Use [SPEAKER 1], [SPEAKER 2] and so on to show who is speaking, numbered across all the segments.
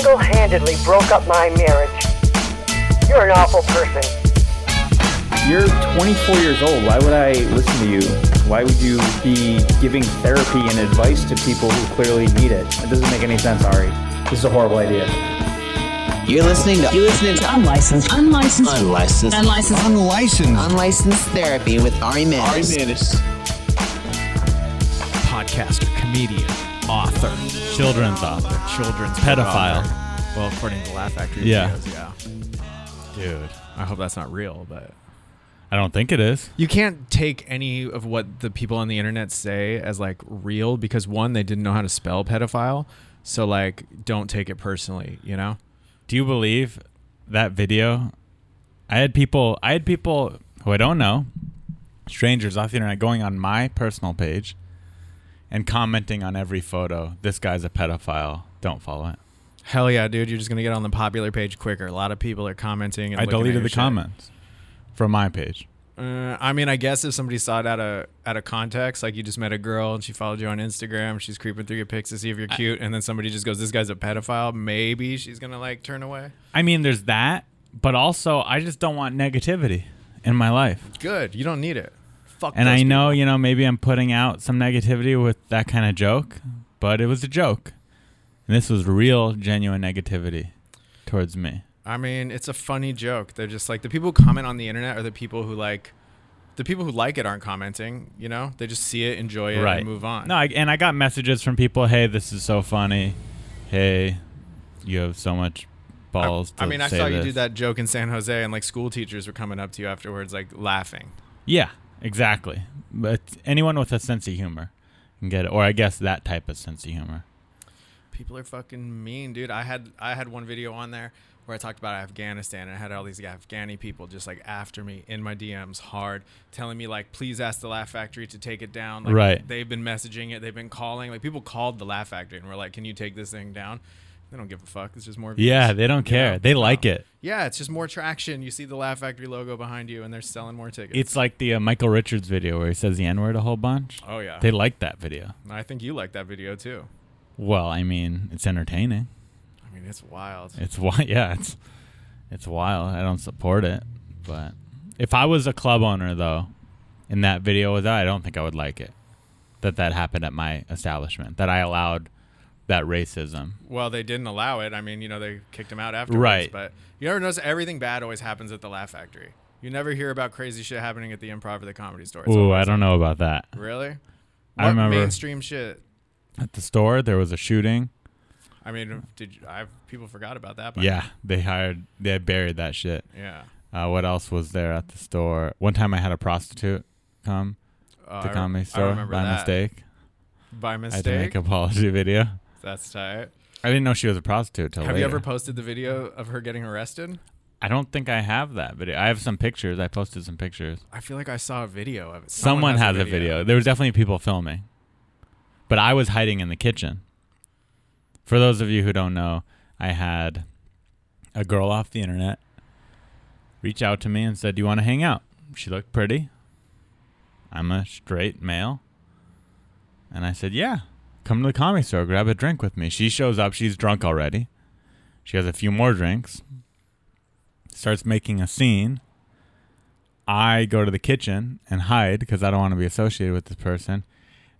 [SPEAKER 1] single-handedly broke up my marriage. You're an awful person.
[SPEAKER 2] You're 24 years old. Why would I listen to you? Why would you be giving therapy and advice to people who clearly need it? It doesn't make any sense, Ari. This is a horrible idea.
[SPEAKER 3] You're listening to You're listening to
[SPEAKER 4] Unlicensed. Unlicensed.
[SPEAKER 3] Unlicensed
[SPEAKER 4] Unlicensed.
[SPEAKER 5] Unlicensed.
[SPEAKER 3] Unlicensed Therapy with Ari Manis.
[SPEAKER 6] podcaster, comedian, author,
[SPEAKER 7] Children's author.
[SPEAKER 6] children's
[SPEAKER 7] Pedophile.
[SPEAKER 6] author. Well, according to Laugh Factory
[SPEAKER 7] Yeah.
[SPEAKER 6] videos, yeah.
[SPEAKER 7] Dude.
[SPEAKER 6] I hope that's not real, but
[SPEAKER 7] I don't think it is.
[SPEAKER 6] you can't take any of what the people on the internet say as like real because one, they didn't know how to spell pedophile, so like don't take it personally, you know?
[SPEAKER 7] Do you believe that video? I had people I had people who I don't know, strangers off the internet going on my personal page and commenting on every photo, this guy's a pedophile. Don't follow it.
[SPEAKER 6] Hell yeah, dude! You're just gonna get on the popular page quicker. A lot of people are commenting. And
[SPEAKER 7] I
[SPEAKER 6] looking at
[SPEAKER 7] deleted
[SPEAKER 6] your
[SPEAKER 7] the
[SPEAKER 6] shit.
[SPEAKER 7] comments from my page.
[SPEAKER 6] Uh, I mean, I guess if somebody saw it out of out of context, like you just met a girl and she followed you on Instagram, she's creeping through your pics to see if you're cute, and then somebody just goes, "This guy's a pedophile." Maybe she's gonna like turn away.
[SPEAKER 7] I mean, there's that, but also I just don't want negativity in my life.
[SPEAKER 6] Good, you don't need it. Fuck.
[SPEAKER 7] And
[SPEAKER 6] those
[SPEAKER 7] I know,
[SPEAKER 6] people.
[SPEAKER 7] you know, maybe I'm putting out some negativity with that kind of joke, but it was a joke. And this was real, genuine negativity towards me.
[SPEAKER 6] I mean, it's a funny joke. They're just like the people who comment on the internet are the people who like. The people who like it aren't commenting, you know? They just see it, enjoy it, and move on.
[SPEAKER 7] No, I, and I got messages from people hey, this is so funny. Hey, you have so much balls.
[SPEAKER 6] I
[SPEAKER 7] to
[SPEAKER 6] mean, I
[SPEAKER 7] say
[SPEAKER 6] saw you
[SPEAKER 7] this."
[SPEAKER 6] do that joke in San Jose, and like school teachers were coming up to you afterwards, like laughing.
[SPEAKER 7] Yeah, exactly. But anyone with a sense of humor can get it, or I guess that type of sense of humor.
[SPEAKER 6] People are fucking mean, dude. I had I had one video on there where I talked about Afghanistan, and I had all these Afghani people just like after me in my DMs, hard, telling me like, please ask the Laugh Factory to take it down. Like,
[SPEAKER 7] Right.
[SPEAKER 6] They've been messaging it. They've been calling. Like people called the Laugh Factory and were like, can you take this thing down? They don't give a fuck. It's just more. Views.
[SPEAKER 7] Yeah, they don't
[SPEAKER 6] You know?
[SPEAKER 7] care. They like it.
[SPEAKER 6] Yeah, it's just more traction. You see the Laugh Factory logo behind you, and they're selling more tickets.
[SPEAKER 7] It's like the uh, Michael Richards video where he says the N word a whole bunch.
[SPEAKER 6] oh yeah.
[SPEAKER 7] They like that video.
[SPEAKER 6] I think you like that video too.
[SPEAKER 7] Well, I mean, it's entertaining.
[SPEAKER 6] I mean, it's wild.
[SPEAKER 7] It's wild. Yeah, it's it's wild. I don't support it, but if I was a club owner though, and that video was out, I don't think I would like it. That that happened at my establishment. That I allowed that racism.
[SPEAKER 6] Well, they didn't allow it. I mean, you know, they kicked him out afterwards.
[SPEAKER 7] Right.
[SPEAKER 6] But you never notice everything bad always happens at the Laugh Factory. You never hear about crazy shit happening at the Improv or the Comedy Store. It's
[SPEAKER 7] Ooh,
[SPEAKER 6] always-
[SPEAKER 7] I don't know about that.
[SPEAKER 6] Really?
[SPEAKER 7] I
[SPEAKER 6] What
[SPEAKER 7] remember-
[SPEAKER 6] mainstream shit.
[SPEAKER 7] At the store, there was a shooting.
[SPEAKER 6] I mean, did you, I people forgot about that? by
[SPEAKER 7] Yeah, they hired. They buried that shit.
[SPEAKER 6] now. Yeah.
[SPEAKER 7] Uh, what else was there at the store? One time, I had a prostitute come
[SPEAKER 6] Uh,
[SPEAKER 7] to
[SPEAKER 6] I re-
[SPEAKER 7] comedy
[SPEAKER 6] I
[SPEAKER 7] store
[SPEAKER 6] remember
[SPEAKER 7] by
[SPEAKER 6] that.
[SPEAKER 7] mistake.
[SPEAKER 6] By
[SPEAKER 7] I had to make
[SPEAKER 6] mistake.
[SPEAKER 7] an apology video.
[SPEAKER 6] That's tight.
[SPEAKER 7] I didn't know she was a prostitute till
[SPEAKER 6] Have
[SPEAKER 7] later.
[SPEAKER 6] you ever posted the video of her getting arrested?
[SPEAKER 7] I don't think I have that video. I have some pictures. I posted some pictures.
[SPEAKER 6] I feel like I saw a video of it.
[SPEAKER 7] Someone, has, a, video. There was definitely people filming, but I was hiding in the kitchen. For those of you who don't know, I had a girl off the internet reach out to me and said, "Do you want to hang out?" She looked pretty. I'm a straight male, and I said, "Yeah, come to the comedy store, grab a drink with me." She shows up. She's drunk already. She has a few more drinks. Starts making a scene. I go to the kitchen and hide because I don't want to be associated with this person.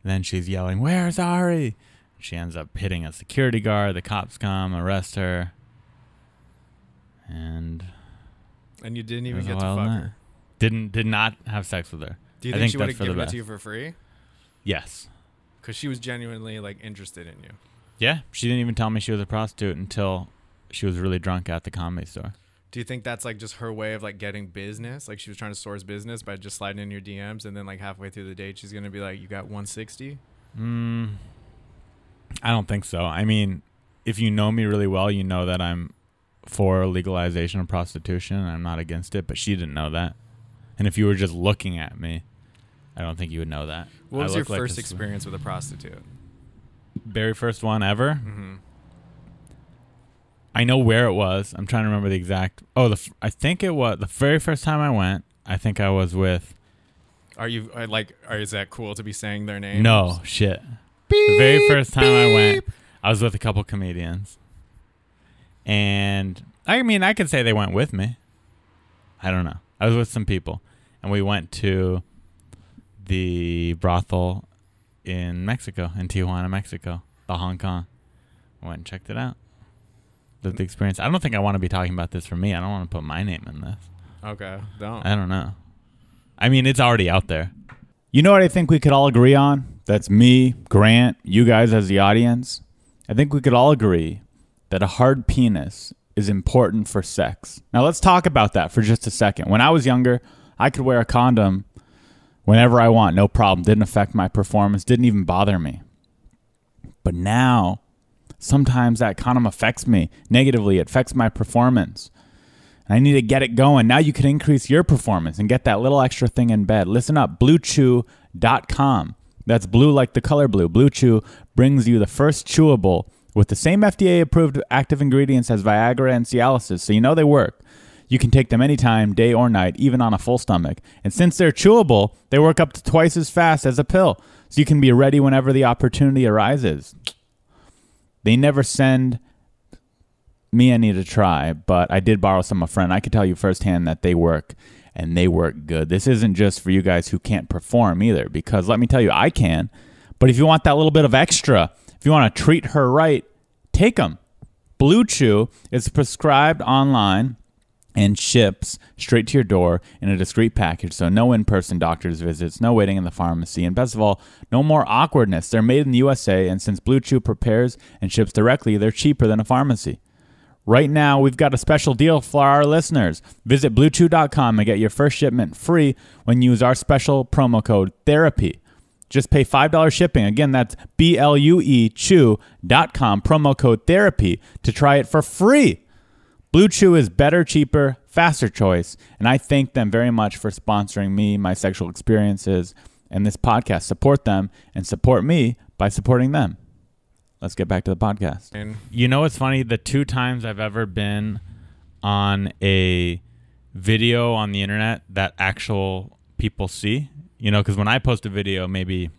[SPEAKER 7] And then she's yelling, Where's Ari? She ends up hitting a security guard. The cops come, arrest her. And
[SPEAKER 6] And you didn't
[SPEAKER 7] it
[SPEAKER 6] even
[SPEAKER 7] was a
[SPEAKER 6] get to
[SPEAKER 7] wild
[SPEAKER 6] fuck
[SPEAKER 7] night.
[SPEAKER 6] her.
[SPEAKER 7] Didn't did not have sex with her.
[SPEAKER 6] Do you
[SPEAKER 7] I
[SPEAKER 6] think,
[SPEAKER 7] think
[SPEAKER 6] she would
[SPEAKER 7] that's
[SPEAKER 6] have
[SPEAKER 7] for the
[SPEAKER 6] given it
[SPEAKER 7] best.
[SPEAKER 6] to you for free?
[SPEAKER 7] Yes.
[SPEAKER 6] Because she was genuinely like interested in you.
[SPEAKER 7] Yeah. She didn't even tell me she was a prostitute until she was really drunk at the comedy store.
[SPEAKER 6] Do you think that's like just her way of like getting business? Like she was trying to source business by just sliding in your DMs, and then like halfway through the date, she's gonna be like, "You got 160."
[SPEAKER 7] Mm, I don't think so. I mean, if you know me really well, you know that I'm for legalization of prostitution and I'm not against it, but she didn't know that. And if you were just looking at me, I don't think you would know that.
[SPEAKER 6] What
[SPEAKER 7] I
[SPEAKER 6] was your
[SPEAKER 7] look like
[SPEAKER 6] first
[SPEAKER 7] this-
[SPEAKER 6] experience with a prostitute?
[SPEAKER 7] Very first one ever.
[SPEAKER 6] Mm-hmm.
[SPEAKER 7] I know where it was. I'm trying to remember the exact. Oh, the f- I think it was the very first time I went. I think I was with.
[SPEAKER 6] Are you uh, like, are, is that cool to be saying their name?
[SPEAKER 7] No shit. the very first time I went, I was with a couple comedians, And I mean, I could say they went with me. I don't know. I was with some people, and we went to the brothel in Mexico, in Tijuana, Mexico, the Hong Kong. I went and checked it out. Lived the experience. I don't think I want to be talking about this for me. I don't want to put my name in this.
[SPEAKER 6] Okay, don't.
[SPEAKER 7] I don't know. I mean, it's already out there.
[SPEAKER 4] You know what I think we could all agree on? That's me, Grant, you guys as the audience. I think we could all agree that a hard penis is important for sex. Now, let's talk about that for just a second. When I was younger, I could wear a condom whenever I want, no problem. Didn't affect my performance, didn't even bother me. But now, sometimes that condom affects me negatively, it affects my performance. I need to get it going. Now you can increase your performance and get that little extra thing in bed. Listen up, bluechew.com. That's blue like the color blue. Blue Chew brings you the first chewable with the same FDA approved active ingredients as Viagra and Cialis, so you know they work. You can take them anytime, day or night, even on a full stomach. And since they're chewable, they work up to twice as fast as a pill, so you can be ready whenever the opportunity arises. They never send me I need to try, but I did borrow some of a friend. I could tell you firsthand that they work and they work good. This isn't just for you guys who can't perform either, because let me tell you, I can. But if you want that little bit of extra, if you want to treat her right, take them. Blue Chew is prescribed online and ships straight to your door in a discreet package. So no in-person doctor's visits, no waiting in the pharmacy, and best of all, no more awkwardness. They're made in the USA, and since Blue Chew prepares and ships directly, they're cheaper than a pharmacy. Right now, we've got a special deal for our listeners. Visit bluechew.com and get your first shipment free when you use our special promo code therapy. Just pay $5 shipping. Again, that's B L U E chew.com, promo code therapy to try it for free. Blue Chew is better, cheaper, faster choice, and I thank them very much for sponsoring me, my sexual experiences, and this podcast. Support them and support me by supporting them. Let's get back to the podcast.
[SPEAKER 6] And
[SPEAKER 7] You know what's funny? The two times I've ever been on a video on the internet that actual people see, you know, because when I post a video, maybe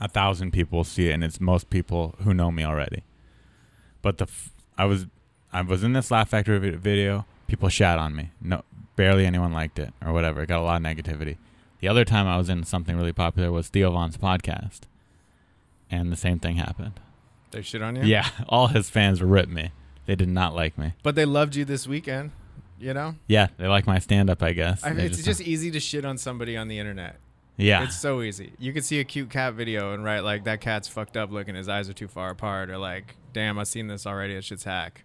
[SPEAKER 7] a thousand people see it, and it's most people who know me already. But the f- I was I was in this Laugh Factory vi- video. People shat on me. No, barely anyone liked it or whatever. It got a lot of negativity. The other time I was in something really popular was Theo Von's podcast, and the same thing happened.
[SPEAKER 6] they shit on you.
[SPEAKER 7] Yeah, all his fans ripped me. They did not like me.
[SPEAKER 6] But they loved you this weekend. You know,
[SPEAKER 7] Yeah, they like my stand up, I guess.
[SPEAKER 6] I
[SPEAKER 7] They Ah.
[SPEAKER 6] it's just easy to shit on somebody on the internet.
[SPEAKER 7] yeah.
[SPEAKER 6] It's so easy. You could see a cute cat video and write like that cat's fucked up looking, his eyes are too far apart, or like, damn, I've seen this already, it shit's hack.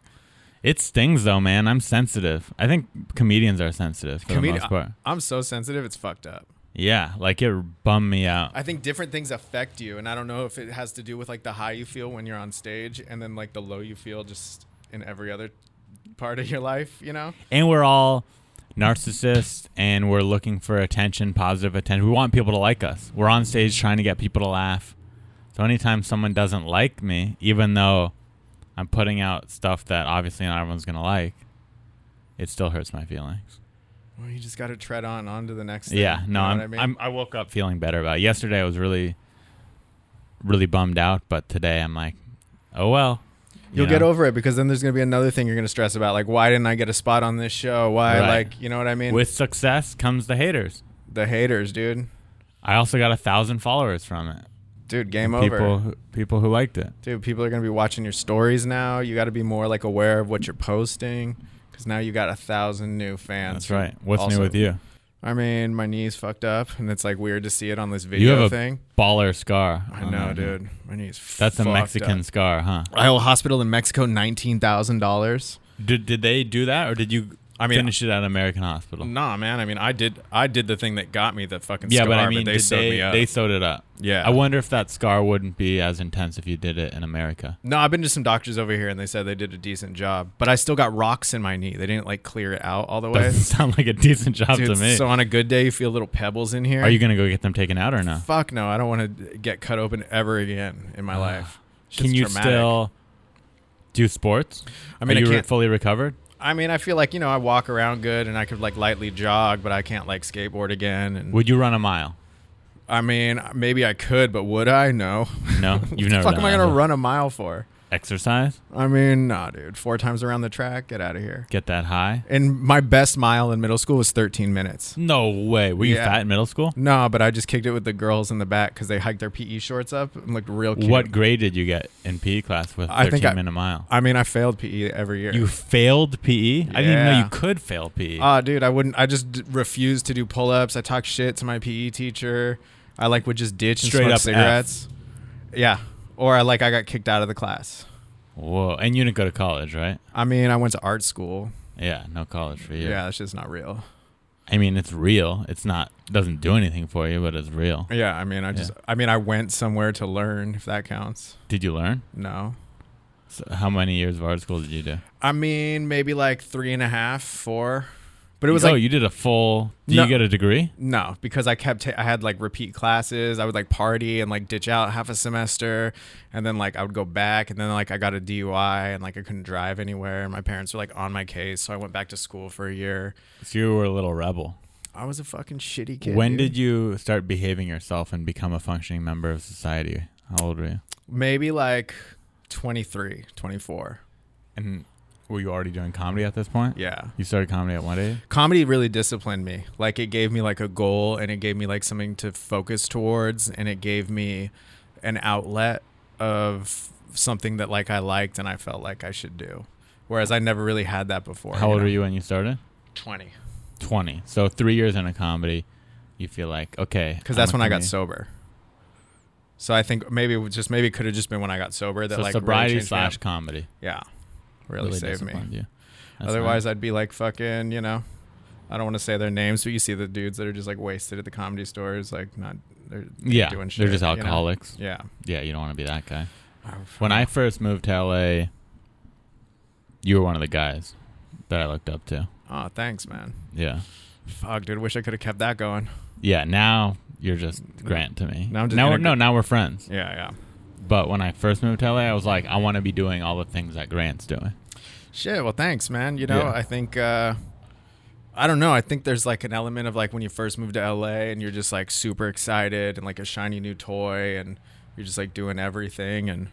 [SPEAKER 7] it stings though, man. I'm sensitive. I think comedians are sensitive for
[SPEAKER 6] Comedi-
[SPEAKER 7] the most part.
[SPEAKER 6] I- I'm so sensitive, it's fucked up.
[SPEAKER 7] Yeah, like it bummed me out.
[SPEAKER 6] I think different things affect you, and I don't know if it has to do with like the high you feel when you're on stage, and then like the low you feel just in every other part of your life. You know,
[SPEAKER 7] And we're all narcissists and we're looking for attention, positive attention. We want people to like us. We're on stage trying to get people to laugh. So anytime someone doesn't like me, even though I'm putting out stuff that obviously not everyone's going to like, it still hurts my feelings.
[SPEAKER 6] well, you just got to tread on on to the next. Thing,
[SPEAKER 7] Yeah,
[SPEAKER 6] you
[SPEAKER 7] no,
[SPEAKER 6] know
[SPEAKER 7] I'm,
[SPEAKER 6] what
[SPEAKER 7] I am I woke up feeling better about it. Yesterday I was really, really bummed out, but today I'm like, oh well. you
[SPEAKER 6] You'll get
[SPEAKER 7] know?
[SPEAKER 6] over it because then there's gonna be another thing you're gonna stress about, like why didn't I get a spot on this show? Why,
[SPEAKER 7] Right.
[SPEAKER 6] like, you know what I mean?
[SPEAKER 7] With success comes the haters.
[SPEAKER 6] the haters, dude,
[SPEAKER 7] I also got a thousand followers from it.
[SPEAKER 6] dude, game
[SPEAKER 7] People,
[SPEAKER 6] over.
[SPEAKER 7] who, people who liked it.
[SPEAKER 6] Dude, people are gonna be watching your stories now. You got to be more like aware of what you're posting because now you got a thousand new fans.
[SPEAKER 7] That's right. What's
[SPEAKER 6] Also-
[SPEAKER 7] new with you?
[SPEAKER 6] I mean, my knee's fucked up, and it's like weird to see it on this
[SPEAKER 7] You
[SPEAKER 6] video
[SPEAKER 7] have a
[SPEAKER 6] thing.
[SPEAKER 7] baller scar.
[SPEAKER 6] I
[SPEAKER 7] on
[SPEAKER 6] know,
[SPEAKER 7] that.
[SPEAKER 6] dude. My knee's
[SPEAKER 7] That's a
[SPEAKER 6] fucked
[SPEAKER 7] Mexican
[SPEAKER 6] Up.
[SPEAKER 7] scar, huh?
[SPEAKER 6] I owe a hospital in Mexico nineteen thousand dollars.
[SPEAKER 7] Did did they do that, or did you?
[SPEAKER 6] I mean-
[SPEAKER 7] finish it at American Hospital.
[SPEAKER 6] Nah, man. I mean, I did. I did the thing that got me the fucking
[SPEAKER 7] yeah,
[SPEAKER 6] scar,
[SPEAKER 7] but I mean,
[SPEAKER 6] they
[SPEAKER 7] did
[SPEAKER 6] sewed
[SPEAKER 7] they
[SPEAKER 6] me up.
[SPEAKER 7] they sewed it up.
[SPEAKER 6] Yeah.
[SPEAKER 7] I wonder if that scar wouldn't be as intense if you did it in America.
[SPEAKER 6] no, I've been to some doctors over here, and they said they did a decent job, but I still got rocks in my knee. They didn't like clear it out all the way.
[SPEAKER 7] Doesn't sound like a decent job
[SPEAKER 6] Dude,
[SPEAKER 7] to me.
[SPEAKER 6] so on a good day, you feel little pebbles in here.
[SPEAKER 7] Are you gonna go get them taken out or no?
[SPEAKER 6] Fuck no! I don't want to get cut open ever again in my life. It's
[SPEAKER 7] Ah. Can
[SPEAKER 6] just
[SPEAKER 7] you
[SPEAKER 6] traumatic.
[SPEAKER 7] still do sports?
[SPEAKER 6] I mean,
[SPEAKER 7] Are
[SPEAKER 6] I
[SPEAKER 7] you re-
[SPEAKER 6] can't-
[SPEAKER 7] fully recovered?
[SPEAKER 6] I mean, I feel like you know I walk around good and I could like lightly jog, but I can't like skateboard again. And
[SPEAKER 7] Would you run a mile?
[SPEAKER 6] I mean, maybe I could, but would I? No.
[SPEAKER 7] No,
[SPEAKER 6] What
[SPEAKER 7] you've
[SPEAKER 6] the
[SPEAKER 7] never.
[SPEAKER 6] fuck
[SPEAKER 7] done
[SPEAKER 6] am I
[SPEAKER 7] that,
[SPEAKER 6] gonna
[SPEAKER 7] huh?
[SPEAKER 6] run a mile for?
[SPEAKER 7] exercise,
[SPEAKER 6] I mean, nah, dude. Four times around the track, get out of here.
[SPEAKER 7] get that high.
[SPEAKER 6] And my best mile in middle school was 13 minutes.
[SPEAKER 7] No way. Were you
[SPEAKER 6] Yeah.
[SPEAKER 7] fat in middle school?
[SPEAKER 6] No, but I just kicked it with the girls in the back because they hiked their PE shorts up and looked real cute.
[SPEAKER 7] What grade did you get in PE class with 13
[SPEAKER 6] I think I-
[SPEAKER 7] minute mile?
[SPEAKER 6] I mean, I failed PE every year.
[SPEAKER 7] You failed PE? I didn't even know
[SPEAKER 6] Yeah.
[SPEAKER 7] you could fail E. PE.
[SPEAKER 6] Ah, dude, I wouldn't. I just d- refused to do pull ups. I talked shit to my PE teacher. I like would just ditch and
[SPEAKER 7] Straight
[SPEAKER 6] smoke
[SPEAKER 7] up F.
[SPEAKER 6] cigarettes. Yeah, or I like I got kicked out of the class.
[SPEAKER 7] Whoa. And you didn't go to college, right?
[SPEAKER 6] I mean, I went to art school.
[SPEAKER 7] Yeah, no college for you.
[SPEAKER 6] Yeah, that's just not real.
[SPEAKER 7] I mean, it's real. It's not doesn't do anything for you, but it's real.
[SPEAKER 6] Yeah, I mean, I just, I mean, I went somewhere to learn, if that counts.
[SPEAKER 7] Did you learn?
[SPEAKER 6] No,
[SPEAKER 7] So how many years of art school did you do?
[SPEAKER 6] I mean, maybe like three and a half, four, but it was
[SPEAKER 7] oh,
[SPEAKER 6] like
[SPEAKER 7] you did a full. Did
[SPEAKER 6] No.
[SPEAKER 7] you get a degree?
[SPEAKER 6] No, because I kept ta- I had like repeat classes. I would like party and like ditch out half a semester, and then like I would go back, and then like I got a DUI and like I couldn't drive anywhere, and my parents were like on my case, so I went back to school for a year.
[SPEAKER 7] So you were a little rebel.
[SPEAKER 6] I was a fucking shitty kid.
[SPEAKER 7] when did you start behaving yourself and become a functioning member of society? How old were you?
[SPEAKER 6] Maybe like 23, 24.
[SPEAKER 7] And were you already doing comedy at this point?
[SPEAKER 6] Yeah.
[SPEAKER 7] You started comedy at what age?
[SPEAKER 6] comedy really disciplined me like it gave me like a goal and it gave me like something to focus towards and it gave me an outlet of something that like i liked and i felt like i should do whereas i never really had that before
[SPEAKER 7] How old
[SPEAKER 6] know?
[SPEAKER 7] were you when you started?
[SPEAKER 6] 20
[SPEAKER 7] Twenty. So three years in a comedy, you feel like okay.
[SPEAKER 6] because
[SPEAKER 7] I'm
[SPEAKER 6] that's
[SPEAKER 7] a
[SPEAKER 6] when i got
[SPEAKER 7] comedian.
[SPEAKER 6] sober so i think maybe it was just maybe it could have just been when i got sober that
[SPEAKER 7] So
[SPEAKER 6] like really
[SPEAKER 7] sobriety
[SPEAKER 6] changed me up.
[SPEAKER 7] slash comedy
[SPEAKER 6] yeah really, saved me
[SPEAKER 7] disciplined you. That's
[SPEAKER 6] otherwise i'd be like fucking you know i don't want to say their names but you see the dudes that are just like wasted at the comedy stores like not they're, they're
[SPEAKER 7] Yeah,
[SPEAKER 6] doing
[SPEAKER 7] they're
[SPEAKER 6] shit,
[SPEAKER 7] just
[SPEAKER 6] you know?
[SPEAKER 7] alcoholics.
[SPEAKER 6] yeah
[SPEAKER 7] Yeah, you don't want to be that guy. When I first moved to LA, you were one of the guys that I looked up to.
[SPEAKER 6] oh thanks man
[SPEAKER 7] Yeah.
[SPEAKER 6] fuck dude wish i could have kept that going
[SPEAKER 7] Yeah, now you're just Grant to me.
[SPEAKER 6] Now I'm just
[SPEAKER 7] now we're,
[SPEAKER 6] gonna-
[SPEAKER 7] no, now we're friends.
[SPEAKER 6] yeah yeah
[SPEAKER 7] But when I first moved to LA, I was like, I want to be doing all the things that Grant's doing.
[SPEAKER 6] shit well thanks man you know
[SPEAKER 7] Yeah.
[SPEAKER 6] i think uh I don't know. I think there's like an element of like when you first move to LA and you're just like super excited and like a shiny new toy and you're just like doing everything and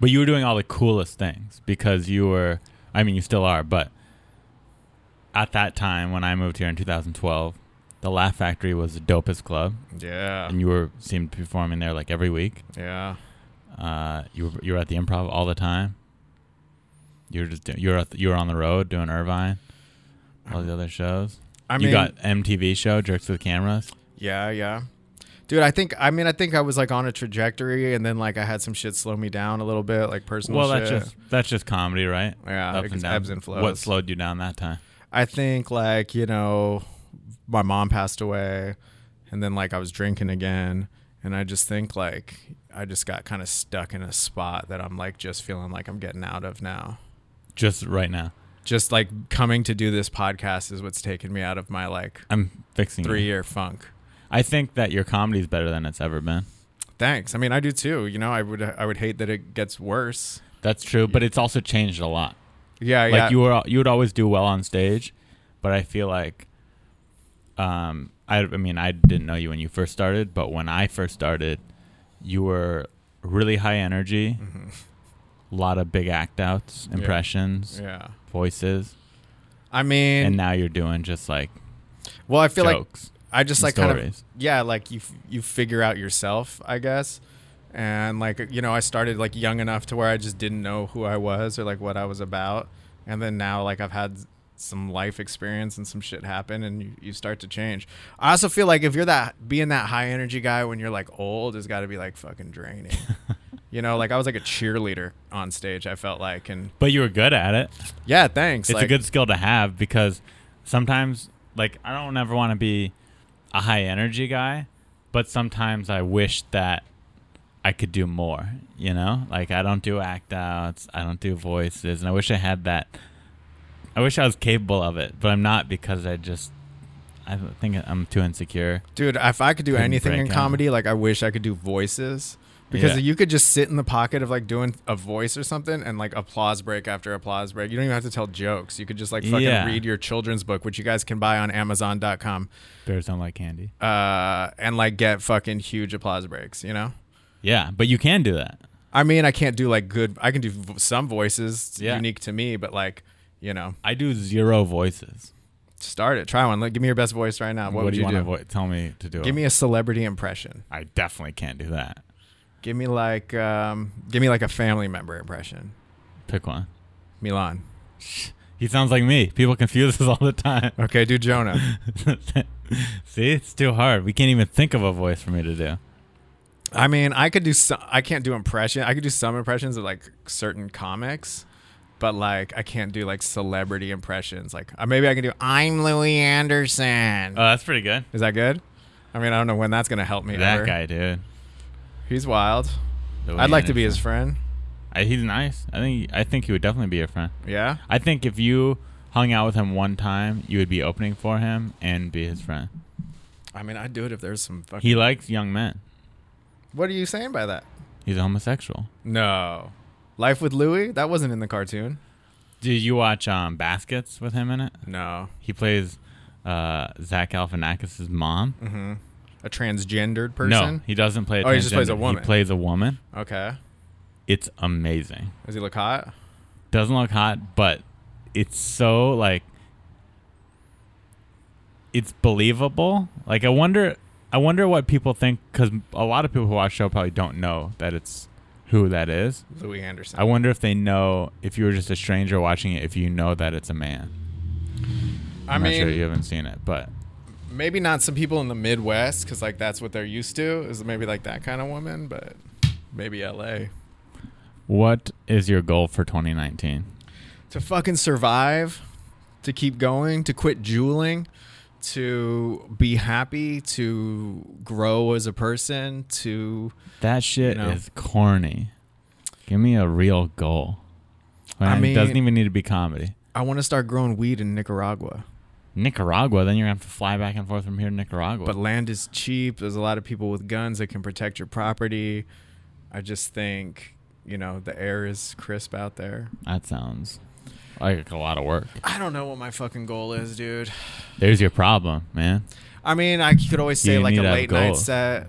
[SPEAKER 7] But you were doing all the coolest things because you were, I mean, you still are, but at that time when I moved here in 2012, the Laugh Factory was the dopest club,
[SPEAKER 6] yeah,
[SPEAKER 7] and you were seemed to be performing there like every week.
[SPEAKER 6] yeah.
[SPEAKER 7] Uh, you were you were at the improv all the time. You were just do- you were at the- you were on the road doing Irvine, all the other shows.
[SPEAKER 6] I
[SPEAKER 7] you
[SPEAKER 6] mean,
[SPEAKER 7] got MTV show Jerks with Cameras.
[SPEAKER 6] Yeah, yeah. Dude, I think I mean I think I was like on a trajectory and then like I had some shit slow me down a little bit, like personal
[SPEAKER 7] Well,
[SPEAKER 6] Oh, shit.
[SPEAKER 7] that's just that's just comedy, right?
[SPEAKER 6] Yeah, it just
[SPEAKER 7] down.
[SPEAKER 6] ebbs and flows.
[SPEAKER 7] What slowed you down that time?
[SPEAKER 6] I think like, you know, my mom passed away and then like I was drinking again and I just think like I just got kind of stuck in a spot that I'm like just feeling like I'm getting out of now.
[SPEAKER 7] Just right now.
[SPEAKER 6] Just like coming to do this podcast is what's taken me out of my like
[SPEAKER 7] I'm fixing you.
[SPEAKER 6] 3-year funk.
[SPEAKER 7] I think that your comedy's better than it's ever been.
[SPEAKER 6] Thanks. I mean, I do too. You know, I would I would hate that it gets worse.
[SPEAKER 7] That's true, but it's also changed a lot.
[SPEAKER 6] Yeah,
[SPEAKER 7] Like
[SPEAKER 6] yeah.
[SPEAKER 7] you were, you would always do well on stage, but I feel like, um, I, I mean, I didn't know you when you first started, but when I first started, you were really high energy,
[SPEAKER 6] Mm-hmm.
[SPEAKER 7] a lot of big act outs, impressions,
[SPEAKER 6] yeah.
[SPEAKER 7] voices,
[SPEAKER 6] I mean,
[SPEAKER 7] and now you're doing just like
[SPEAKER 6] Well, I feel
[SPEAKER 7] jokes.
[SPEAKER 6] like I just
[SPEAKER 7] and
[SPEAKER 6] like kind of
[SPEAKER 7] stories.
[SPEAKER 6] yeah, like you f- you figure out yourself, I guess. And like you know, I started like young enough to where I just didn't know who I was or like what I was about. And then now like I've had some life experience and some shit happen and you, you start to change. I also feel like if you're that being that high energy guy when you're like old has got to be like fucking draining. you know, like I was like a cheerleader on stage, I felt like and
[SPEAKER 7] but you were good at it.
[SPEAKER 6] yeah, thanks.
[SPEAKER 7] it's
[SPEAKER 6] like,
[SPEAKER 7] a good skill to have because sometimes like i don't ever want to be a high energy guy but sometimes i wish that i could do more you know like i don't do act outs i don't do voices and i wish i had that i wish i was capable of it but i'm not because i just i think i'm too insecure
[SPEAKER 6] Dude, if I could do
[SPEAKER 7] Couldn't
[SPEAKER 6] anything
[SPEAKER 7] break
[SPEAKER 6] in
[SPEAKER 7] out.
[SPEAKER 6] comedy, like I wish I could do voices because
[SPEAKER 7] Yeah.
[SPEAKER 6] you could just sit in the pocket of like doing a voice or something and like applause break after applause break. You don't even have to tell jokes. You could just like fucking
[SPEAKER 7] Yeah.
[SPEAKER 6] read your children's book, which you guys can buy on Amazon.com,
[SPEAKER 7] bears don't like candy
[SPEAKER 6] uh, and like get fucking huge applause breaks, you know?
[SPEAKER 7] yeah but you can do that
[SPEAKER 6] I mean, I can't do like good. I can do v- some voices it's
[SPEAKER 7] Yeah.
[SPEAKER 6] unique to me, but like you know,
[SPEAKER 7] I do zero voices.
[SPEAKER 6] start it. Try one. Like, give me your best voice right now. What, would
[SPEAKER 7] do
[SPEAKER 6] you,
[SPEAKER 7] want
[SPEAKER 6] do?
[SPEAKER 7] to vo- tell me to do?
[SPEAKER 6] Give me a celebrity impression.
[SPEAKER 7] I definitely can't do that.
[SPEAKER 6] Give me like um, give me like a family member impression.
[SPEAKER 7] Pick one.
[SPEAKER 6] Milan.
[SPEAKER 7] He sounds like me. People confuse us all the time.
[SPEAKER 6] Okay, do Jonah.
[SPEAKER 7] See, it's too hard. We can't even think of a voice for me to do.
[SPEAKER 6] I mean, I could do some. I can't do impression. I could do some impressions of like certain comics, but like I can't do like celebrity impressions. Like uh, maybe I can do I'm Louis Anderson.
[SPEAKER 7] Oh, that's pretty good.
[SPEAKER 6] Is that good? I mean, I don't know when that's gonna help me.
[SPEAKER 7] That
[SPEAKER 6] ever.
[SPEAKER 7] guy, dude.
[SPEAKER 6] He's wild.
[SPEAKER 7] Louis
[SPEAKER 6] I'd like to be his
[SPEAKER 7] Anderson.
[SPEAKER 6] friend.
[SPEAKER 7] I, he's nice. I think. I think he would definitely be your friend.
[SPEAKER 6] Yeah.
[SPEAKER 7] I think if you hung out with him one time, you would be opening for him and be his friend.
[SPEAKER 6] I mean, I'd do it if there's some fucking.
[SPEAKER 7] He likes young men.
[SPEAKER 6] what are you saying by that?
[SPEAKER 7] He's a homosexual.
[SPEAKER 6] No. Life with Louis? That wasn't in the cartoon.
[SPEAKER 7] Did you watch um, Baskets with him in it?
[SPEAKER 6] No.
[SPEAKER 7] He plays uh, Zach Galifianakis' mom.
[SPEAKER 6] A transgendered
[SPEAKER 7] No,
[SPEAKER 6] person?
[SPEAKER 7] he doesn't play. A
[SPEAKER 6] Oh, he just plays a
[SPEAKER 7] transgender.
[SPEAKER 6] woman.
[SPEAKER 7] He plays a woman.
[SPEAKER 6] Okay.
[SPEAKER 7] It's amazing.
[SPEAKER 6] Does he look hot?
[SPEAKER 7] Doesn't look hot, but it's so like it's believable. Like I wonder, I wonder what people think because a lot of people who watch the show probably don't know that it's who that is.
[SPEAKER 6] Louis Anderson.
[SPEAKER 7] I wonder if they know if you were just a stranger watching it, if you know that it's a man.
[SPEAKER 6] I
[SPEAKER 7] I'm
[SPEAKER 6] mean,
[SPEAKER 7] not sure you haven't seen it, but
[SPEAKER 6] maybe not some people in the Midwest because like that's what they're used to is maybe like that kind of woman, but maybe LA
[SPEAKER 7] what is your goal for 2019?
[SPEAKER 6] to fucking survive, to keep going, to quit jeweling, to be happy, to grow as a person, to
[SPEAKER 7] That shit
[SPEAKER 6] You know?
[SPEAKER 7] is corny. Give me a real goal.
[SPEAKER 6] I
[SPEAKER 7] And it doesn't
[SPEAKER 6] mean-
[SPEAKER 7] even need to be comedy.
[SPEAKER 6] I want to start growing weed in Nicaragua.
[SPEAKER 7] Nicaragua, then you're gonna have to fly back and forth from here to Nicaragua.
[SPEAKER 6] But land is cheap. There's a lot of people with guns that can protect your property. I just think, you know, the air is crisp out there.
[SPEAKER 7] that sounds like a lot of work.
[SPEAKER 6] I don't know what my fucking goal is, dude.
[SPEAKER 7] There's your problem, man.
[SPEAKER 6] I mean, I could always say
[SPEAKER 7] You
[SPEAKER 6] like
[SPEAKER 7] need
[SPEAKER 6] a
[SPEAKER 7] to have
[SPEAKER 6] late
[SPEAKER 7] a goal.
[SPEAKER 6] night set,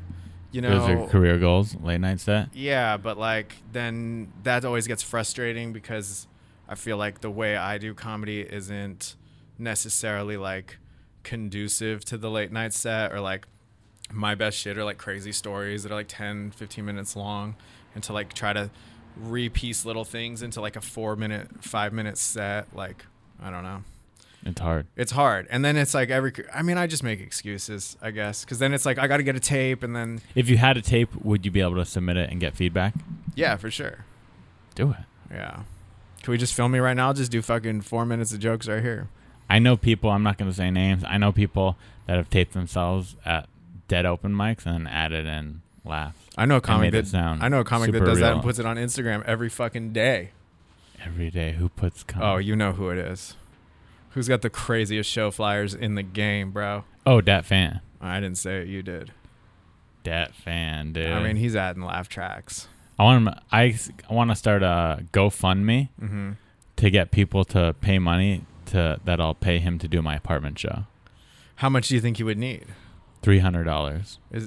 [SPEAKER 6] you
[SPEAKER 7] There's your
[SPEAKER 6] know.
[SPEAKER 7] career goals, late night set.
[SPEAKER 6] Yeah, but like then that always gets frustrating because I feel like the way I do comedy isn't necessarily like conducive to the late night set or like my best shit are like crazy stories that are like 10, 15 minutes long and to like try to repiece little things into like a 4 minute, 5 minute set like I don't know.
[SPEAKER 7] It's hard.
[SPEAKER 6] It's hard. And then it's like every I mean, I just make excuses, I guess, cuz then it's like I got to get a tape and then
[SPEAKER 7] If you had a tape, would you be able to submit it and get feedback?
[SPEAKER 6] yeah, for sure.
[SPEAKER 7] Do it.
[SPEAKER 6] Yeah. Can we just film me right now? Just do fucking four minutes of jokes right here.
[SPEAKER 7] I know people. I'm not gonna say names. I know people that have taped themselves at dead open mics and then added in laughs
[SPEAKER 6] I know a comic
[SPEAKER 7] made it
[SPEAKER 6] that
[SPEAKER 7] sound
[SPEAKER 6] I know a comic that
[SPEAKER 7] super
[SPEAKER 6] does that
[SPEAKER 7] real.
[SPEAKER 6] and puts it on Instagram every fucking day.
[SPEAKER 7] every day. Who puts
[SPEAKER 6] Oh,
[SPEAKER 7] comedy?
[SPEAKER 6] you know who it is. Who's got the craziest show flyers in the game, bro?
[SPEAKER 7] Oh, Dat Fan.
[SPEAKER 6] I didn't say it, you did.
[SPEAKER 7] Dat Fan, dude.
[SPEAKER 6] I mean, he's adding laugh tracks.
[SPEAKER 7] I want him, I, s- I want to start a GoFundMe
[SPEAKER 6] Mm-hmm.
[SPEAKER 7] to get people to pay money to that I'll pay him to do my apartment show.
[SPEAKER 6] How much do you think you would need?
[SPEAKER 7] Three hundred dollars.
[SPEAKER 6] Is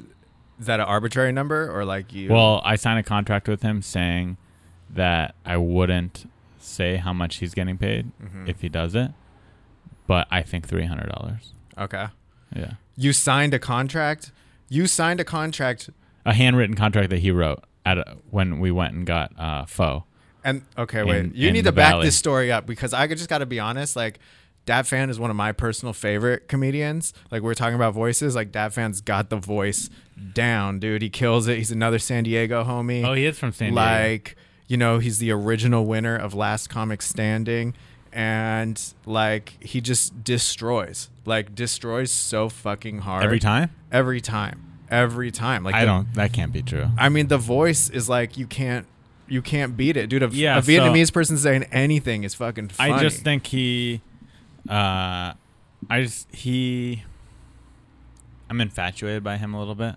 [SPEAKER 6] is that an arbitrary number or like you
[SPEAKER 7] Well, I signed a contract with him saying that I wouldn't say how much he's getting paid
[SPEAKER 6] Mm-hmm.
[SPEAKER 7] if he does it, but I think three hundred dollars.
[SPEAKER 6] Okay.
[SPEAKER 7] Yeah,
[SPEAKER 6] You signed a contract? You signed a contract
[SPEAKER 7] a handwritten contract that he wrote at a, when we went and got uh, faux.
[SPEAKER 6] And okay, wait.
[SPEAKER 7] in-
[SPEAKER 6] you
[SPEAKER 7] in
[SPEAKER 6] need
[SPEAKER 7] the
[SPEAKER 6] to back
[SPEAKER 7] valley.
[SPEAKER 6] this story up because I just got to be honest. Like, Dad Fan is one of my personal favorite comedians. Like, we're talking about voices. Like, Dad Fan's got the voice down, dude. He kills it. He's another San Diego homie.
[SPEAKER 7] Oh, he is from San Diego.
[SPEAKER 6] Like, you know, he's the original winner of Last Comic Standing. And like, he just destroys. Like, destroys so fucking hard.
[SPEAKER 7] Every time?
[SPEAKER 6] Every time. Every time. Like,
[SPEAKER 7] I
[SPEAKER 6] the-
[SPEAKER 7] don't. That can't be true.
[SPEAKER 6] I mean, the voice is like you can't you can't beat it, dude. A,
[SPEAKER 7] Yeah,
[SPEAKER 6] a
[SPEAKER 7] so-
[SPEAKER 6] Vietnamese person saying anything is fucking funny.
[SPEAKER 7] I just think he, uh, I just he. I'm infatuated by him a little bit.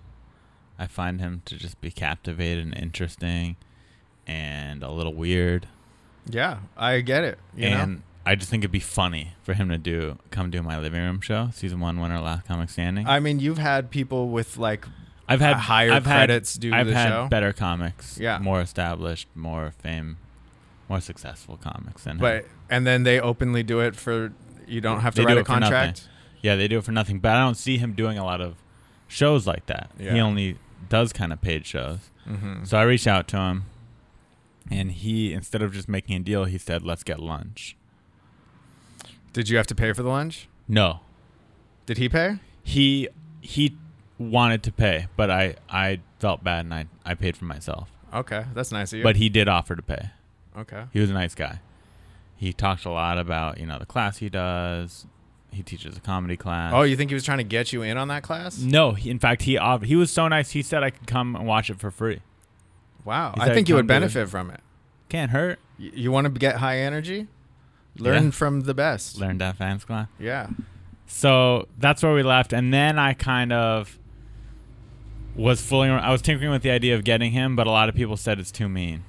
[SPEAKER 7] I find him to just be captivated and interesting, and a little weird.
[SPEAKER 6] yeah, I get it. You
[SPEAKER 7] and
[SPEAKER 6] know,
[SPEAKER 7] I just think it'd be funny for him to do come do my living room show, season one winner, last comic standing.
[SPEAKER 6] I mean, you've had people with like
[SPEAKER 7] I've had
[SPEAKER 6] uh, higher
[SPEAKER 7] I've had-
[SPEAKER 6] credits due to
[SPEAKER 7] I've
[SPEAKER 6] the
[SPEAKER 7] had
[SPEAKER 6] show?
[SPEAKER 7] better comics,
[SPEAKER 6] Yeah.
[SPEAKER 7] more established, more fame, more successful comics than him.
[SPEAKER 6] But and then they openly do it for you don't have to
[SPEAKER 7] They do
[SPEAKER 6] write a
[SPEAKER 7] it for nothing.
[SPEAKER 6] contract.
[SPEAKER 7] Yeah, they do it for nothing. But I don't see him doing a lot of shows like that.
[SPEAKER 6] Yeah.
[SPEAKER 7] He only does kind of paid shows.
[SPEAKER 6] Mm-hmm.
[SPEAKER 7] So I reached out to him, and he instead of just making a deal, he said, "Let's get lunch."
[SPEAKER 6] Did you have to pay for the lunch?
[SPEAKER 7] No,
[SPEAKER 6] Did he pay?
[SPEAKER 7] he he wanted to pay, but I I felt bad and I I paid for myself.
[SPEAKER 6] Okay, that's nice of you.
[SPEAKER 7] But he did offer to pay.
[SPEAKER 6] okay,
[SPEAKER 7] He was a nice guy. He talked a lot about you know the class he does. He teaches a comedy class.
[SPEAKER 6] oh, you think he was trying to get you in on that class?
[SPEAKER 7] no! He, in fact, he ob- he was so nice. He said I could come and watch it for free.
[SPEAKER 6] Wow,
[SPEAKER 7] He
[SPEAKER 6] I
[SPEAKER 7] said
[SPEAKER 6] think you would
[SPEAKER 7] come to the-
[SPEAKER 6] benefit from it.
[SPEAKER 7] Can't hurt.
[SPEAKER 6] Y- You want to get high energy? Learn
[SPEAKER 7] Yeah.
[SPEAKER 6] from the best.
[SPEAKER 7] Learned that fans class.
[SPEAKER 6] Yeah.
[SPEAKER 7] So that's where we left, and then I kind of was fooling. around. I was tinkering with the idea of getting him, but a lot of people said it's too mean.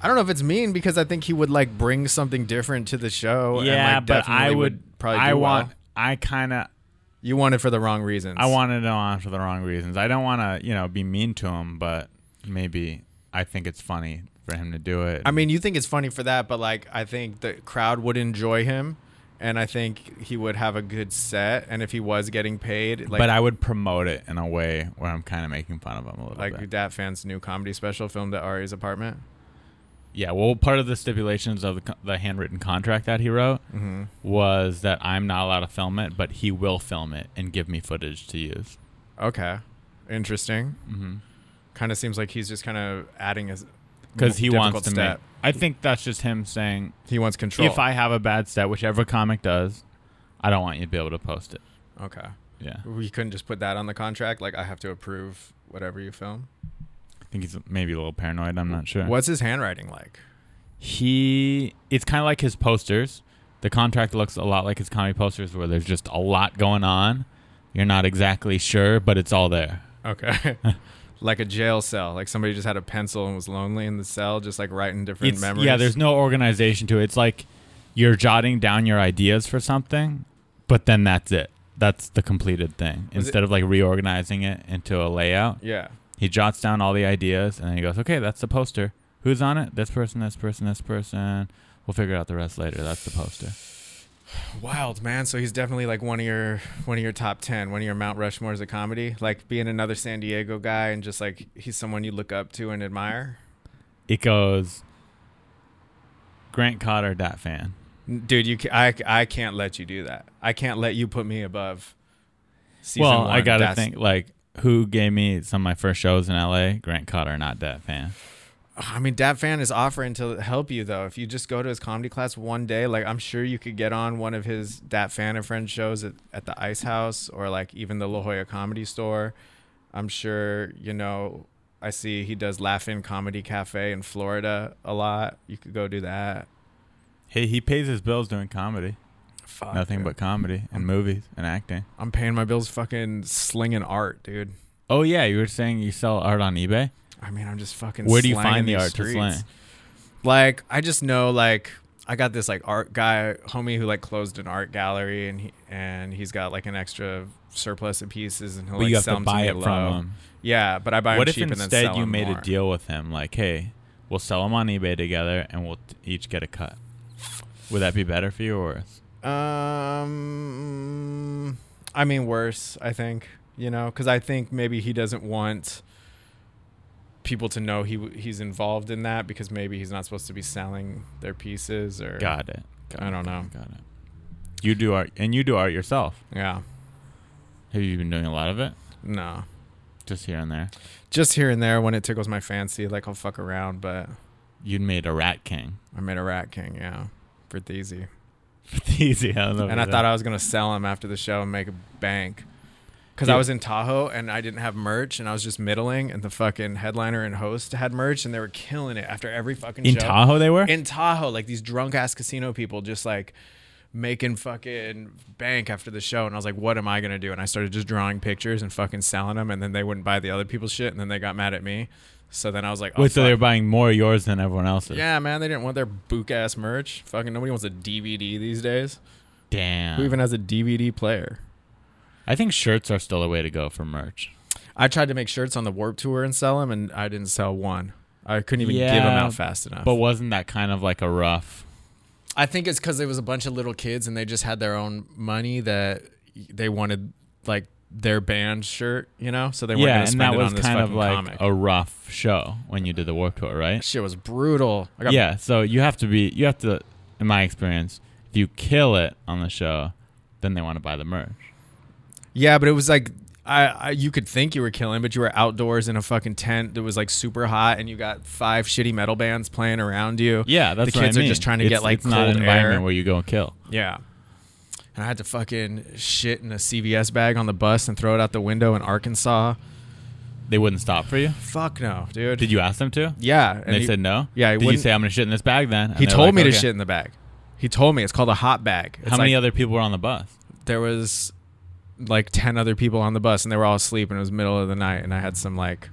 [SPEAKER 6] I don't know if it's mean because I think he would like bring something different to the show. and,
[SPEAKER 7] yeah,
[SPEAKER 6] like,
[SPEAKER 7] but
[SPEAKER 6] definitely
[SPEAKER 7] I would.
[SPEAKER 6] probably.
[SPEAKER 7] I
[SPEAKER 6] do
[SPEAKER 7] want.
[SPEAKER 6] well.
[SPEAKER 7] I kind of.
[SPEAKER 6] you want it for the wrong reasons.
[SPEAKER 7] I wanted to on for the wrong reasons. I don't want to, you know, be mean to him, but maybe I think it's funny for him to do it.
[SPEAKER 6] I mean, you think it's funny for that, but like, I think the crowd would enjoy him, and I think he would have a good set. And if he was getting paid, like,
[SPEAKER 7] but I would promote it in a way where I'm kind of making fun of him a little
[SPEAKER 6] like
[SPEAKER 7] bit.
[SPEAKER 6] that fan's new comedy special filmed at Ari's apartment.
[SPEAKER 7] Yeah. Well, part of the stipulations of the, co- the handwritten contract that he wrote was that I'm not allowed to film it, but he will film it and give me footage to use.
[SPEAKER 6] Okay, interesting. Mm-hmm. Kind of seems like he's just kind of adding his
[SPEAKER 7] Because he
[SPEAKER 6] difficult
[SPEAKER 7] wants to
[SPEAKER 6] step.
[SPEAKER 7] make. I think that's just him saying,
[SPEAKER 6] He wants control.
[SPEAKER 7] if I have a bad set, whichever comic does, I don't want you to be able to post it.
[SPEAKER 6] okay,
[SPEAKER 7] Yeah.
[SPEAKER 6] we couldn't just put that on the contract. Like, I have to approve whatever you film.
[SPEAKER 7] I think he's maybe a little paranoid. I'm not sure.
[SPEAKER 6] What's his handwriting like?
[SPEAKER 7] He, it's kind of like his posters. The contract looks a lot like his comedy posters, where there's just a lot going on. You're not exactly sure, but it's all there.
[SPEAKER 6] Okay. like a jail cell. Like somebody just had a pencil and was lonely in the cell, just like writing different
[SPEAKER 7] It's-
[SPEAKER 6] memories.
[SPEAKER 7] Yeah, there's no organization to it. It's like you're jotting down your ideas for something, but then that's it. That's the completed
[SPEAKER 6] Was
[SPEAKER 7] thing.
[SPEAKER 6] it-
[SPEAKER 7] Instead of like reorganizing it into a layout,
[SPEAKER 6] Yeah.
[SPEAKER 7] he jots down all the ideas and then he goes, "Okay, that's the poster. Who's on it? This person, this person, this person. We'll figure out the rest later. That's the poster."
[SPEAKER 6] Wild man. So he's definitely like one of your one of your top ten, one of your Mount Rushmores of comedy. Like being another San Diego guy and just like he's someone you look up to and admire.
[SPEAKER 7] It goes Grant Cotter dot fan.
[SPEAKER 6] Dude, you ca- I I can't let you do that. I can't let you put me above. Season
[SPEAKER 7] well, I
[SPEAKER 6] one.
[SPEAKER 7] gotta
[SPEAKER 6] That's-
[SPEAKER 7] think like who gave me some of my first shows in LA? Grant Cotter not dat fan.
[SPEAKER 6] I mean, Dad Fan is offering to help you though. If you just go to his comedy class one day, like I'm sure you could get on one of his Dat Fan and Friends shows at, at the Ice House or like even the La Jolla Comedy Store. I'm sure you know. I see he does Laughing Comedy Cafe in Florida a lot. You could go do that.
[SPEAKER 7] Hey, he pays his bills doing comedy.
[SPEAKER 6] Fuck,
[SPEAKER 7] Nothing but comedy
[SPEAKER 6] Mm-hmm.
[SPEAKER 7] and movies and acting.
[SPEAKER 6] I'm paying my bills, fucking slinging art, dude.
[SPEAKER 7] Oh yeah, you were saying you sell art on eBay.
[SPEAKER 6] I mean, I'm just fucking.
[SPEAKER 7] Where do you
[SPEAKER 6] slanging
[SPEAKER 7] find the
[SPEAKER 6] these
[SPEAKER 7] art
[SPEAKER 6] streets.
[SPEAKER 7] to slang?
[SPEAKER 6] like i just know like i got this like art guy homie who like closed an art gallery and he and he's got like an extra surplus of pieces and he'll
[SPEAKER 7] But
[SPEAKER 6] like
[SPEAKER 7] you have
[SPEAKER 6] sell them
[SPEAKER 7] to buy
[SPEAKER 6] me
[SPEAKER 7] it
[SPEAKER 6] low.
[SPEAKER 7] from him.
[SPEAKER 6] yeah but i buy
[SPEAKER 7] What
[SPEAKER 6] them
[SPEAKER 7] if
[SPEAKER 6] cheap and then
[SPEAKER 7] instead
[SPEAKER 6] sell
[SPEAKER 7] you
[SPEAKER 6] 'em
[SPEAKER 7] made
[SPEAKER 6] more.
[SPEAKER 7] a deal with him, like, hey, we'll sell them on eBay together, and we'll t- each get a cut? Would that be better for you or worse?
[SPEAKER 6] um i mean worse i think you know because i think maybe he doesn't want people to know he w- he's involved in that because maybe he's not supposed to be selling their pieces or
[SPEAKER 7] Got it. Got
[SPEAKER 6] I
[SPEAKER 7] it,
[SPEAKER 6] don't
[SPEAKER 7] got
[SPEAKER 6] know.
[SPEAKER 7] it, Got it. You do art, and you do art yourself.
[SPEAKER 6] yeah
[SPEAKER 7] Have you been doing a lot of it?
[SPEAKER 6] no
[SPEAKER 7] Just here and there.
[SPEAKER 6] just here and there when it tickles my fancy like i'll fuck around but
[SPEAKER 7] You made a Rat King.
[SPEAKER 6] I made a Rat King, yeah, for Theasy.
[SPEAKER 7] Easy. I don't know
[SPEAKER 6] And I
[SPEAKER 7] about
[SPEAKER 6] thought
[SPEAKER 7] that.
[SPEAKER 6] I was gonna sell them after the show and make a bank, because I
[SPEAKER 7] Dude.
[SPEAKER 6] was in Tahoe and I didn't have merch and I was just middling, and the fucking headliner and host had merch and they were killing it after every fucking
[SPEAKER 7] in
[SPEAKER 6] show.
[SPEAKER 7] Tahoe they were.
[SPEAKER 6] In Tahoe, like these drunk ass casino people just like making fucking bank after the show and I was like what am I going to do and I started just drawing pictures and fucking selling them and then they wouldn't buy the other people's shit and then they got mad at me so then I was like oh,
[SPEAKER 7] Wait, so they
[SPEAKER 6] fuck.
[SPEAKER 7] were buying more of yours than everyone else's.
[SPEAKER 6] Yeah, man, they didn't want their book ass merch. Fucking nobody wants a DVD these days.
[SPEAKER 7] Damn.
[SPEAKER 6] Who even has a DVD player?
[SPEAKER 7] I think shirts are still a way to go for merch.
[SPEAKER 6] I tried to make shirts on the Warp Tour and sell them, and I didn't sell one. I couldn't even give them
[SPEAKER 7] Yeah,
[SPEAKER 6] out fast enough.
[SPEAKER 7] But wasn't that kind of like a rough?
[SPEAKER 6] I think it's because it was a bunch of little kids and they just had their own money that they wanted, like their band shirt, you know. So they weren't
[SPEAKER 7] yeah,
[SPEAKER 6] gonna
[SPEAKER 7] and
[SPEAKER 6] spend
[SPEAKER 7] that
[SPEAKER 6] it
[SPEAKER 7] was
[SPEAKER 6] on this
[SPEAKER 7] kind of
[SPEAKER 6] fucking
[SPEAKER 7] like
[SPEAKER 6] comic.
[SPEAKER 7] a rough show when you did the Warped Tour, right?
[SPEAKER 6] Shit was brutal. I got
[SPEAKER 7] yeah so you have to be you have to in my experience if you kill it on the show then they want to buy the merch
[SPEAKER 6] Yeah, but it was like I, I you could think you were killing, but you were outdoors in a fucking tent that was like super hot, and you got five shitty metal bands playing around you.
[SPEAKER 7] yeah that's
[SPEAKER 6] the
[SPEAKER 7] what I
[SPEAKER 6] kids are
[SPEAKER 7] mean.
[SPEAKER 6] just trying to
[SPEAKER 7] It's-
[SPEAKER 6] get like
[SPEAKER 7] it's
[SPEAKER 6] cold
[SPEAKER 7] not an environment
[SPEAKER 6] air.
[SPEAKER 7] where you go and kill
[SPEAKER 6] yeah. And I had to fucking shit in a CVS bag on the bus and throw it out the window in Arkansas.
[SPEAKER 7] they wouldn't stop for you
[SPEAKER 6] Fuck no, dude.
[SPEAKER 7] did you ask them to
[SPEAKER 6] Yeah,
[SPEAKER 7] and they
[SPEAKER 6] he-
[SPEAKER 7] said no
[SPEAKER 6] Yeah, he
[SPEAKER 7] did you
[SPEAKER 6] wouldn't-
[SPEAKER 7] say i'm gonna shit in this bag then And
[SPEAKER 6] He
[SPEAKER 7] they're
[SPEAKER 6] told
[SPEAKER 7] like,
[SPEAKER 6] me to
[SPEAKER 7] "Okay."
[SPEAKER 6] shit in the bag. He told me it's called a hot bag. It's
[SPEAKER 7] how many
[SPEAKER 6] like-
[SPEAKER 7] other people were on the bus
[SPEAKER 6] There was like ten other people on the bus, and they were all asleep, and it was middle of the night, and I had some like,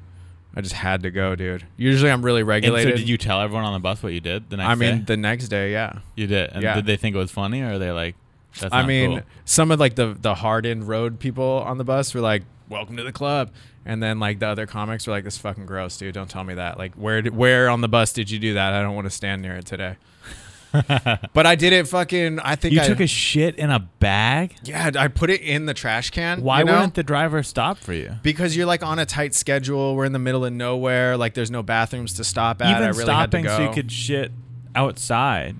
[SPEAKER 6] I just had to go, dude. Usually I'm really
[SPEAKER 7] and so
[SPEAKER 6] regulated.
[SPEAKER 7] did you tell everyone on the bus what you did the next
[SPEAKER 6] I mean,
[SPEAKER 7] day?
[SPEAKER 6] the next day, yeah.
[SPEAKER 7] you did and
[SPEAKER 6] yeah.
[SPEAKER 7] did they think it was funny or are they like that's
[SPEAKER 6] I
[SPEAKER 7] not
[SPEAKER 6] mean,
[SPEAKER 7] cool?
[SPEAKER 6] some of like the the hardened road people on the bus were like, "Welcome to the club," and then like the other comics were like, "This is fucking gross, dude. Don't tell me that. Like, where did, where on the bus did you do that? I don't want to stand near it today." but I did it. Fucking, I think
[SPEAKER 7] you
[SPEAKER 6] I,
[SPEAKER 7] took a shit in a bag
[SPEAKER 6] Yeah, I put it in the trash can.
[SPEAKER 7] why
[SPEAKER 6] you know?
[SPEAKER 7] wouldn't the driver stop for you
[SPEAKER 6] Because you're like on a tight schedule. We're in the middle of nowhere. Like there's no bathrooms to stop at.
[SPEAKER 7] even
[SPEAKER 6] I really
[SPEAKER 7] stopping
[SPEAKER 6] had to
[SPEAKER 7] so
[SPEAKER 6] go.
[SPEAKER 7] you could shit outside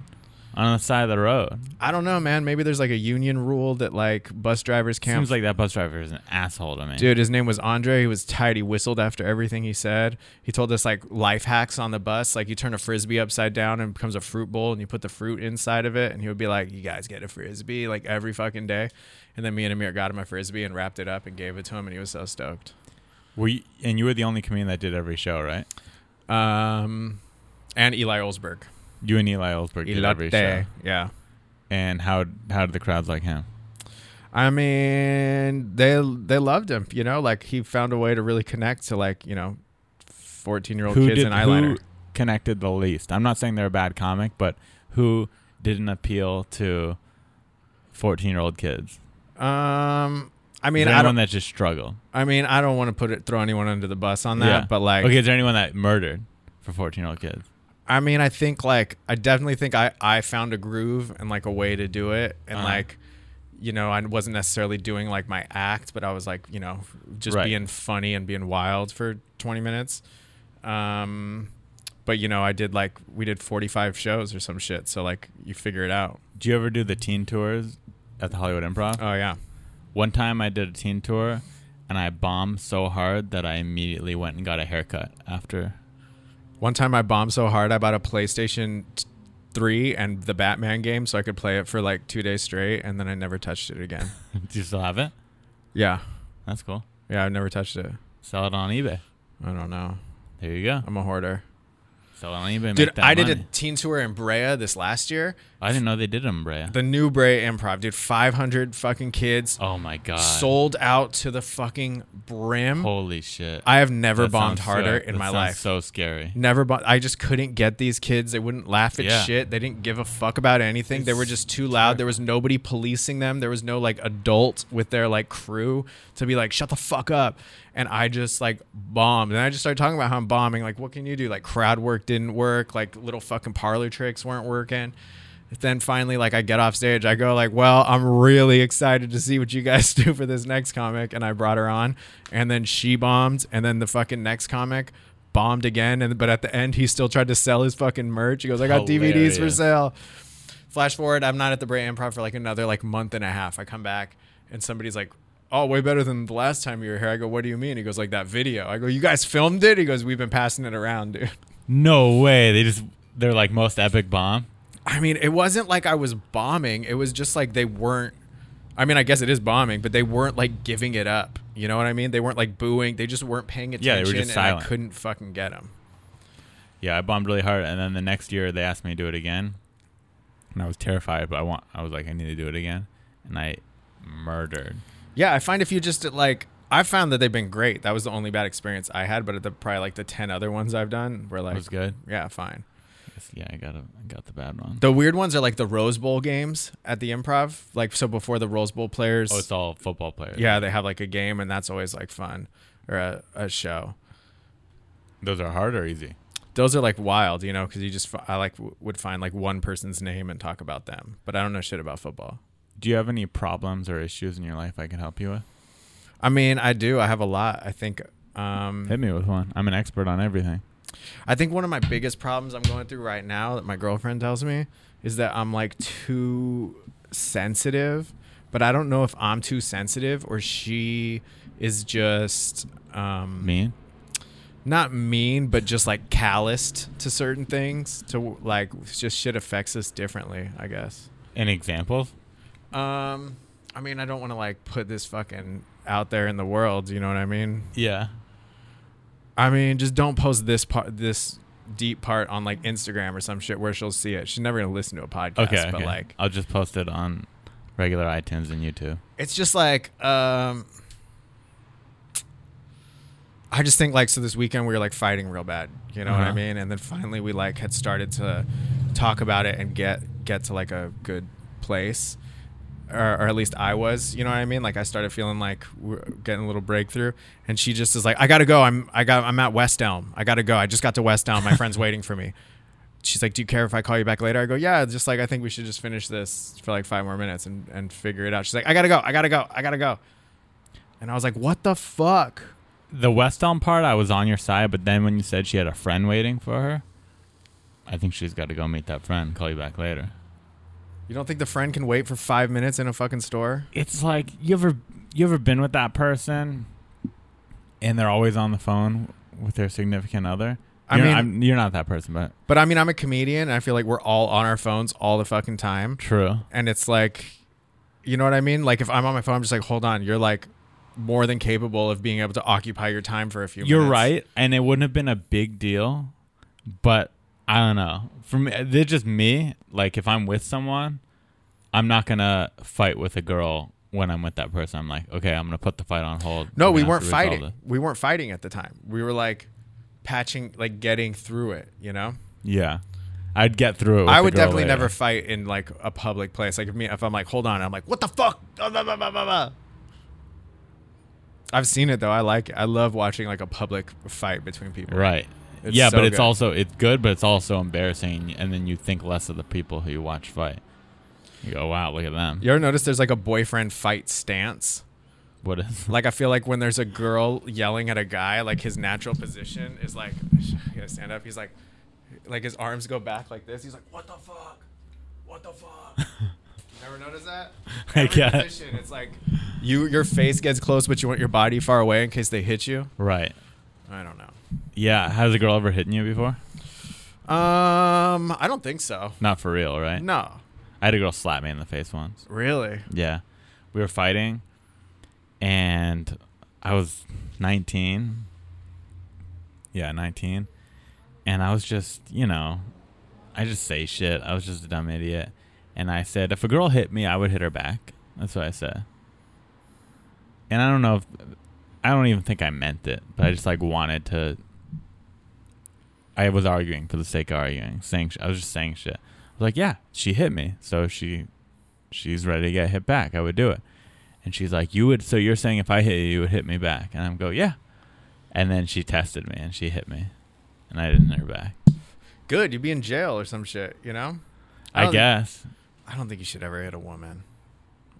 [SPEAKER 7] on the side of the road.
[SPEAKER 6] I don't know, man. Maybe there's like a union rule that like bus drivers can't.
[SPEAKER 7] Seems like that bus driver is an asshole to me.
[SPEAKER 6] Dude, his name was Andre. He was tight. He whistled after everything he said. He told us like life hacks on the bus. Like you turn a frisbee upside down and it becomes a fruit bowl, and you put the fruit inside of it. And he would be like, "You guys get a frisbee like every fucking day." And then me and Amir got him a frisbee and wrapped it up and gave it to him, and he was so stoked.
[SPEAKER 7] were you, and you were the only comedian that did every show, right?
[SPEAKER 6] Um, and Eli Olsberg.
[SPEAKER 7] You and Eli Ellsberg did every show.
[SPEAKER 6] Elote. Yeah.
[SPEAKER 7] And how how did the crowds like him?
[SPEAKER 6] I mean, they they loved him. You know, like he found a way to really connect to like you know, fourteen year old kids in eyeliner.
[SPEAKER 7] who connected the least? I'm not saying they're a bad comic, but who didn't appeal to 14 year old kids?
[SPEAKER 6] Um, I
[SPEAKER 7] Is
[SPEAKER 6] mean,
[SPEAKER 7] there
[SPEAKER 6] I
[SPEAKER 7] anyone
[SPEAKER 6] don't.
[SPEAKER 7] that just struggled?
[SPEAKER 6] I mean, I don't want to put it throw anyone under the bus on that. But like,
[SPEAKER 7] okay, is there anyone that murdered for 14 year old kids?
[SPEAKER 6] I mean, I think like I definitely think I I found a groove and like a way to do it, and
[SPEAKER 7] Uh-huh.
[SPEAKER 6] like. You know, I wasn't necessarily doing like my act, but I was like, you know, just
[SPEAKER 7] Right.
[SPEAKER 6] being funny and being wild for 20 minutes. Um, but you know, I did like we did 45 shows or some shit, so like you figure it out.
[SPEAKER 7] Do you ever do the teen tours at the Hollywood Improv?
[SPEAKER 6] Oh yeah,
[SPEAKER 7] One time I did a teen tour and I bombed so hard that I immediately went and got a haircut after.
[SPEAKER 6] one time I bombed so hard I bought a PlayStation t- 3 and the Batman game, so I could play it for like two days straight, and then I never touched it again.
[SPEAKER 7] Do you still have it?
[SPEAKER 6] yeah,
[SPEAKER 7] That's cool.
[SPEAKER 6] yeah, I've never touched it.
[SPEAKER 7] Sell it on eBay.
[SPEAKER 6] I don't know.
[SPEAKER 7] There you go.
[SPEAKER 6] I'm a hoarder.
[SPEAKER 7] Sell it on eBay. and
[SPEAKER 6] Um, Dude,
[SPEAKER 7] make that
[SPEAKER 6] I did a
[SPEAKER 7] money.
[SPEAKER 6] teen tour in Brea this last year.
[SPEAKER 7] I didn't know they did them, Brea.
[SPEAKER 6] The new Brea Improv, dude, 500 fucking kids
[SPEAKER 7] oh my god.
[SPEAKER 6] sold out to the fucking brim.
[SPEAKER 7] Holy shit.
[SPEAKER 6] I have never
[SPEAKER 7] That
[SPEAKER 6] bombed
[SPEAKER 7] sounds
[SPEAKER 6] harder
[SPEAKER 7] so-
[SPEAKER 6] in
[SPEAKER 7] that
[SPEAKER 6] my
[SPEAKER 7] sounds
[SPEAKER 6] life.
[SPEAKER 7] So scary.
[SPEAKER 6] Never, bu- I just couldn't get these kids. They wouldn't laugh at
[SPEAKER 7] Yeah.
[SPEAKER 6] shit. They didn't give a fuck about anything. they were just too loud. There was nobody policing them. There was no like adult with their like crew to be like, shut the fuck up. And I just like bombed. And I just started talking about how I'm bombing. Like, what can you do? Like, crowd work didn't work. Like, little fucking parlor tricks weren't working. Then finally, like, I get off stage. I go like, well, I'm really excited to see what you guys do for this next comic. And I brought her on. And then she bombed. And then the fucking next comic bombed again and but at the end he still tried to sell his fucking merch he goes i got dvds for
[SPEAKER 7] Hilarious.
[SPEAKER 6] sale flash forward i'm not at the bray improv for like another like month and a half i come back and somebody's like oh way better than the last time you were here i go what do you mean he goes like that video i go you guys filmed it he goes we've been passing it around dude
[SPEAKER 7] No way. They just they're like most epic bomb.
[SPEAKER 6] i mean it wasn't like i was bombing it was just like they weren't i mean i guess it is bombing but they weren't like giving it up you know what i mean they weren't like booing they just weren't paying attention
[SPEAKER 7] Yeah, they were just
[SPEAKER 6] and
[SPEAKER 7] silent.
[SPEAKER 6] i couldn't fucking get them
[SPEAKER 7] Yeah, I bombed really hard, and then the next year they asked me to do it again, and I was terrified. But I want, I was like, I need to do it again, and I murdered.
[SPEAKER 6] Yeah, I find if you just like, I found that they've been great. That was the only bad experience I had, but the probably like the ten other ones I've done were like,
[SPEAKER 7] was good.
[SPEAKER 6] yeah, fine.
[SPEAKER 7] Yeah, I got a, I got the bad one.
[SPEAKER 6] The weird ones are like the Rose Bowl games at the Improv. Like so, before the Rose Bowl players,
[SPEAKER 7] Oh, it's all football players.
[SPEAKER 6] yeah, they have like a game, and that's always like fun. or a, a show.
[SPEAKER 7] Those are hard or easy?
[SPEAKER 6] Those are like wild, you know, because you just f- I like w- would find like one person's name and talk about them, but I don't know shit about football.
[SPEAKER 7] Do you have any problems or issues in your life I can help you with?
[SPEAKER 6] I mean, I do. I have a lot. I think. Um,
[SPEAKER 7] Hit me with one. I'm an expert on everything.
[SPEAKER 6] I think one of my biggest problems I'm going through right now that my girlfriend tells me is that I'm like too sensitive, but I don't know if I'm too sensitive or she is just um,
[SPEAKER 7] Mean?
[SPEAKER 6] not mean, but just like calloused to certain things. To like, just shit affects us differently, I guess.
[SPEAKER 7] Any examples?
[SPEAKER 6] Um, I mean, I don't want to like put this fucking out there in the world. You know what I mean?
[SPEAKER 7] Yeah.
[SPEAKER 6] I mean, just don't post this part, this deep part on like Instagram or some shit where she'll see it. She's never gonna listen to a podcast,
[SPEAKER 7] Okay.
[SPEAKER 6] but
[SPEAKER 7] okay.
[SPEAKER 6] like,
[SPEAKER 7] I'll just post it on regular iTunes and YouTube.
[SPEAKER 6] it's just like, um, I just think like, so this weekend we were like fighting real bad, you know what I
[SPEAKER 7] Uh-huh.
[SPEAKER 6] mean? And then finally we like had started to talk about it and get get to like a good place. Or, or at least I was, you know what I mean? Like I started feeling like we're getting a little breakthrough, and she just is like, "I gotta go. I'm I got I'm at West Elm. I gotta go. I just got to West Elm. My friend's waiting for me." she's like, "Do you care if I call you back later?" I go, "Yeah." it's Just like I think we should just finish this for like five more minutes and and figure it out. She's like, "I gotta go. I gotta go. I gotta go." And I was like, "What the fuck?"
[SPEAKER 7] The West Elm part, I was on your side, but then when you said she had a friend waiting for her, I think she's got to go meet that friend. Call you back later.
[SPEAKER 6] You don't think the friend can wait for five minutes in a fucking store?
[SPEAKER 7] It's like you ever you ever been with that person, and they're always on the phone with their significant other.
[SPEAKER 6] I
[SPEAKER 7] You're-
[SPEAKER 6] mean-
[SPEAKER 7] I'm- you're not that person, but
[SPEAKER 6] But I mean, I'm a comedian. And I feel like we're all on our phones all the fucking time,
[SPEAKER 7] true.
[SPEAKER 6] and it's like, you know what I mean? Like if I'm on my phone, I'm just like, "Hold on." You're like more than capable of being able to occupy your time for a few.
[SPEAKER 7] You're
[SPEAKER 6] minutes.
[SPEAKER 7] right, and it wouldn't have been a big deal, but I don't know. For me, they're just me. Like if I'm with someone, I'm not gonna fight with a girl when I'm with that person. I'm like, okay, I'm gonna put the fight on hold.
[SPEAKER 6] No,
[SPEAKER 7] We're
[SPEAKER 6] we
[SPEAKER 7] gonna
[SPEAKER 6] weren't
[SPEAKER 7] have to resolve
[SPEAKER 6] fighting.
[SPEAKER 7] this.
[SPEAKER 6] We weren't fighting at the time. We were like patching, like getting through it. You know.
[SPEAKER 7] Yeah, I'd get through it. With
[SPEAKER 6] I
[SPEAKER 7] the
[SPEAKER 6] would
[SPEAKER 7] girl
[SPEAKER 6] definitely
[SPEAKER 7] later.
[SPEAKER 6] never fight in like a public place. Like if me, if I'm like, hold on, I'm like, what the fuck? Blah, blah, blah, blah, blah, blah. I've seen it though. I like. it. I love watching like a public fight between people.
[SPEAKER 7] Right.
[SPEAKER 6] It's
[SPEAKER 7] yeah,
[SPEAKER 6] so
[SPEAKER 7] but it's
[SPEAKER 6] good.
[SPEAKER 7] also it's good, but it's also embarrassing, and then you think less of the people who you watch fight. You go, wow, look at them.
[SPEAKER 6] You ever notice there's like a boyfriend fight stance?
[SPEAKER 7] What is?
[SPEAKER 6] Like I feel like when there's a girl yelling at a guy, like his natural position is like, I gotta stand up. He's like, like his arms go back like this. He's like, what the fuck? What the fuck? Never noticed that?
[SPEAKER 7] I
[SPEAKER 6] Every
[SPEAKER 7] guess.
[SPEAKER 6] position, it's like you your face gets close, but you want your body far away in case they hit you.
[SPEAKER 7] Right.
[SPEAKER 6] I don't know.
[SPEAKER 7] Yeah. Has a girl ever hit you before?
[SPEAKER 6] Um, I don't think so.
[SPEAKER 7] Not for real, right?
[SPEAKER 6] No,
[SPEAKER 7] I had a girl slap me in the face once.
[SPEAKER 6] really.
[SPEAKER 7] Yeah. We were fighting and I was 19. Yeah, 19. And I was just, you know, I just say shit. I was just a dumb idiot. And I said, if a girl hit me, I would hit her back. That's what I said. And I don't know if, I don't even think I meant it, but I just like wanted to. I was arguing for the sake of arguing, saying sh- I was just saying shit. I was like, yeah, she hit me, so she she's ready to get hit back. I would do it. And she's like, You would so you're saying if I hit you, you would hit me back. And I'm go, Yeah. And then she tested me and she hit me. And I didn't hit her back.
[SPEAKER 6] Good, you'd be in jail or some shit. You know.
[SPEAKER 7] I, Oh,
[SPEAKER 6] don't-
[SPEAKER 7] guess.
[SPEAKER 6] I don't think you should ever hit a woman.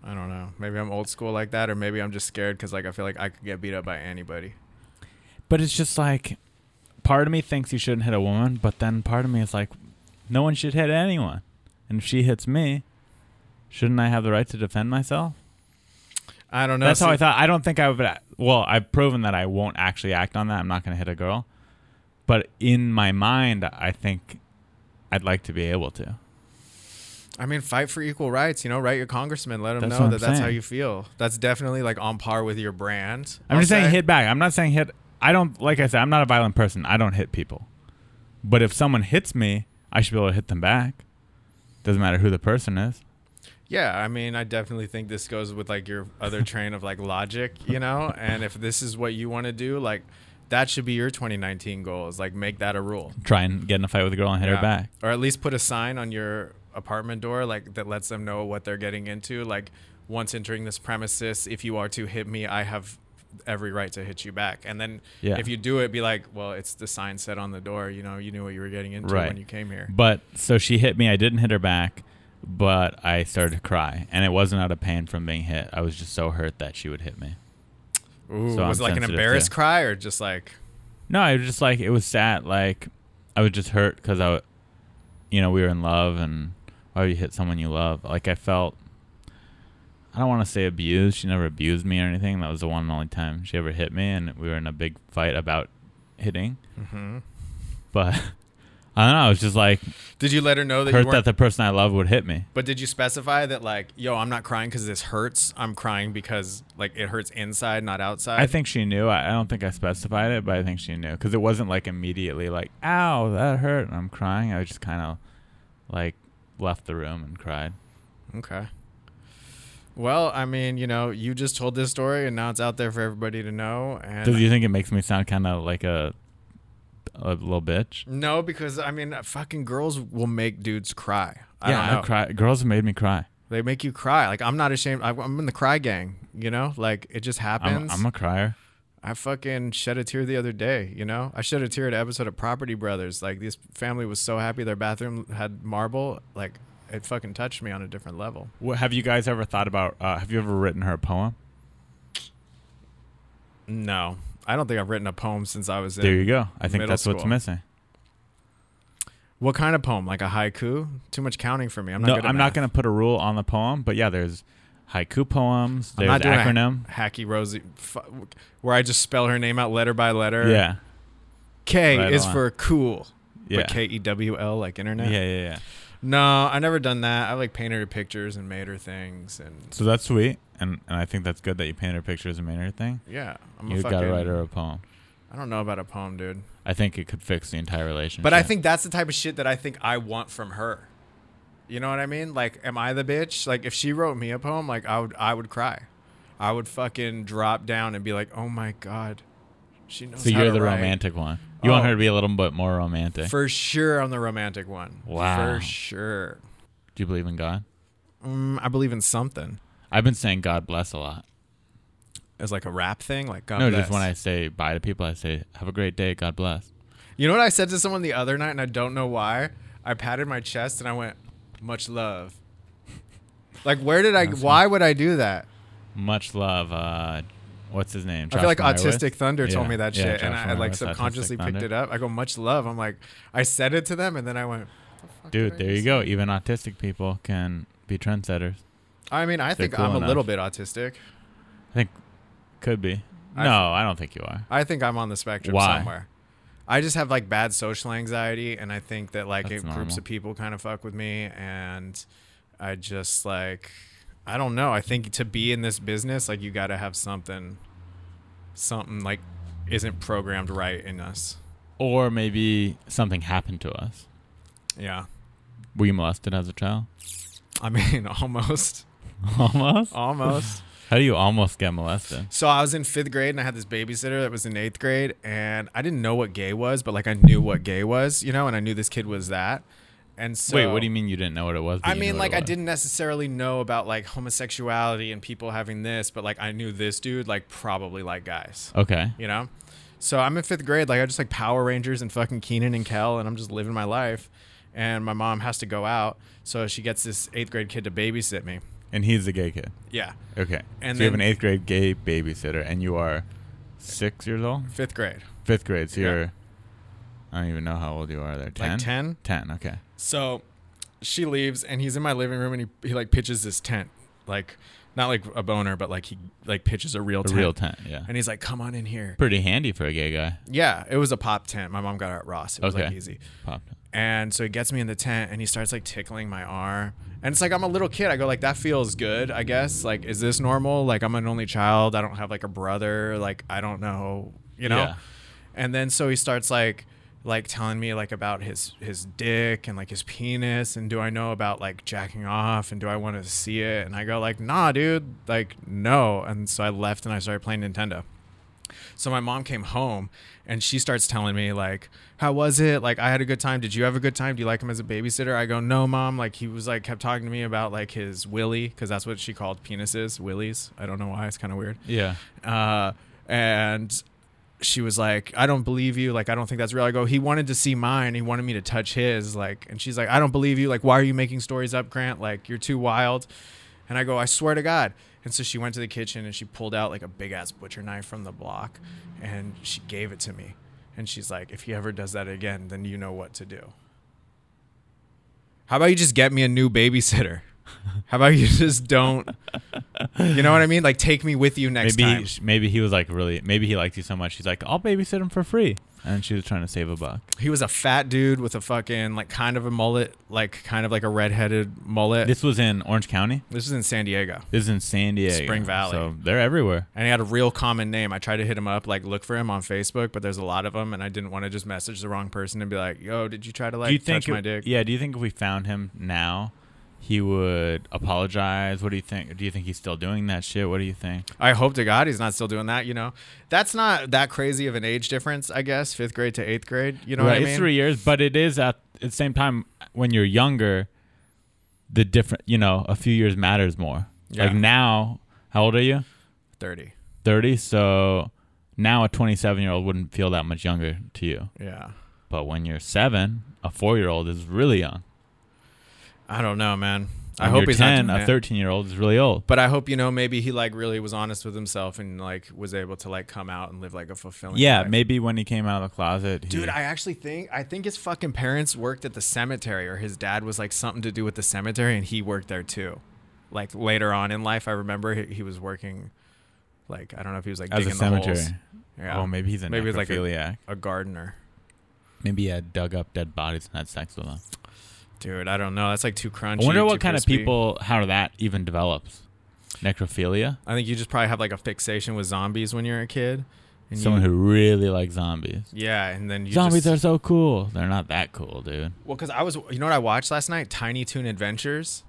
[SPEAKER 6] I don't know. Maybe I'm old school like that, or maybe I'm just scared because like I feel like I could get beat up by anybody.
[SPEAKER 7] But it's just like part of me thinks you shouldn't hit a woman, but then part of me is like, No one should hit anyone. And if she hits me, shouldn't I have the right to defend myself?
[SPEAKER 6] I don't know.
[SPEAKER 7] That's how I
[SPEAKER 6] See,
[SPEAKER 7] thought. I don't think I would. Well, I've proven that I won't actually act on that. I'm not going to hit a girl. But in my mind, I think I'd like to be able to.
[SPEAKER 6] I mean, fight for equal rights. You know, write your congressman, let him
[SPEAKER 7] That's
[SPEAKER 6] know
[SPEAKER 7] what
[SPEAKER 6] that
[SPEAKER 7] I'm
[SPEAKER 6] that's how
[SPEAKER 7] saying.
[SPEAKER 6] you feel. That's definitely like on par with your brand.
[SPEAKER 7] I'm
[SPEAKER 6] I'll
[SPEAKER 7] just saying
[SPEAKER 6] say.
[SPEAKER 7] hit back. I'm not saying hit. I don't, like I said, I'm not a violent person. I don't hit people. But if someone hits me, I should be able to hit them back. Doesn't matter who the person is.
[SPEAKER 6] Yeah, I mean, I definitely think this goes with like your other train of like logic, you know. And if this is what you want to do, like that should be your 2019 goal. Is like make that a rule.
[SPEAKER 7] Try and get in a fight with a girl and hit
[SPEAKER 6] Yeah.
[SPEAKER 7] her back.
[SPEAKER 6] Or at least put a sign on your apartment door like that lets them know what they're getting into. Like once entering this premises, if you are to hit me, I have every right to hit you back. And then
[SPEAKER 7] Yeah.
[SPEAKER 6] if you do it, be like, well, it's the sign set on the door. You know, you knew what you were getting into
[SPEAKER 7] Right.
[SPEAKER 6] when you came here.
[SPEAKER 7] But so she hit me. I didn't hit her back, but I started to cry, and it wasn't out of pain from being hit. I was just so hurt that she would hit me.
[SPEAKER 6] Ooh,
[SPEAKER 7] So
[SPEAKER 6] was
[SPEAKER 7] I'm
[SPEAKER 6] it like an
[SPEAKER 7] sensitive,
[SPEAKER 6] embarrassed
[SPEAKER 7] too.
[SPEAKER 6] cry or just like,
[SPEAKER 7] No, I was just like it was sad. Like I was just hurt because I, w- you know, we were in love, and why would you hit someone you love? Like I felt. I don't want to say abused. She never abused me or anything. That was the one and only time she ever hit me, and we were in a big fight about hitting.
[SPEAKER 6] Mm-hmm.
[SPEAKER 7] But I don't know. I was just like
[SPEAKER 6] did you let her know that you
[SPEAKER 7] hurt
[SPEAKER 6] weren't?
[SPEAKER 7] that the person I love would hit me.
[SPEAKER 6] but did you specify that like, yo, I'm not crying because this hurts. I'm crying because like it hurts inside, not outside.
[SPEAKER 7] I think she knew. I I don't think I specified it, but I think she knew because it wasn't like immediately like, "Ow, that hurt," and I'm crying. I just kind of like left the room and cried.
[SPEAKER 6] Okay. Well, I mean, you know, you just told this story, and now it's out there for everybody to know. And
[SPEAKER 7] Does you think it makes me sound kind of like a a little bitch?
[SPEAKER 6] no, because I mean, fucking girls will make dudes cry. I
[SPEAKER 7] yeah,
[SPEAKER 6] don't know.
[SPEAKER 7] I cry. Girls have made me cry.
[SPEAKER 6] They make you cry. Like I'm not ashamed. I, I'm in the cry gang. You know, like it just
[SPEAKER 7] I'm,
[SPEAKER 6] happens.
[SPEAKER 7] I'm a crier.
[SPEAKER 6] I fucking shed a tear the other day, you know? I shed a tear at an episode of Property Brothers. Like, this family was so happy their bathroom had marble. Like, it fucking touched me on a different level.
[SPEAKER 7] What, have you guys ever thought about? Uh, have you ever written her a poem?
[SPEAKER 6] No. I don't think I've written a poem since I was in.
[SPEAKER 7] There you go. I think
[SPEAKER 6] middle
[SPEAKER 7] that's what's
[SPEAKER 6] school.
[SPEAKER 7] missing.
[SPEAKER 6] What kind of poem? Like a haiku? Too much counting for me. I'm not
[SPEAKER 7] No,
[SPEAKER 6] good at
[SPEAKER 7] I'm not
[SPEAKER 6] math.
[SPEAKER 7] going to put a rule on the poem, but yeah, there's haiku poems.
[SPEAKER 6] I'm
[SPEAKER 7] There's
[SPEAKER 6] not doing
[SPEAKER 7] acronym.
[SPEAKER 6] A ha- hacky Rosie. Fu- where I just spell her name out letter by letter.
[SPEAKER 7] yeah,
[SPEAKER 6] K
[SPEAKER 7] Right
[SPEAKER 6] is
[SPEAKER 7] on.
[SPEAKER 6] for cool.
[SPEAKER 7] yeah,
[SPEAKER 6] But K E W L, like internet.
[SPEAKER 7] yeah, yeah, yeah.
[SPEAKER 6] No, I never done that. I like painted her pictures and made her things. And
[SPEAKER 7] So that's sweet, and, and I think that's good that you paint her pictures and made her thing.
[SPEAKER 6] yeah, I'm a
[SPEAKER 7] You've
[SPEAKER 6] fucking.
[SPEAKER 7] got to write her a poem.
[SPEAKER 6] I don't know about a poem, dude.
[SPEAKER 7] I think it could fix the entire relationship.
[SPEAKER 6] But I think that's the type of shit that I think I want from her. You know what I mean? Like, am I the bitch? Like, if she wrote me a poem, like I would, I would cry. I would fucking drop down and be like, "Oh my god, she knows."
[SPEAKER 7] so.
[SPEAKER 6] how
[SPEAKER 7] You're
[SPEAKER 6] to
[SPEAKER 7] the
[SPEAKER 6] write."
[SPEAKER 7] romantic one. You
[SPEAKER 6] Oh.
[SPEAKER 7] want her to be a little bit more romantic.
[SPEAKER 6] For sure, I'm the romantic one.
[SPEAKER 7] Wow.
[SPEAKER 6] For sure.
[SPEAKER 7] Do you believe in God?
[SPEAKER 6] Mm, I believe in something.
[SPEAKER 7] I've been saying God bless a lot.
[SPEAKER 6] As like a rap thing, like God
[SPEAKER 7] no,
[SPEAKER 6] bless.
[SPEAKER 7] just when I say bye to people, I say have a great day. God bless.
[SPEAKER 6] You know what I said to someone the other night, and I don't know why. I patted my chest and I went, "Much love." Like, where did I? Why would I do that?
[SPEAKER 7] Much love. Uh, what's his name?
[SPEAKER 6] I
[SPEAKER 7] Josh
[SPEAKER 6] feel like
[SPEAKER 7] Meyerowitz?
[SPEAKER 6] Autistic Thunder told
[SPEAKER 7] Yeah,
[SPEAKER 6] me that
[SPEAKER 7] yeah,
[SPEAKER 6] shit, and
[SPEAKER 7] Josh
[SPEAKER 6] I, I like
[SPEAKER 7] Meyerowitz,
[SPEAKER 6] subconsciously
[SPEAKER 7] Autistic
[SPEAKER 6] picked
[SPEAKER 7] Thunder.
[SPEAKER 6] it up. I go, "Much love." I'm like, I said it to them, and then I went.
[SPEAKER 7] Dude,
[SPEAKER 6] I
[SPEAKER 7] there you go. Even autistic people can be trendsetters.
[SPEAKER 6] I mean, I think
[SPEAKER 7] cool
[SPEAKER 6] I'm a
[SPEAKER 7] enough.
[SPEAKER 6] little bit autistic.
[SPEAKER 7] I think could be.
[SPEAKER 6] I-
[SPEAKER 7] No, I don't think you are.
[SPEAKER 6] I think I'm on the spectrum
[SPEAKER 7] Why?
[SPEAKER 6] somewhere. I just have like bad social anxiety, and I think that like it,
[SPEAKER 7] That's
[SPEAKER 6] groups
[SPEAKER 7] normal.
[SPEAKER 6] of people kind of fuck with me, and I just like I don't know. I think to be in this business, like you got to have something, something like isn't programmed right in us.
[SPEAKER 7] Or maybe something happened to us.
[SPEAKER 6] Yeah,
[SPEAKER 7] Were you molested as a child?
[SPEAKER 6] I mean, almost,
[SPEAKER 7] Almost.
[SPEAKER 6] almost.
[SPEAKER 7] How do you almost get molested?
[SPEAKER 6] So I was in fifth grade and I had this babysitter that was in eighth grade, and I didn't know what gay was, but like I knew what gay was, you know, and I knew this kid was that. And so
[SPEAKER 7] Wait, what do you mean you didn't know what it was? but
[SPEAKER 6] I
[SPEAKER 7] you knew
[SPEAKER 6] mean,
[SPEAKER 7] what
[SPEAKER 6] like
[SPEAKER 7] it
[SPEAKER 6] I
[SPEAKER 7] was?
[SPEAKER 6] didn't necessarily know about like homosexuality and people having this, but like I knew this dude like probably like guys,
[SPEAKER 7] Okay.
[SPEAKER 6] you know. So I'm in fifth grade, like I just like Power Rangers and fucking Keenan and Kel, and I'm just living my life. And my mom has to go out, so she gets this eighth grade kid to babysit me.
[SPEAKER 7] And he's a gay kid.
[SPEAKER 6] Yeah,
[SPEAKER 7] Okay.
[SPEAKER 6] And
[SPEAKER 7] so you have
[SPEAKER 6] then-
[SPEAKER 7] an eighth grade gay babysitter, and you are six years old,
[SPEAKER 6] fifth grade.
[SPEAKER 7] fifth grade. So
[SPEAKER 6] Yeah.
[SPEAKER 7] you're. I don't even know how old you are there. Ten.
[SPEAKER 6] 10?
[SPEAKER 7] Ten. Okay.
[SPEAKER 6] So she leaves and he's in my living room and he, he like pitches this tent. Like not like a boner, but like he like pitches a real
[SPEAKER 7] A
[SPEAKER 6] tent.
[SPEAKER 7] real ten. Yeah.
[SPEAKER 6] And he's like, Come on in here.
[SPEAKER 7] Pretty handy for a gay guy.
[SPEAKER 6] Yeah, it was a pop tent. My mom got it at Ross. It was like
[SPEAKER 7] Okay.
[SPEAKER 6] easy.
[SPEAKER 7] Popped.
[SPEAKER 6] And so he gets me in the tent and he starts like tickling my arm. And it's like I'm a little kid. I go like that feels good, I guess. Like is this normal? Like I'm an only child. I don't have like a brother. Like I don't know, you know.
[SPEAKER 7] Yeah.
[SPEAKER 6] And then so he starts like like telling me like about his his dick and like his penis and do I know about like jacking off and do I want to see it? And I go like, "Nah, dude. Like no." And so I left and I started playing Nintendo. So my mom came home and she starts telling me like, "How was it? Like I had a good time. Did you have a good time? Do you like him as a babysitter?" I go, "No, mom. Like he was like kept talking to me about like his willy because that's what she called penises, willies. I don't know why. It's kind of weird."
[SPEAKER 7] Yeah.
[SPEAKER 6] Uh, and she was like, I don't believe you. Like, I don't think that's real. I go, he wanted to see mine. He wanted me to touch his. Like, and she's like, I don't believe you. Like, why are you making stories up, Grant? Like, you're too wild. And I go, I swear to God. And so she went to the kitchen and she pulled out like a big ass butcher knife from the block and she gave it to me. And she's like, if he ever does that again, then you know what to do. How about you just get me a new babysitter? How about you just don't, you know what I mean? Like, take me with you next
[SPEAKER 7] maybe
[SPEAKER 6] time.
[SPEAKER 7] sh- maybe he was like really maybe he liked you so much he's like I'll babysit him for free and she was trying to save a buck.
[SPEAKER 6] He was a fat dude with a fucking like kind of a mullet, like kind of like a redheaded mullet. This,
[SPEAKER 7] This was in Orange County.
[SPEAKER 6] was in San Diego,
[SPEAKER 7] This is in San Diego,
[SPEAKER 6] Spring Valley.
[SPEAKER 7] So they're everywhere.
[SPEAKER 6] and he had a real common name. I tried to hit him up, like look for him on Facebook, but there's a lot of them, and I didn't want to just message the wrong person and be like, "Yo, did you try to like
[SPEAKER 7] do you think?
[SPEAKER 6] touch my
[SPEAKER 7] it-
[SPEAKER 6] dick?"
[SPEAKER 7] Yeah. Do you think if we found him now, he would apologize? What do you think? Do you think he's still doing that shit? What do you think?
[SPEAKER 6] I hope to God he's not still doing that. You know, that's not that crazy of an age difference, I guess. Fifth grade to eighth grade. You know
[SPEAKER 7] right,
[SPEAKER 6] what I mean?
[SPEAKER 7] it's three years, but it is at, at the same time when you're younger, the different you know a few years matters more.
[SPEAKER 6] Yeah.
[SPEAKER 7] Like now, how old are you?
[SPEAKER 6] Thirty.
[SPEAKER 7] Thirty. So now a 27 year old wouldn't feel that much younger to you,
[SPEAKER 6] Yeah.
[SPEAKER 7] but when you're seven, a four year old is really young.
[SPEAKER 6] I don't know, man. I
[SPEAKER 7] When
[SPEAKER 6] hope
[SPEAKER 7] you're
[SPEAKER 6] he's
[SPEAKER 7] ten. uh,
[SPEAKER 6] not.
[SPEAKER 7] a 13 year old is really old.
[SPEAKER 6] But I hope you know maybe he like really was honest with himself and like was able to like come out and live like a fulfilling.
[SPEAKER 7] Yeah,
[SPEAKER 6] life.
[SPEAKER 7] maybe when he came out of the closet, he-
[SPEAKER 6] Dude, I actually think I think his fucking parents worked at the cemetery, or his dad was like something to do with the cemetery, and he worked there too. Like later on in life, I remember he, he was working. Like I don't know if he was like
[SPEAKER 7] as a
[SPEAKER 6] digging
[SPEAKER 7] cemetery.
[SPEAKER 6] The holes. Yeah.
[SPEAKER 7] Oh, maybe he's a
[SPEAKER 6] Maybe
[SPEAKER 7] maybe
[SPEAKER 6] it's like a-
[SPEAKER 7] necrophiliac. Like
[SPEAKER 6] a gardener.
[SPEAKER 7] maybe he had dug up dead bodies and had sex with them.
[SPEAKER 6] Dude, I don't know. That's like too crunchy.
[SPEAKER 7] I wonder
[SPEAKER 6] too
[SPEAKER 7] what kind
[SPEAKER 6] crispy.
[SPEAKER 7] of people how that even develops. Necrophilia,
[SPEAKER 6] I think you just probably have like a fixation with zombies when you're a kid. And
[SPEAKER 7] someone
[SPEAKER 6] you,
[SPEAKER 7] who really likes zombies.
[SPEAKER 6] Yeah, and then you
[SPEAKER 7] zombies
[SPEAKER 6] just,
[SPEAKER 7] are so cool. They're not that cool, dude.
[SPEAKER 6] Well, because I was, you know what I watched last night? Tiny Toon Adventures.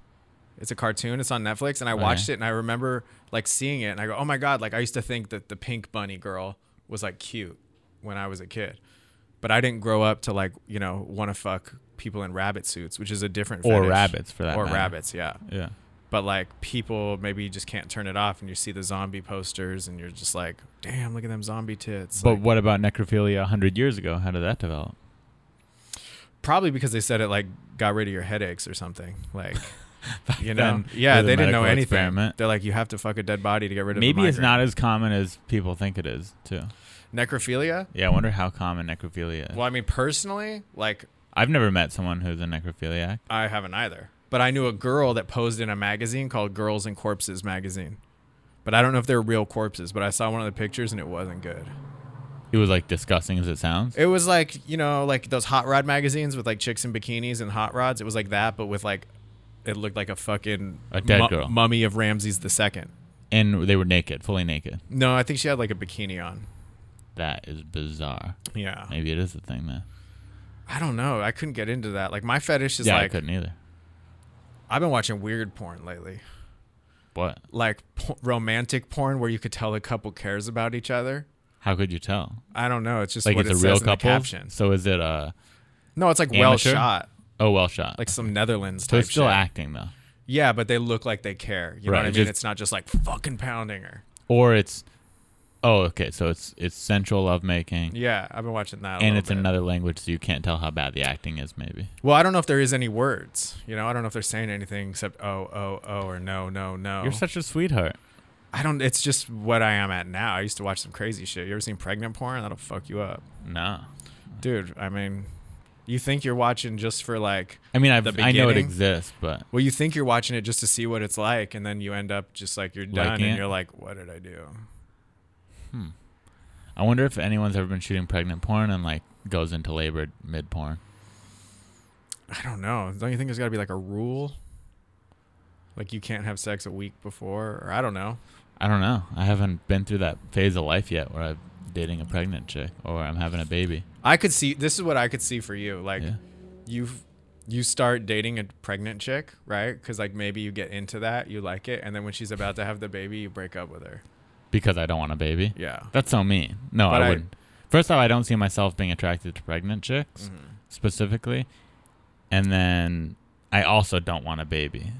[SPEAKER 6] It's a cartoon. It's on Netflix, and I watched it, and I remember like seeing it, and I go, "Oh my god!" Like I used to think that the pink bunny girl was like cute when I was a kid, but I didn't grow up to like you know want to fuck people in rabbit suits, which is a different
[SPEAKER 7] Or
[SPEAKER 6] fetish.
[SPEAKER 7] rabbits, for that
[SPEAKER 6] or
[SPEAKER 7] matter.
[SPEAKER 6] rabbits, yeah.
[SPEAKER 7] Yeah.
[SPEAKER 6] But like people, maybe you just can't turn it off, and you see the zombie posters, and you're just like, "Damn, look at them zombie tits!"
[SPEAKER 7] But
[SPEAKER 6] Like,
[SPEAKER 7] what about necrophilia 100 years ago? How did that develop?
[SPEAKER 6] probably because they said it like got rid of your headaches or something, like. you know
[SPEAKER 7] then, it
[SPEAKER 6] yeah
[SPEAKER 7] was a
[SPEAKER 6] they didn't know
[SPEAKER 7] medical
[SPEAKER 6] anything
[SPEAKER 7] experiment.
[SPEAKER 6] they're like you have to fuck a dead body to get rid of a
[SPEAKER 7] Maybe it's
[SPEAKER 6] migraine."
[SPEAKER 7] not as common as people think it is, too.
[SPEAKER 6] necrophilia
[SPEAKER 7] Yeah, I wonder how common necrophilia is.
[SPEAKER 6] well i mean personally like
[SPEAKER 7] I've never met someone who's a necrophiliac.
[SPEAKER 6] i haven't either but i knew a girl that posed in a magazine called girls and corpses magazine but i don't know if they're real corpses but i saw one of the pictures and it wasn't good
[SPEAKER 7] It was like disgusting as it sounds.
[SPEAKER 6] it was like you know like those hot rod magazines with like chicks in bikinis and hot rods it was like that but with like it looked like a fucking
[SPEAKER 7] A dead girl.
[SPEAKER 6] mummy of ramses the second
[SPEAKER 7] and they were naked, fully naked.
[SPEAKER 6] no i think she had like a bikini on
[SPEAKER 7] That is bizarre.
[SPEAKER 6] yeah
[SPEAKER 7] Maybe it is a thing, man.
[SPEAKER 6] i don't know i couldn't get into that like my fetish is
[SPEAKER 7] yeah, I
[SPEAKER 6] like
[SPEAKER 7] couldn't either.
[SPEAKER 6] I've been watching weird porn lately,
[SPEAKER 7] What?
[SPEAKER 6] like po- romantic porn where you could tell a couple cares about each other.
[SPEAKER 7] How could you tell?
[SPEAKER 6] I don't know. It's just
[SPEAKER 7] Like
[SPEAKER 6] what
[SPEAKER 7] it's a
[SPEAKER 6] it
[SPEAKER 7] real
[SPEAKER 6] says in the
[SPEAKER 7] couple.
[SPEAKER 6] caption.
[SPEAKER 7] So is it a
[SPEAKER 6] No, it's like well
[SPEAKER 7] Amateur?
[SPEAKER 6] shot,
[SPEAKER 7] oh well shot?
[SPEAKER 6] like some Netherlands
[SPEAKER 7] so
[SPEAKER 6] type.
[SPEAKER 7] it's still
[SPEAKER 6] shit.
[SPEAKER 7] acting though,
[SPEAKER 6] Yeah, but they look like they care. You
[SPEAKER 7] Right,
[SPEAKER 6] know what I mean?
[SPEAKER 7] just-
[SPEAKER 6] it's not just like fucking pounding her.
[SPEAKER 7] or it's oh okay, so it's it's sensual lovemaking,
[SPEAKER 6] Yeah, I've been watching that. a
[SPEAKER 7] and
[SPEAKER 6] little
[SPEAKER 7] it's in
[SPEAKER 6] bit.
[SPEAKER 7] another language, so you can't tell how bad the acting is. Maybe
[SPEAKER 6] Well, I don't know if there is any words. You know, I don't know if they're saying anything except oh, oh, oh, or no, no, no.
[SPEAKER 7] you're such a sweetheart.
[SPEAKER 6] I don't. It's just what I am at now. I used to watch some crazy shit. You ever seen pregnant porn? That'll fuck you up.
[SPEAKER 7] No,
[SPEAKER 6] dude i mean you think you're watching just for like
[SPEAKER 7] I mean I've,
[SPEAKER 6] The
[SPEAKER 7] I know it
[SPEAKER 6] beginning?
[SPEAKER 7] exists, but
[SPEAKER 6] well you think you're watching it just to see what it's like and then you end up just like you're done
[SPEAKER 7] Liking
[SPEAKER 6] and
[SPEAKER 7] it?
[SPEAKER 6] you're like what did i do
[SPEAKER 7] I wonder if anyone's ever been shooting pregnant porn and like goes into labor mid porn.
[SPEAKER 6] i don't know don't you think there's got to be like a rule like you can't have sex a week before or i don't know
[SPEAKER 7] I don't know. I haven't been through that phase of life yet where I'm dating a pregnant chick or I'm having a baby.
[SPEAKER 6] i could see this is what i could see for you like
[SPEAKER 7] Yeah.
[SPEAKER 6] you've you start dating a pregnant chick right because like maybe you get into that you like it and then when she's about to have the baby you break up with her
[SPEAKER 7] because I don't want a baby.
[SPEAKER 6] yeah
[SPEAKER 7] That's so mean. No,
[SPEAKER 6] But
[SPEAKER 7] I
[SPEAKER 6] I-
[SPEAKER 7] wouldn't. First off, I don't see myself being attracted to pregnant chicks
[SPEAKER 6] Mm-hmm.
[SPEAKER 7] specifically, and then I also don't want a baby.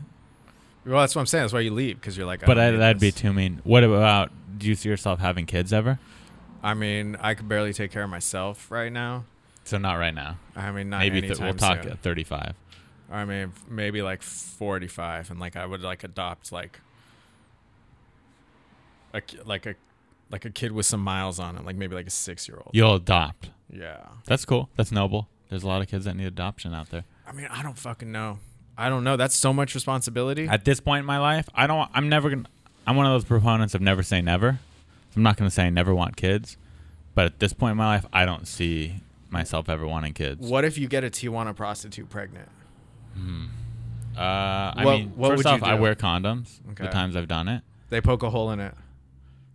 [SPEAKER 6] well that's what i'm saying that's why you leave because you're like I
[SPEAKER 7] but
[SPEAKER 6] don't
[SPEAKER 7] I,
[SPEAKER 6] need
[SPEAKER 7] that'd be
[SPEAKER 6] this.
[SPEAKER 7] too mean. What about do you see yourself having kids ever?
[SPEAKER 6] I mean, I could barely take care of myself right now.
[SPEAKER 7] So not right now.
[SPEAKER 6] I mean, not
[SPEAKER 7] Maybe th-
[SPEAKER 6] anytime
[SPEAKER 7] we'll talk
[SPEAKER 6] soon.
[SPEAKER 7] at 35.
[SPEAKER 6] I mean, maybe like 45, and like I would like adopt like a ki- like a like a kid with some miles on him, like maybe like a six year old.
[SPEAKER 7] You'll adopt.
[SPEAKER 6] Yeah.
[SPEAKER 7] That's cool. That's noble. There's a lot of kids that need adoption out there.
[SPEAKER 6] I mean, I don't fucking know. I don't know. That's so much responsibility.
[SPEAKER 7] At this point in my life, I don't. I'm never gonna. I'm one of those proponents of never say never. I'm not gonna say I never want kids, but at this point in my life, I don't see myself ever wanting kids.
[SPEAKER 6] what if you get a Tijuana prostitute pregnant?
[SPEAKER 7] Uh, I
[SPEAKER 6] What-
[SPEAKER 7] mean,
[SPEAKER 6] what
[SPEAKER 7] first
[SPEAKER 6] would you
[SPEAKER 7] off, I
[SPEAKER 6] do?
[SPEAKER 7] wear condoms. The
[SPEAKER 6] Okay.
[SPEAKER 7] times I've done it.
[SPEAKER 6] They poke a hole in it.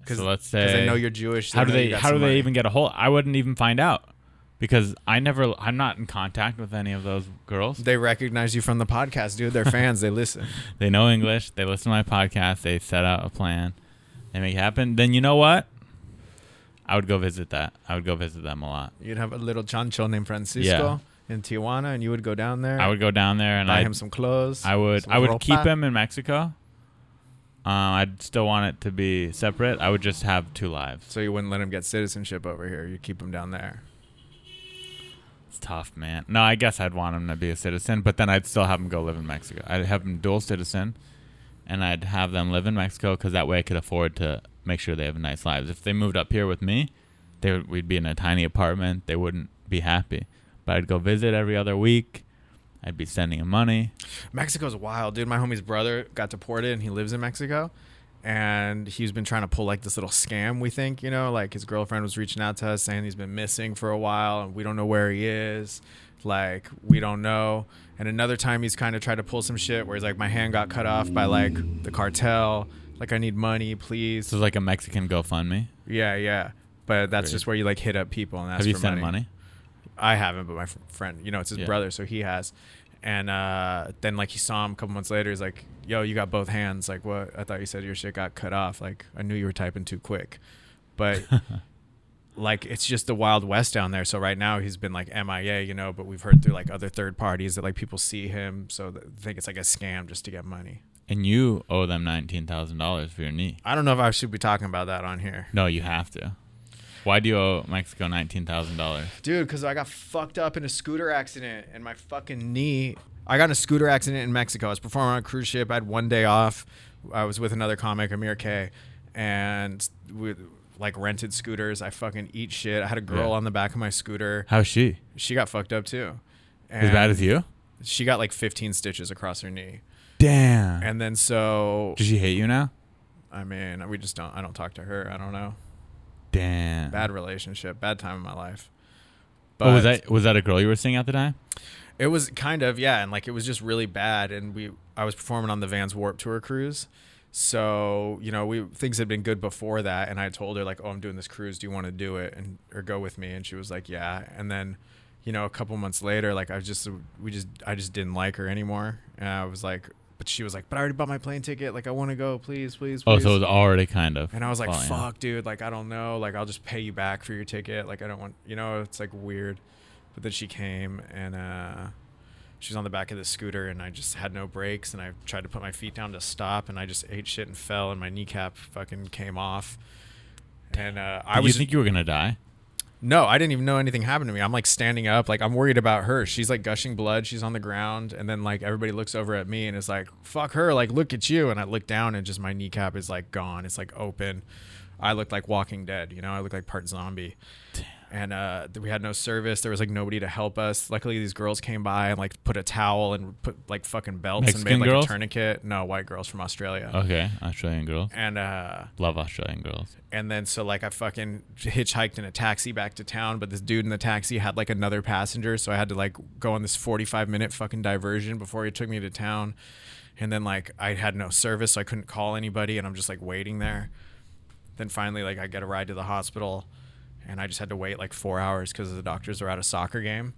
[SPEAKER 7] So let's
[SPEAKER 6] they
[SPEAKER 7] say-
[SPEAKER 6] know you're Jewish.
[SPEAKER 7] how do
[SPEAKER 6] know you
[SPEAKER 7] they?
[SPEAKER 6] got
[SPEAKER 7] How do
[SPEAKER 6] some
[SPEAKER 7] they
[SPEAKER 6] money.
[SPEAKER 7] even get a hold? I wouldn't even find out because I never. I'm not in contact with any of those girls.
[SPEAKER 6] They recognize you from the podcast, dude. They're fans. they listen.
[SPEAKER 7] They know English. They listen to my podcast. They set out a plan. They make it happen. Then you know what? I would go visit that. I would go visit them a lot.
[SPEAKER 6] You'd have a little chancho named
[SPEAKER 7] Yeah.
[SPEAKER 6] Francisco in Tijuana, and you would go down there.
[SPEAKER 7] I would go down there and
[SPEAKER 6] buy
[SPEAKER 7] I
[SPEAKER 6] him some clothes.
[SPEAKER 7] I would
[SPEAKER 6] some
[SPEAKER 7] I would
[SPEAKER 6] ropa.
[SPEAKER 7] keep him in Mexico. Uh, I'd still want it to be separate. I would just have two lives.
[SPEAKER 6] So you wouldn't let him get citizenship over here. You keep him down there.
[SPEAKER 7] It's tough, man. No, I guess I'd want him to be a citizen, but then I'd still have him go live in Mexico. I'd have him dual citizen, and I'd have them live in Mexico because that way I could afford to make sure they have nice lives. If they moved up here with me, they would, we'd be in a tiny apartment. They wouldn't be happy. But I'd go visit every other week. I'd be sending him money.
[SPEAKER 6] Mexico's wild, dude. My homie's brother got deported, and he lives in Mexico. And he's been trying to pull like this little scam. We think, you know, like his girlfriend was reaching out to us saying he's been missing for a while, and we don't know where he is. Like we don't know. And another time, he's kind of tried to pull some shit where he's like, "My hand got cut off by like the cartel. Like I need money, please."
[SPEAKER 7] So it's like a Mexican GoFundMe.
[SPEAKER 6] Yeah, yeah. But that's
[SPEAKER 7] Great.
[SPEAKER 6] just where you like hit up people and ask
[SPEAKER 7] have you
[SPEAKER 6] for
[SPEAKER 7] sent
[SPEAKER 6] money.
[SPEAKER 7] money?
[SPEAKER 6] I haven't, but my fr- friend, you know, it's his
[SPEAKER 7] Yeah.
[SPEAKER 6] brother, so he has. And uh, then like he saw him a couple months later. He's like, "Yo, you got both hands. Like, what? I thought you said your shit got cut off. Like, I knew you were typing too quick." But like, it's just the wild west down there. So right now he's been like MIA, you know. But we've heard through like other third parties that like people see him, so th- they think it's like a scam just to get money.
[SPEAKER 7] And you owe them nineteen thousand dollars for your knee.
[SPEAKER 6] I don't know if I should be talking about that on here.
[SPEAKER 7] No, you have to. Why do you owe Mexico nineteen thousand dollars?
[SPEAKER 6] Dude, because I got fucked up in a scooter accident and my fucking knee. I got in a scooter accident in Mexico. I was performing on a cruise ship. I had one day off. I was with another comic, Amir K, and we like rented scooters. I fucking eat shit. I had a girl
[SPEAKER 7] Yeah.
[SPEAKER 6] on the back of my scooter.
[SPEAKER 7] How's she?
[SPEAKER 6] She got fucked up too.
[SPEAKER 7] As bad
[SPEAKER 6] And
[SPEAKER 7] as you?
[SPEAKER 6] She got like 15 stitches across her knee.
[SPEAKER 7] Damn.
[SPEAKER 6] And then so,
[SPEAKER 7] Does she hate you now?
[SPEAKER 6] I mean, we just don't, I don't talk to her. I don't know.
[SPEAKER 7] Damn.
[SPEAKER 6] Bad relationship, bad time in my life.
[SPEAKER 7] Oh, was
[SPEAKER 6] But-
[SPEAKER 7] that was that a girl you were seeing at the time?
[SPEAKER 6] It was kind of yeah, and like it was just really bad. And we, I was performing on the Vans Warp Tour cruise, so you know we things had been good before that. And I told her like, oh, I'm doing this cruise. Do you want to do it and or go with me? And she was like, yeah. And then, you know, a couple months later, like I just we just I just didn't like her anymore. And I was like, but she was like, but I already bought my plane ticket. Like I want to go, please, please.
[SPEAKER 7] Oh,
[SPEAKER 6] please.
[SPEAKER 7] so it was already kind of.
[SPEAKER 6] And I was like,
[SPEAKER 7] falling out.
[SPEAKER 6] fuck, dude, like, I don't know. Like, I'll just pay you back for your ticket. Like, I don't want, you know, it's like weird. But then she came and uh, she was on the back of the scooter, and I just had no brakes. And I tried to put my feet down to stop, and I just ate shit and fell, and my kneecap fucking came off. And uh, I
[SPEAKER 7] Did
[SPEAKER 6] was
[SPEAKER 7] you think you were gonna die?
[SPEAKER 6] no, I didn't even know anything happened to me. I'm like standing up, like I'm worried about her. She's like gushing blood. She's on the ground, and then like everybody looks over at me and is like, "Fuck her!" Like look at you. And I look down, and just my kneecap is like gone. It's like open. I look like Walking Dead. You know, I look like part zombie. And uh, th- we had no service. There was like nobody to help us. Luckily, these girls came by and like put a towel and put like fucking belts
[SPEAKER 7] Mexican
[SPEAKER 6] and made like
[SPEAKER 7] girls? Uh.
[SPEAKER 6] a tourniquet. No, white girls from Australia.
[SPEAKER 7] Okay, Australian girls
[SPEAKER 6] And uh,
[SPEAKER 7] love Australian girls.
[SPEAKER 6] and then so like I fucking hitchhiked in a taxi back to town, but this dude in the taxi had like another passenger, so I had to like go on this 45 minute fucking diversion before he took me to town. And then like I had no service, so I couldn't call anybody and I'm just like waiting there. Then finally like I get a ride to the hospital and I just had to wait like 4 hours cuz the doctors were at a soccer game.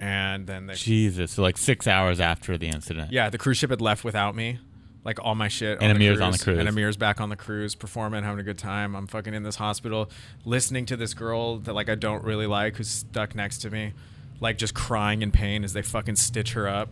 [SPEAKER 6] And then they
[SPEAKER 7] Jesus, so like six hours after the incident.
[SPEAKER 6] yeah, the cruise ship had left without me. Like all my shit.
[SPEAKER 7] And Amir's on the cruise.
[SPEAKER 6] And Amir's back on the cruise, performing, having a good time. I'm fucking in this hospital, listening to this girl that like I don't really like, who's stuck next to me, like just crying in pain as they fucking stitch her up.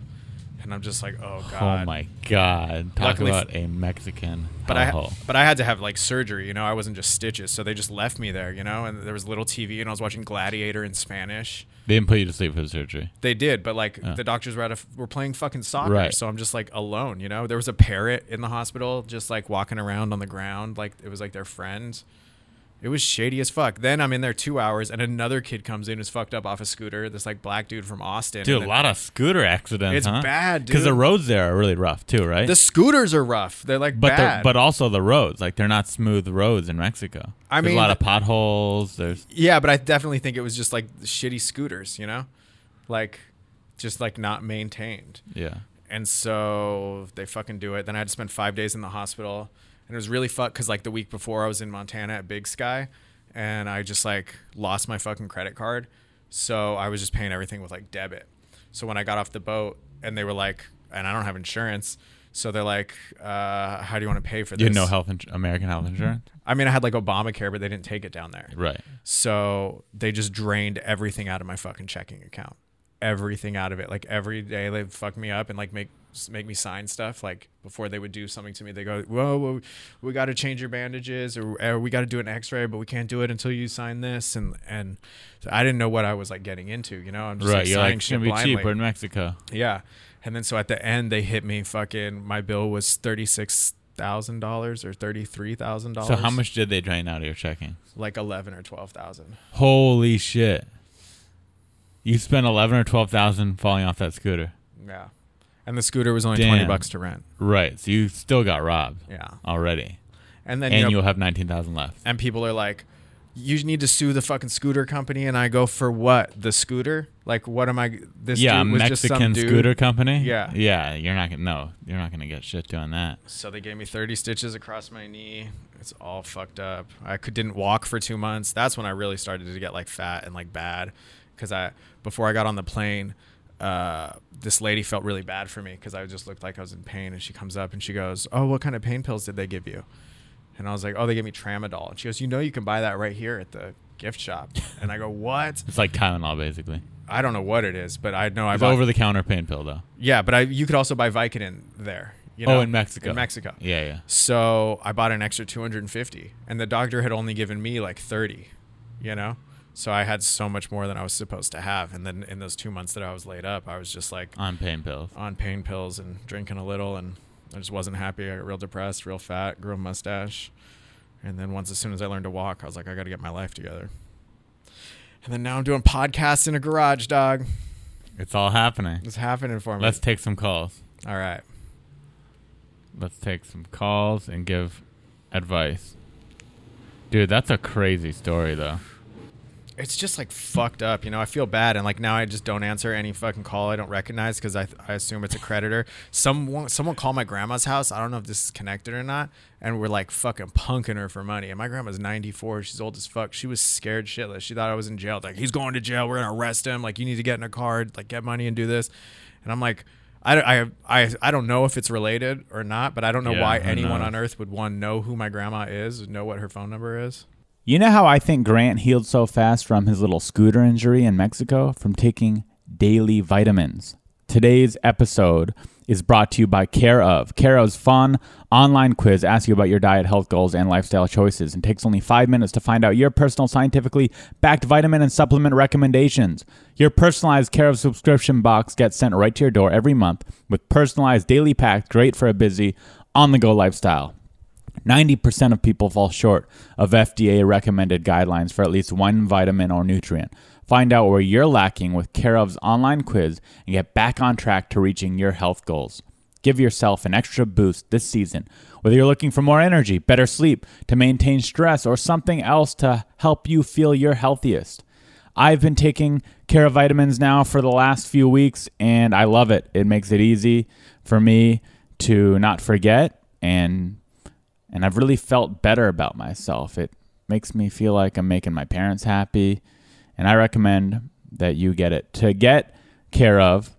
[SPEAKER 6] and I'm just like, oh god.
[SPEAKER 7] Oh my god! Talk
[SPEAKER 6] Luckily f-
[SPEAKER 7] about a Mexican.
[SPEAKER 6] But I,
[SPEAKER 7] hellhole.
[SPEAKER 6] but I had to have like surgery, you know. I wasn't just stitches, so they just left me there, you know. And there was little TV, and I was watching Gladiator in Spanish.
[SPEAKER 7] they didn't put you to sleep for the surgery.
[SPEAKER 6] They did, but like the doctors were out of were playing fucking soccer,
[SPEAKER 7] Right.
[SPEAKER 6] so I'm just like alone, you know. There was a parrot in the hospital, just like walking around on the ground, like it was like their friend. It was shady as fuck. Then I'm in there two hours, and another kid comes in who's fucked up off a scooter. This like black dude from Austin, And
[SPEAKER 7] Dude, a
[SPEAKER 6] then-
[SPEAKER 7] lot of scooter accidents.
[SPEAKER 6] It's
[SPEAKER 7] huh?
[SPEAKER 6] bad,
[SPEAKER 7] the
[SPEAKER 6] dude.
[SPEAKER 7] roads there are really rough too, right?
[SPEAKER 6] The scooters are rough. They're like
[SPEAKER 7] but the,
[SPEAKER 6] bad.
[SPEAKER 7] but also the roads, like they're not smooth roads in Mexico.
[SPEAKER 6] I
[SPEAKER 7] There's
[SPEAKER 6] mean,
[SPEAKER 7] a lot of
[SPEAKER 6] the-
[SPEAKER 7] potholes. There's
[SPEAKER 6] Yeah, but I definitely think it was just like shitty scooters, you know? Like just like not maintained.
[SPEAKER 7] yeah.
[SPEAKER 6] And so they fucking do it. Then I had to spend 5 days in the hospital. And it was really fucked cuz like the week before I was in Montana at Big Sky and I just like lost my fucking credit card. So I was just paying everything with like debit. So when I got off the boat and they were like and I don't have insurance, so they're like uh, how do you want to pay for this?
[SPEAKER 7] You had no health, ins- American health insurance,
[SPEAKER 6] I mean I had like Obamacare but they didn't take it down there.
[SPEAKER 7] Mm-hmm. right?
[SPEAKER 6] So they just drained everything out of my fucking checking account. Everything out of it. Like every day they fuck me up and like make make me sign stuff. Like before they would do something to me, they go, "Whoa, whoa we got to change your bandages, or, or we got to do an X-ray, but we can't do it until you sign this." And and so I didn't know what I was like getting into. You know, I'm just
[SPEAKER 7] right.
[SPEAKER 6] like
[SPEAKER 7] You're
[SPEAKER 6] signing
[SPEAKER 7] like it's
[SPEAKER 6] shit
[SPEAKER 7] gonna be
[SPEAKER 6] blindly.
[SPEAKER 7] cheap. We're in Mexico.
[SPEAKER 6] Yeah. And then so at the end they hit me fucking. My bill was thirty six thousand dollars or thirty three thousand dollars.
[SPEAKER 7] So how much did they drain out of your checking?
[SPEAKER 6] Like eleven or twelve thousand.
[SPEAKER 7] Holy shit! You spent eleven or twelve thousand falling off that scooter,
[SPEAKER 6] Yeah. And the scooter was only
[SPEAKER 7] Damn.
[SPEAKER 6] 20 bucks to rent.
[SPEAKER 7] right? So you still got robbed.
[SPEAKER 6] Yeah.
[SPEAKER 7] Already,
[SPEAKER 6] And then
[SPEAKER 7] and
[SPEAKER 6] you
[SPEAKER 7] you'll
[SPEAKER 6] know,
[SPEAKER 7] have nineteen thousand left.
[SPEAKER 6] and people are like you need to sue the fucking scooter company and I go for what? The scooter? Like what am I this
[SPEAKER 7] yeah, a
[SPEAKER 6] dude was just some
[SPEAKER 7] Mexican
[SPEAKER 6] dude.
[SPEAKER 7] scooter company.
[SPEAKER 6] Yeah.
[SPEAKER 7] yeah. You're not gonna no. You're not gonna get shit doing that.
[SPEAKER 6] So they gave me 30 stitches across my knee. It's all fucked up. I could didn't walk for 2 months. That's when I really started to get like fat and like bad cuz I before I got on the plane uh, this lady felt really bad for me because I just looked like I was in pain. And she comes up and she goes, "Oh, what kind of pain pills did they give you?" And I was like, "Oh, they gave me tramadol." And she goes, "You know, you can buy that right here at the gift shop." And I go, "What?
[SPEAKER 7] It's like Tylenol basically.
[SPEAKER 6] I don't know what it is, but I know I
[SPEAKER 7] It's
[SPEAKER 6] bought
[SPEAKER 7] over the counter pain pill though.
[SPEAKER 6] yeah, but I you could also buy Vicodin there. You know,
[SPEAKER 7] oh, in Mexico.
[SPEAKER 6] In Mexico.
[SPEAKER 7] Yeah, yeah.
[SPEAKER 6] So I bought an extra 250, and the doctor had only given me like 30, you know? So I had so much more than I was supposed to have. And then in those two months that I was laid up, I was just like
[SPEAKER 7] On pain pills.
[SPEAKER 6] on pain pills and drinking a little, and I just wasn't happy. I got real depressed, real fat, grew a mustache. And then once, as soon as I learned to walk, I was like, I got to get my life together. And then now I'm doing podcasts in a garage, dog.
[SPEAKER 7] It's all happening.
[SPEAKER 6] It's happening for me.
[SPEAKER 7] Let's take some calls.
[SPEAKER 6] All right.
[SPEAKER 7] Let's take some calls and give advice. Dude, that's a crazy story though.
[SPEAKER 6] it's just like fucked up you know i feel bad and like now i just don't answer any fucking call i don't recognize because I, I assume it's a creditor someone someone called my grandma's house i don't know if this is connected or not and we're like fucking punking her for money and my grandma's 94 she's old as fuck she was scared shitless she thought i was in jail like he's going to jail we're gonna arrest him like you need to get in a car like get money and do this and i'm like I, don't- I, I, I don't know if it's related or not, but I don't know
[SPEAKER 7] Yeah,
[SPEAKER 6] why
[SPEAKER 7] who
[SPEAKER 6] anyone
[SPEAKER 7] knows?
[SPEAKER 6] on earth would one know who my grandma is, know what her phone number is.
[SPEAKER 4] You know how I think Grant healed so fast from his little scooter injury in Mexico? From taking daily vitamins. Today's episode is brought to you by Care of. Care of's fun online quiz asks you about your diet, health goals, and lifestyle choices and takes only five minutes to find out your personal, scientifically backed vitamin and supplement recommendations. Your personalized Care of subscription box gets sent right to your door every month with personalized daily packs, great for a busy, on the go lifestyle. 90% of people fall short of FDA recommended guidelines for at least one vitamin or nutrient. Find out where you're lacking with Care of's online quiz and get back on track to reaching your health goals. Give yourself an extra boost this season. Whether you're looking for more energy, better sleep, to maintain stress, or something else to help you feel your healthiest. I've been taking Care of Vitamins now for the last few weeks, and I love it. It makes it easy for me to not forget and and I've really felt better about myself. It makes me feel like I'm making my parents happy, and I recommend that you get it. To get care of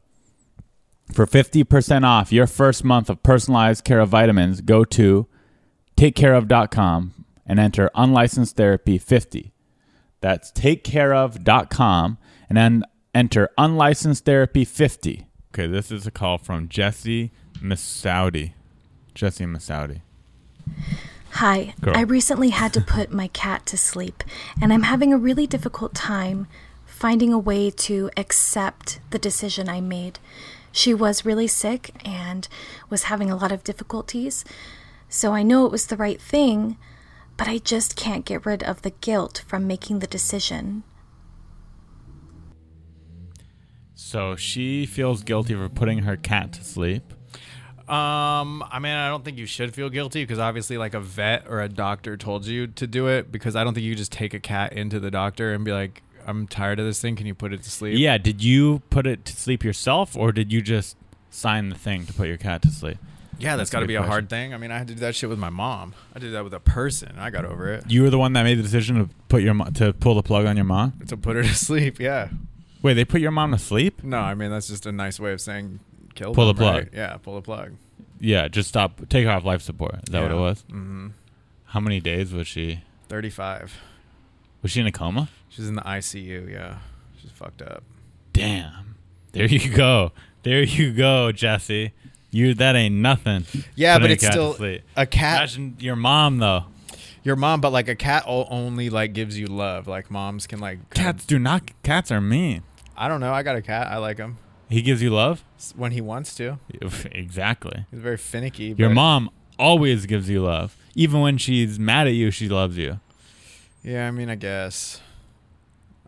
[SPEAKER 4] for 50% off your first month of personalized care of vitamins, go to takecareof.com and enter unlicensed therapy 50. That's takecareof.com and then enter unlicensed therapy 50.
[SPEAKER 7] Okay, this is a call from Jesse Masoudi. Jesse Masoudi.
[SPEAKER 5] Hi,
[SPEAKER 7] Go.
[SPEAKER 5] I recently had to put my cat to sleep, and I'm having a really difficult time finding a way to accept the decision I made. She was really sick and was having a lot of difficulties, so I know it was the right thing, but I just can't get rid of the guilt from making the decision.
[SPEAKER 7] So she feels guilty for putting her cat to sleep.
[SPEAKER 6] Um, I mean, I don't think you should feel guilty because obviously, like a vet or a doctor told you to do it. Because I don't think you just take a cat into the doctor and be like, "I'm tired of this thing. Can you put it to sleep?"
[SPEAKER 7] Yeah, did you put it to sleep yourself or did you just sign the thing to put your cat to sleep?
[SPEAKER 6] yeah. That's
[SPEAKER 7] That's a
[SPEAKER 6] got to
[SPEAKER 7] good
[SPEAKER 6] be a hard thing. I mean, I had to do that shit with my mom. I did that with a person. and I got over it.
[SPEAKER 7] You were the one that made the decision to put your mo- to pull the plug on your mom?
[SPEAKER 6] To put her to sleep. Yeah.
[SPEAKER 7] Wait, they put your mom to sleep?
[SPEAKER 6] No, I mean that's just a nice way of saying kill.
[SPEAKER 7] Pull
[SPEAKER 6] them,
[SPEAKER 7] the plug.
[SPEAKER 6] right? Yeah, pull the plug.
[SPEAKER 7] Yeah, just stop take her off life support. Is that what it
[SPEAKER 6] Yeah.
[SPEAKER 7] was? Mm-hmm. How many days was she
[SPEAKER 6] Thirty-five.
[SPEAKER 7] was she in a coma?
[SPEAKER 6] She's in the ICU. Yeah, she's fucked up.
[SPEAKER 7] Damn. There you go. There you go, Jesse. You that ain't nothing.
[SPEAKER 6] Yeah, but
[SPEAKER 7] Putting a
[SPEAKER 6] it's
[SPEAKER 7] cat to
[SPEAKER 6] still
[SPEAKER 7] sleep.
[SPEAKER 6] a cat.
[SPEAKER 7] Imagine your mom though.
[SPEAKER 6] Your mom, but like a cat o- only like gives you love. Like moms can like kind of-
[SPEAKER 7] Cats do not. Cats are mean.
[SPEAKER 6] I don't know. I got a cat. I like him
[SPEAKER 7] He gives you love.
[SPEAKER 6] S- when he wants to.
[SPEAKER 7] Exactly.
[SPEAKER 6] He's very finicky.
[SPEAKER 7] Your
[SPEAKER 6] but-
[SPEAKER 7] mom always gives you love, even when she's mad at you. She loves you.
[SPEAKER 6] Yeah, I mean, I guess.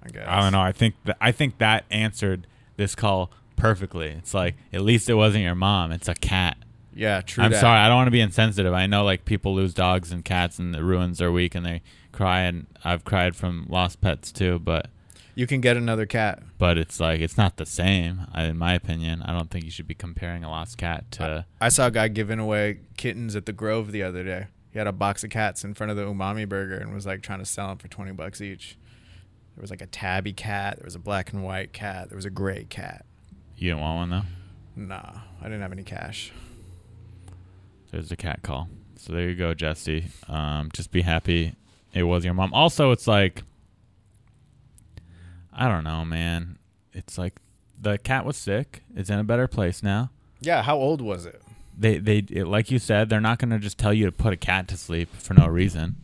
[SPEAKER 6] I guess.
[SPEAKER 7] I don't know. I think that I think that answered this call perfectly. It's like at least it wasn't your mom. It's a cat.
[SPEAKER 6] Yeah, true.
[SPEAKER 7] I'm
[SPEAKER 6] dat.
[SPEAKER 7] sorry. I don't want to be insensitive. I know like people lose dogs and cats and it ruins their week and they cry and I've cried from lost pets too. But
[SPEAKER 6] You can get another cat.
[SPEAKER 7] but it's like it's not the same. I, in my opinion, I don't think you should be comparing a lost cat to.
[SPEAKER 6] I saw a guy giving away kittens at the Grove the other day. He had a box of cats in front of the Umami Burger and was like trying to sell them for twenty bucks each. There was like a tabby cat. There was a black and white cat. There was a gray cat.
[SPEAKER 7] You don't want one though.
[SPEAKER 6] Nah, I didn't have any cash.
[SPEAKER 7] There's the cat call. So there you go, Jesse. Um, just be happy it was your mom. Also, it's like, I don't know, man. It's like the cat was sick. It's in a better place now.
[SPEAKER 6] Yeah, how old was it?
[SPEAKER 7] They, they, it, like you said, they're not gonna just tell you to put a cat to sleep for no reason.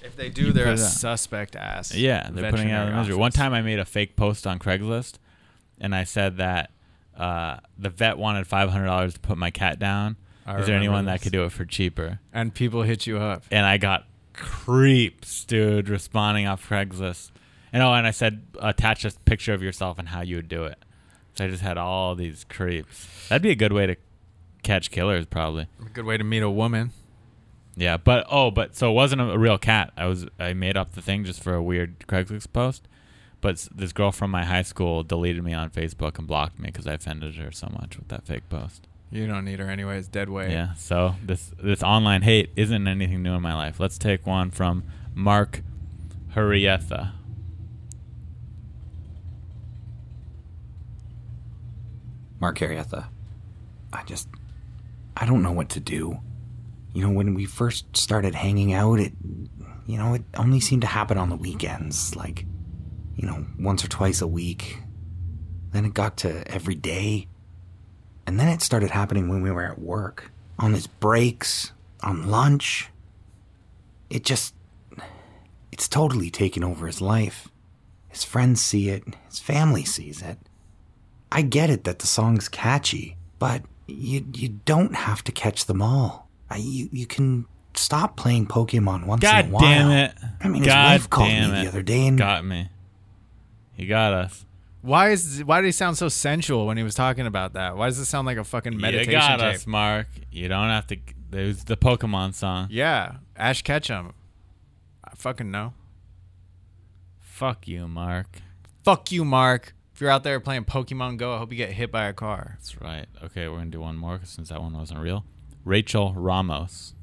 [SPEAKER 6] If they do, they're
[SPEAKER 7] put
[SPEAKER 6] a
[SPEAKER 7] it out.
[SPEAKER 6] suspect ass.
[SPEAKER 7] Yeah, they're putting it out of the
[SPEAKER 6] veterinary
[SPEAKER 7] misery. One
[SPEAKER 6] office.
[SPEAKER 7] time, I made a fake post on Craigslist, and I said that uh, the vet wanted five hundred dollars to put my cat down.
[SPEAKER 6] I
[SPEAKER 7] Is there
[SPEAKER 6] remember
[SPEAKER 7] anyone that
[SPEAKER 6] this.
[SPEAKER 7] could do it for cheaper?
[SPEAKER 6] and people hit you up.
[SPEAKER 7] and I got creeps, dude, responding off Craigslist. And oh, and I said attach a picture of yourself and how you would do it. So I just had all these creeps. That'd be a good way to catch killers, probably.
[SPEAKER 6] A good way to meet a woman.
[SPEAKER 7] Yeah, but oh, but so it wasn't a, a real cat. I was I made up the thing just for a weird Craigslist post. But s- this girl from my high school deleted me on Facebook and blocked me because I offended her so much with that fake post.
[SPEAKER 6] You don't need her anyways. Dead weight.
[SPEAKER 7] Yeah. So this this online hate isn't anything new in my life. Let's take one from Mark Hurrietha.
[SPEAKER 8] Mark Arietta. I just. I don't know what to do. You know, when we first started hanging out, it. You know, it only seemed to happen on the weekends, like, you know, once or twice a week. Then it got to every day. And then it started happening when we were at work, on his breaks, on lunch. It just. It's totally taken over his life. His friends see it, his family sees it. I get it that the song's catchy, but you you don't have to catch them all. I, you you can stop playing Pokemon once in
[SPEAKER 7] God
[SPEAKER 8] a while.
[SPEAKER 7] damn it!
[SPEAKER 8] I mean, his
[SPEAKER 7] God
[SPEAKER 8] wife called
[SPEAKER 7] damn
[SPEAKER 8] me
[SPEAKER 7] it.
[SPEAKER 8] the other day and-
[SPEAKER 7] got me. He got us.
[SPEAKER 6] Why is why did he sound so sensual when he was talking about that? Why does it sound like a fucking meditation
[SPEAKER 7] you got
[SPEAKER 6] tape?
[SPEAKER 7] us, Mark. You don't have to. There's the Pokemon song.
[SPEAKER 6] Yeah, Ash Ketchum. I fucking know.
[SPEAKER 7] Fuck you, Mark.
[SPEAKER 6] Fuck you, Mark. If you're out there playing Pokemon Go, I hope you get hit by a car.
[SPEAKER 7] That's right. Okay, we're gonna do one more 'cause since that one wasn't real. Rachel Ramos.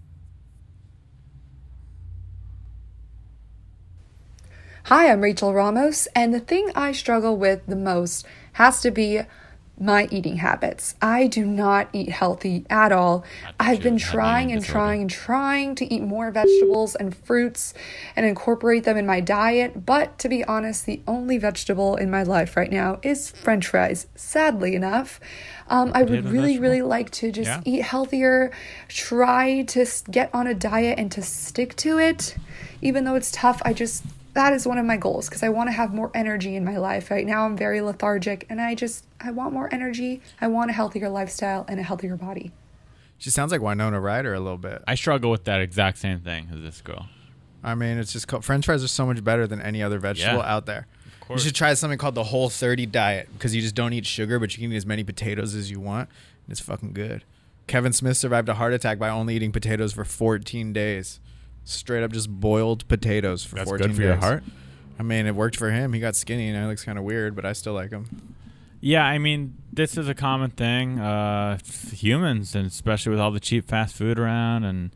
[SPEAKER 9] Hi, I'm Rachel Ramos, and the thing I struggle with the most has to be my eating habits. I do not eat healthy at all. I've been trying and trying and trying to eat more vegetables and fruits and incorporate them in my diet, but to be honest, the only vegetable in my life right now is french fries, sadly enough. Um, I would really, really like to just
[SPEAKER 7] Yeah.
[SPEAKER 9] eat healthier, try to s- get on a diet and to stick to it. Even though it's tough, I just, that is one of my goals because I want to have more energy in my life. Right now, I'm very lethargic and I just, I want more energy. I want a healthier lifestyle and a healthier body.
[SPEAKER 6] She sounds like Winona Ryder a little bit.
[SPEAKER 7] I struggle with that exact same thing as this girl.
[SPEAKER 6] I mean, it's just called, French fries are so much better than any other vegetable
[SPEAKER 7] Yeah.
[SPEAKER 6] out there. You should try something called the Whole 30 diet because you just don't eat sugar, but you can eat as many potatoes as you want. And it's fucking good. Kevin Smith survived a heart attack by only eating potatoes for 14 days. Straight up just boiled potatoes for
[SPEAKER 7] That's
[SPEAKER 6] 14
[SPEAKER 7] good for your
[SPEAKER 6] days.
[SPEAKER 7] heart.
[SPEAKER 6] I mean, it worked for him. He got skinny and it looks kind of weird, but I still like him.
[SPEAKER 7] Yeah, I mean, this is a common thing. Uh, f- humans, and especially with all the cheap fast food around and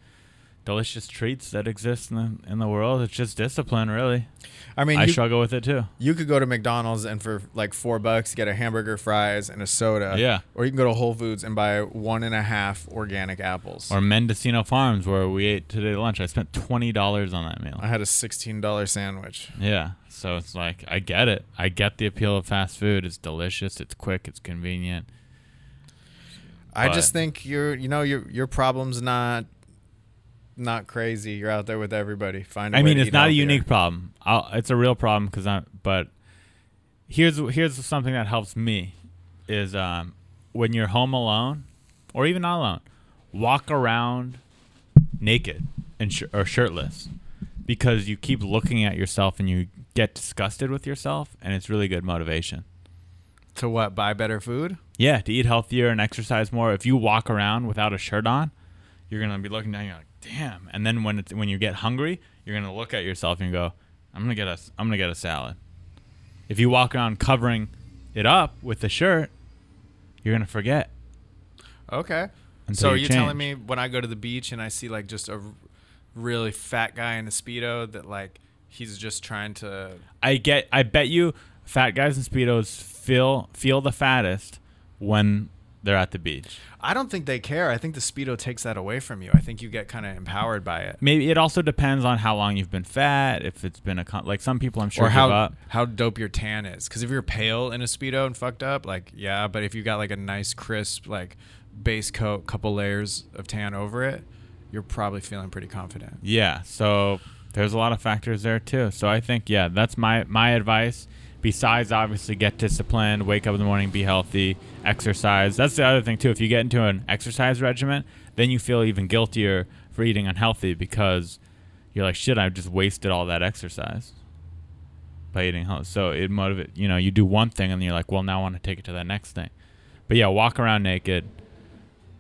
[SPEAKER 7] delicious treats that exist in the in the world, it's just discipline, really.
[SPEAKER 6] I mean,
[SPEAKER 7] I
[SPEAKER 6] you,
[SPEAKER 7] struggle with it too.
[SPEAKER 6] you could go to McDonald's and for like four bucks get a hamburger, fries, and a soda.
[SPEAKER 7] Yeah.
[SPEAKER 6] Or you can go to Whole Foods and buy one and a half organic apples.
[SPEAKER 7] Or Mendocino Farms, where we ate today lunch. I spent twenty dollars on that meal.
[SPEAKER 6] I had a sixteen dollar sandwich.
[SPEAKER 7] Yeah. So it's like I get it. I get the appeal of fast food. It's delicious. It's quick. It's convenient.
[SPEAKER 6] I
[SPEAKER 7] But-
[SPEAKER 6] just think your you know your your problem's not not crazy. You're out there with everybody. Find. I
[SPEAKER 7] I mean, it's not a unique problem. I'll, it's a real problem because I. But here's here's something that helps me is um, when you're home alone, or even not alone, walk around naked and sh- or shirtless because you keep looking at yourself and you get disgusted with yourself, and it's really good motivation.
[SPEAKER 6] To what? Buy better food.
[SPEAKER 7] Yeah, to eat healthier and exercise more. If you walk around without a shirt on, you're gonna be looking down. You're like, damn. And then when it's, when you get hungry, you're gonna look at yourself and go, I'm gonna get a I'm gonna get a salad. If you walk around covering it up with the shirt, you're gonna forget.
[SPEAKER 6] Okay.
[SPEAKER 7] Until
[SPEAKER 6] so
[SPEAKER 7] you
[SPEAKER 6] you're telling me
[SPEAKER 7] change.
[SPEAKER 6] when I go to the beach and I see like just a r- really fat guy in a speedo that like he's just trying to.
[SPEAKER 7] I get. I bet you, fat guys in speedos feel feel the fattest when they're at the beach.
[SPEAKER 6] I don't think they care. I think the speedo takes that away from you. I think you get kind of empowered by it.
[SPEAKER 7] Maybe it also depends on how long you've been fat. If it's been a con- like some people, I'm sure
[SPEAKER 6] or
[SPEAKER 7] give
[SPEAKER 6] how
[SPEAKER 7] up.
[SPEAKER 6] how dope your tan is. Because if you're pale in a speedo and fucked up, like yeah, but if you got like a nice crisp like base coat, couple layers of tan over it, you're probably feeling pretty confident.
[SPEAKER 7] Yeah, so there's a lot of factors there too. So I think yeah, that's my my advice. Besides, obviously, get disciplined, wake up in the morning, be healthy, exercise. That's the other thing too. If you get into an exercise regimen, then you feel even guiltier for eating unhealthy because you're like, shit, I've just wasted all that exercise by eating healthy. So it motivate you know you do one thing and then you're like, well, now I want to take it to that next thing. But yeah, walk around naked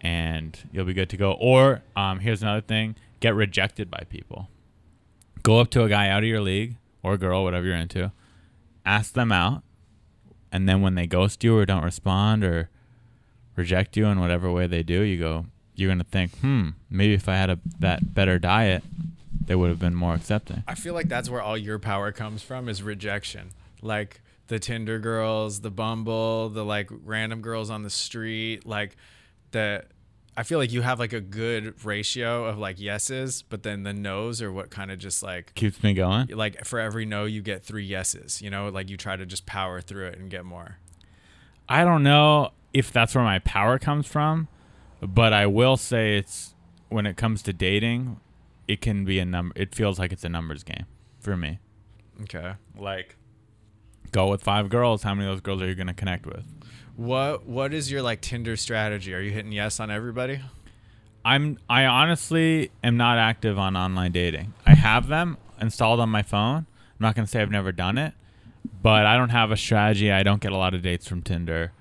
[SPEAKER 7] and you'll be good to go. Or um, here's another thing: get rejected by people. Go up to a guy out of your league or a girl, whatever you're into, ask them out, and then when they ghost you or don't respond or reject you in whatever way they do, you go, you're gonna think, hmm, maybe if I had a that better diet, they would have been more accepting.
[SPEAKER 6] I feel like that's where all your power comes from is rejection. Like the Tinder girls, the Bumble, the like random girls on the street, like the I feel like you have like a good ratio of like yeses, but then the nos are what kind of just like
[SPEAKER 7] Keeps me going.
[SPEAKER 6] like for every no you get three yeses you know like you try to just power through it and get more
[SPEAKER 7] I don't know if that's where my power comes from, but I will say it's when it comes to dating, it can be a number. It feels like it's a numbers game for me.
[SPEAKER 6] okay
[SPEAKER 7] Like, go with five girls. How many of those girls are you going to connect with?
[SPEAKER 6] what what is your like tinder strategy are you hitting yes on everybody
[SPEAKER 7] I'm. I honestly am not active on online dating. I have them installed on my phone. I'm not going to say I've never done it, but I don't have a strategy. I don't get a lot of dates from Tinder.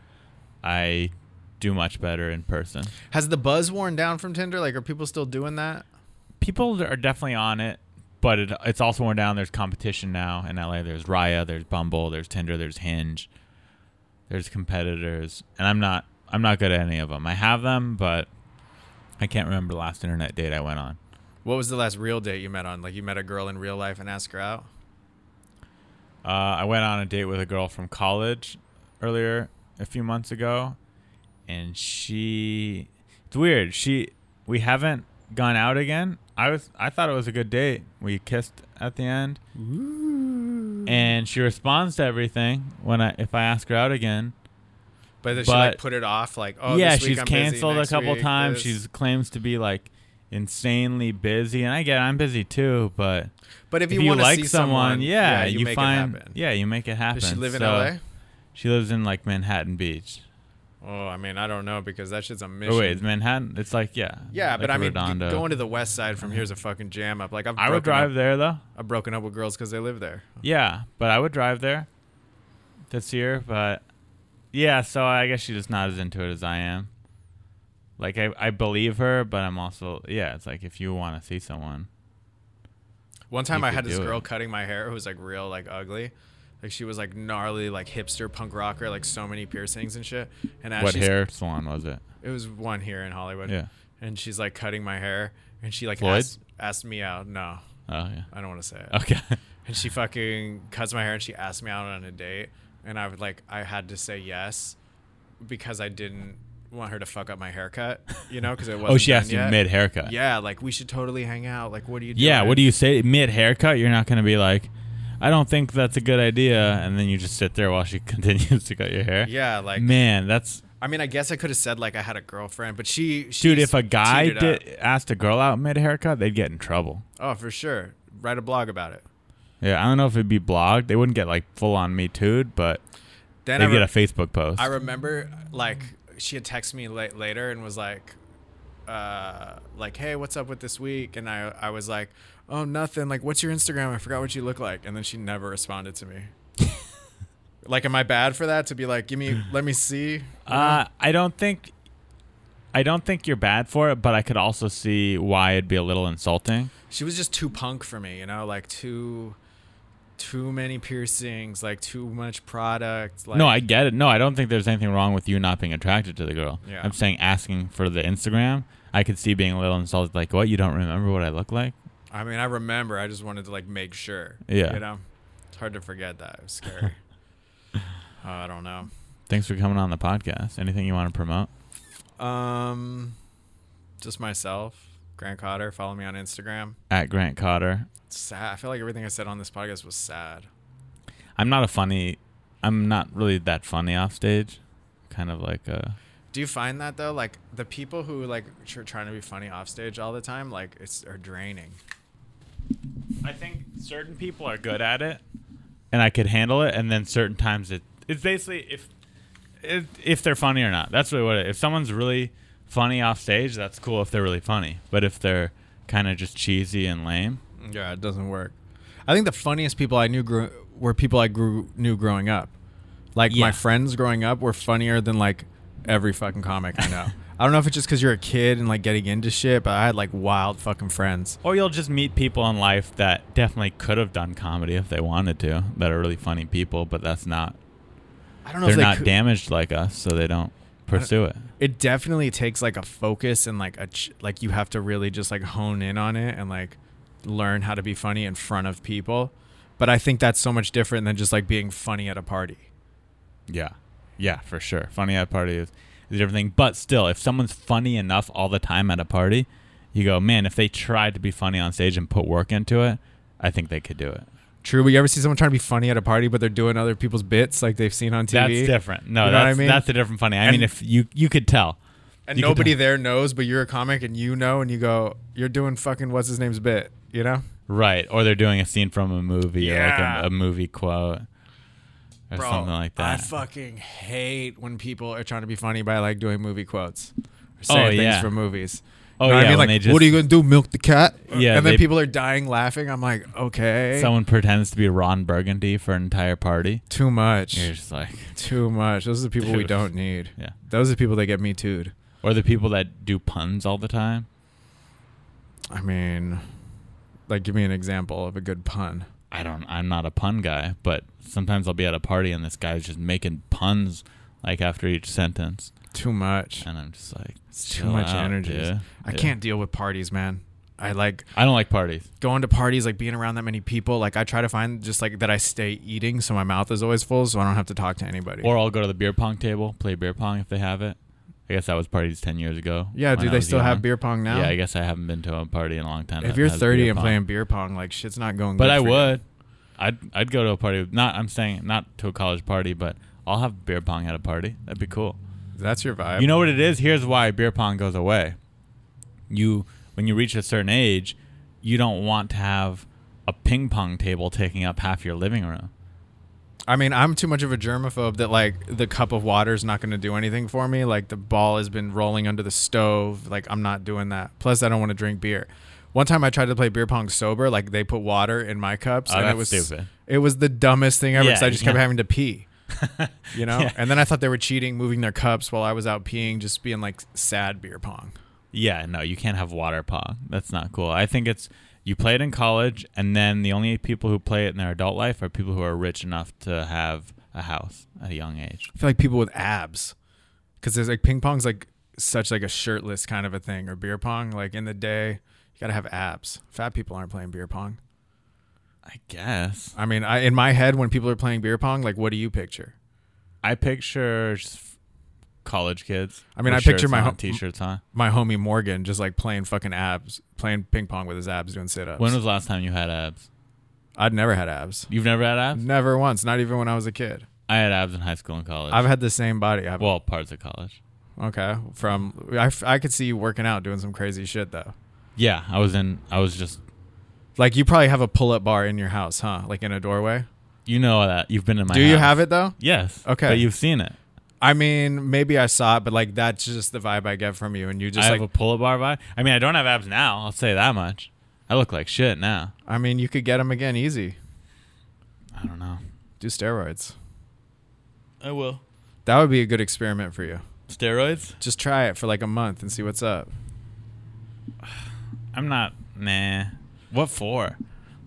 [SPEAKER 7] I do much better in person.
[SPEAKER 6] has the buzz worn down from tinder like are people still doing that
[SPEAKER 7] people are definitely on it, but it, it's also worn down. There's competition now in LA. There's Raya, there's Bumble, there's Tinder, there's Hinge, there's competitors, and I'm not I'm not good at any of them. I have them, but I can't remember the last internet date I went on.
[SPEAKER 6] what was the last real date you met on like you met a girl in real life and asked her out
[SPEAKER 7] Uh, I went on a date with a girl from college earlier a few months ago, and she. It's weird. She. We haven't gone out again. I was. I thought it was a good date. We kissed at the end. And she responds to everything when I if I ask her out again.
[SPEAKER 6] But then she
[SPEAKER 7] But-
[SPEAKER 6] like put it off. Like, oh,
[SPEAKER 7] yeah,
[SPEAKER 6] this week
[SPEAKER 7] she's
[SPEAKER 6] I'm busy,
[SPEAKER 7] canceled a
[SPEAKER 6] next
[SPEAKER 7] couple
[SPEAKER 6] week
[SPEAKER 7] times.
[SPEAKER 6] this.
[SPEAKER 7] She's claims to be like insanely busy, and I get it, I'm busy too. But
[SPEAKER 6] But if
[SPEAKER 7] if
[SPEAKER 6] you,
[SPEAKER 7] you
[SPEAKER 6] want to
[SPEAKER 7] like
[SPEAKER 6] see
[SPEAKER 7] someone,
[SPEAKER 6] someone,
[SPEAKER 7] yeah, you,
[SPEAKER 6] make
[SPEAKER 7] find
[SPEAKER 6] it happen.
[SPEAKER 7] yeah, you make it happen.
[SPEAKER 6] Does she live in
[SPEAKER 7] So,
[SPEAKER 6] L.A.?
[SPEAKER 7] She lives in like Manhattan Beach.
[SPEAKER 6] Oh, I mean, I don't know because that shit's a mission.
[SPEAKER 7] Oh wait, it's Manhattan. It's like yeah,
[SPEAKER 6] yeah, but
[SPEAKER 7] like
[SPEAKER 6] I mean,
[SPEAKER 7] Redondo.
[SPEAKER 6] going to the West Side from here is a fucking jam up. Like I've
[SPEAKER 7] I would
[SPEAKER 6] broken
[SPEAKER 7] drive
[SPEAKER 6] up-
[SPEAKER 7] there though.
[SPEAKER 6] I've broken up with girls because they live there.
[SPEAKER 7] Yeah, but I would drive there this year. But yeah, so I guess she's just not as into it as I am. Like I, I believe her, but I'm also yeah. It's like if you want to see someone,
[SPEAKER 6] One time
[SPEAKER 7] You
[SPEAKER 6] I
[SPEAKER 7] could
[SPEAKER 6] had this
[SPEAKER 7] do
[SPEAKER 6] girl
[SPEAKER 7] it.
[SPEAKER 6] cutting my hair who was like real like ugly. Like she was like gnarly, like hipster punk rocker, like so many piercings and shit. And as
[SPEAKER 7] what
[SPEAKER 6] she's-
[SPEAKER 7] hair salon was it?
[SPEAKER 6] It was one here in Hollywood.
[SPEAKER 7] Yeah.
[SPEAKER 6] And she's like cutting my hair, and she like
[SPEAKER 7] Floyd?
[SPEAKER 6] asked, asked me out. No,
[SPEAKER 7] Oh yeah.
[SPEAKER 6] I don't want to say it.
[SPEAKER 7] Okay.
[SPEAKER 6] And she fucking cuts my hair, and she asked me out on a date, and I would like I had to say yes because I didn't want her to fuck up my haircut, you know, because it wasn't.
[SPEAKER 7] Oh, she
[SPEAKER 6] done
[SPEAKER 7] asked you
[SPEAKER 6] yet.
[SPEAKER 7] mid haircut.
[SPEAKER 6] Yeah, like we should totally hang out. Like, what do you? Doing?
[SPEAKER 7] Yeah, what do you say mid haircut? You're not gonna be like, I don't think that's a good idea, and then you just sit there while she continues to cut your hair.
[SPEAKER 6] Yeah, like
[SPEAKER 7] man, that's
[SPEAKER 6] I mean, I guess I could have said like I had a girlfriend, but she, she's
[SPEAKER 7] dude. If a guy
[SPEAKER 6] teed it up.
[SPEAKER 7] did, asked a girl out mid haircut, they'd get in trouble.
[SPEAKER 6] oh for sure, write a blog about it.
[SPEAKER 7] Yeah, I don't know if it'd be blogged. They wouldn't get like full on me too, but
[SPEAKER 6] Then
[SPEAKER 7] they'd
[SPEAKER 6] I re-
[SPEAKER 7] get a Facebook post.
[SPEAKER 6] I remember like she had texted me late, later and was like, uh, like, hey, what's up with this week? And I, I was like, oh, nothing. Like, what's your Instagram? I forgot what you look like. And then she never responded to me. like, am I bad for that? To be like, give me, let me see.
[SPEAKER 7] uh, I don't think, I don't think you're bad for it, but I could also see why it'd be a little insulting.
[SPEAKER 6] She was just too punk for me, you know, like too, too many piercings, like too much product. Like,
[SPEAKER 7] no, I get it. No, I don't think there's anything wrong with you not being attracted to the girl.
[SPEAKER 6] Yeah.
[SPEAKER 7] I'm saying asking for the Instagram. I could see being a little insulted, like, "What? You don't remember what I look like?"
[SPEAKER 6] I mean, I remember. I just wanted to like make sure.
[SPEAKER 7] Yeah.
[SPEAKER 6] You know, it's hard to forget that. It was scary. Uh, I don't know.
[SPEAKER 7] Thanks for coming on the podcast. Anything you want to promote?
[SPEAKER 6] Um, just myself, Grant Cotter. Follow me on Instagram.
[SPEAKER 7] At Grant Cotter.
[SPEAKER 6] It's sad. I feel like everything I said on this podcast was sad.
[SPEAKER 7] I'm not a funny. I'm not really that funny off stage. Kind of like a.
[SPEAKER 6] Do you find that though? Like the people who like tr- trying to be funny off stage all the time, like it's are draining.
[SPEAKER 7] I think certain people are good at it, and I could handle it. And then certain times it it's basically if if, if they're funny or not. That's really what it. If someone's really funny off stage, that's cool if they're really funny. But if they're kind of just cheesy and lame,
[SPEAKER 6] Yeah, it doesn't work. I think the funniest people I knew grew, were people I grew knew growing up. Like
[SPEAKER 7] Yeah.
[SPEAKER 6] my friends growing up were funnier than like every fucking comic I know. I don't know if it's just because you're a kid and like getting into shit, but I had like wild fucking friends.
[SPEAKER 7] or you'll just meet people in life that definitely could have done comedy if they wanted to, that are really funny people, but that's not.
[SPEAKER 6] I don't know
[SPEAKER 7] They're
[SPEAKER 6] if they
[SPEAKER 7] not
[SPEAKER 6] could-
[SPEAKER 7] damaged like us, so they don't pursue it.
[SPEAKER 6] it definitely takes like a focus and like a ch- like you have to really just like hone in on it and like learn how to be funny in front of people but i think that's so much different than just like being funny at a party
[SPEAKER 7] Yeah. Yeah, for sure. Funny at a party is, is everything. But still, if someone's funny enough all the time at a party, you go, man, if they tried to be funny on stage and put work into it, I think they could do it.
[SPEAKER 6] true but you ever see someone trying to be funny at a party but they're doing other people's bits like they've seen on tv
[SPEAKER 7] That's different. No,
[SPEAKER 6] You know what I
[SPEAKER 7] that's,
[SPEAKER 6] mean?
[SPEAKER 7] that's a different funny. I mean,
[SPEAKER 6] And-
[SPEAKER 7] if you you could tell.
[SPEAKER 6] and
[SPEAKER 7] You could
[SPEAKER 6] nobody
[SPEAKER 7] tell.
[SPEAKER 6] there knows but you're a comic and you know and you go you're doing fucking what's his name's bit you know
[SPEAKER 7] Right. Or they're doing a scene from a movie or
[SPEAKER 6] Yeah.
[SPEAKER 7] like a, a movie quote or something like that.
[SPEAKER 6] i fucking hate when people are trying to be funny by like doing movie quotes or
[SPEAKER 7] Oh,
[SPEAKER 6] saying things
[SPEAKER 7] yeah.
[SPEAKER 6] from movies
[SPEAKER 7] oh,
[SPEAKER 6] You know what
[SPEAKER 7] yeah.
[SPEAKER 6] I mean?
[SPEAKER 7] when
[SPEAKER 6] Like,
[SPEAKER 7] they just,
[SPEAKER 6] what are you gonna do? Milk the cat?
[SPEAKER 7] Yeah,
[SPEAKER 6] And then
[SPEAKER 7] they-
[SPEAKER 6] people are dying laughing. I'm like, okay,
[SPEAKER 7] Someone pretends to be Ron Burgundy for an entire party.
[SPEAKER 6] too much,
[SPEAKER 7] You're just like,
[SPEAKER 6] too much. Those are the people we
[SPEAKER 7] Dude.
[SPEAKER 6] don't need.
[SPEAKER 7] yeah.
[SPEAKER 6] Those are the people that get me too'd.
[SPEAKER 7] Or the people that do puns all the time.
[SPEAKER 6] I mean, like, give me an example of a good pun.
[SPEAKER 7] I don't I'm not a pun guy, but sometimes I'll be at a party and this guy's just making puns like after each sentence
[SPEAKER 6] Too much.
[SPEAKER 7] and I'm just like
[SPEAKER 6] It's too
[SPEAKER 7] "Chill
[SPEAKER 6] much
[SPEAKER 7] out,
[SPEAKER 6] energy.
[SPEAKER 7] dude."
[SPEAKER 6] I
[SPEAKER 7] Yeah.
[SPEAKER 6] can't deal with parties, man. I I like
[SPEAKER 7] I don't like parties.
[SPEAKER 6] going to parties, like being around that many people. Like I try to find just like that I stay eating, so my mouth is always full, so I don't have to talk to anybody.
[SPEAKER 7] Or I'll go to the beer pong table, play beer pong if they have it. I guess that was parties ten years ago.
[SPEAKER 6] yeah,
[SPEAKER 7] when
[SPEAKER 6] do
[SPEAKER 7] I
[SPEAKER 6] they
[SPEAKER 7] was
[SPEAKER 6] still
[SPEAKER 7] young.
[SPEAKER 6] have beer pong now?
[SPEAKER 7] Yeah, I guess I haven't been to a party in a long time.
[SPEAKER 6] If
[SPEAKER 7] that
[SPEAKER 6] you're
[SPEAKER 7] has
[SPEAKER 6] 30
[SPEAKER 7] beer
[SPEAKER 6] and
[SPEAKER 7] pong.
[SPEAKER 6] playing beer pong, like shit's not going.
[SPEAKER 7] but
[SPEAKER 6] good
[SPEAKER 7] I
[SPEAKER 6] for you.
[SPEAKER 7] would. I'd I'd go to a party. Not I'm saying not to a college party, but I'll have beer pong at a party. That'd be cool.
[SPEAKER 6] That's your vibe.
[SPEAKER 7] You know what it is? Here's why beer pong goes away. You when you reach a certain age, you don't want to have a ping pong table taking up half your living room.
[SPEAKER 6] I mean, I'm too much of a germaphobe that like the cup of water is not going to do anything for me. Like the ball has been rolling under the stove. Like I'm not doing that. Plus, I don't want to drink beer. One time I tried to play beer pong sober. Like they put water in my cups,
[SPEAKER 7] Oh,
[SPEAKER 6] and it
[SPEAKER 7] that's
[SPEAKER 6] was
[SPEAKER 7] stupid.
[SPEAKER 6] it was the dumbest thing ever.
[SPEAKER 7] Yeah,
[SPEAKER 6] because I just kept
[SPEAKER 7] yeah.
[SPEAKER 6] having to pee. You know,
[SPEAKER 7] Yeah.
[SPEAKER 6] and then I thought they were cheating, moving their cups while I was out peeing, just being like sad beer pong.
[SPEAKER 7] Yeah, no, you can't have water pong. That's not cool. I think it's you play it in college, and then the only people who play it in their adult life are people who are rich enough to have a house at a young age.
[SPEAKER 6] I feel like people with abs, because there's like ping pong's like such like a shirtless kind of a thing, or beer pong. Like in the day, you gotta have abs. Fat people aren't playing beer pong.
[SPEAKER 7] I guess
[SPEAKER 6] I mean, I, in my head, when people are playing beer pong, like, what do you picture?
[SPEAKER 7] I picture just college kids.
[SPEAKER 6] I mean,
[SPEAKER 7] with
[SPEAKER 6] I picture
[SPEAKER 7] shirts
[SPEAKER 6] my
[SPEAKER 7] on,
[SPEAKER 6] hom-
[SPEAKER 7] t-shirts on.
[SPEAKER 6] My homie Morgan just like playing fucking abs, playing ping pong with his abs, doing sit ups.
[SPEAKER 7] When was the last time you had abs?
[SPEAKER 6] I'd never had abs.
[SPEAKER 7] You've never had abs?
[SPEAKER 6] Never once, not even when I was a kid.
[SPEAKER 7] I had abs in high school and college.
[SPEAKER 6] I've had the same body. I've,
[SPEAKER 7] well, parts of college.
[SPEAKER 6] okay. From, I, f- I could see you working out, doing some crazy shit, though.
[SPEAKER 7] Yeah, I was in. I was just.
[SPEAKER 6] Like, you probably have a pull up bar in your house, huh? Like in a doorway.
[SPEAKER 7] You know that you've been in my.
[SPEAKER 6] do you
[SPEAKER 7] house.
[SPEAKER 6] have it, though?
[SPEAKER 7] Yes.
[SPEAKER 6] Okay.
[SPEAKER 7] But you've seen it.
[SPEAKER 6] I mean, maybe I saw it, but like, that's just the vibe I get from you. And you just
[SPEAKER 7] I
[SPEAKER 6] like,
[SPEAKER 7] have a pull-up bar vibe. I mean, I don't have abs now. I'll say that much. I look like shit now.
[SPEAKER 6] I mean, you could get them again easy.
[SPEAKER 7] I don't know.
[SPEAKER 6] Do steroids.
[SPEAKER 7] I will.
[SPEAKER 6] That would be a good experiment for you.
[SPEAKER 7] Steroids?
[SPEAKER 6] Just try it for like a month and see what's up.
[SPEAKER 7] I'm not. Nah. What for?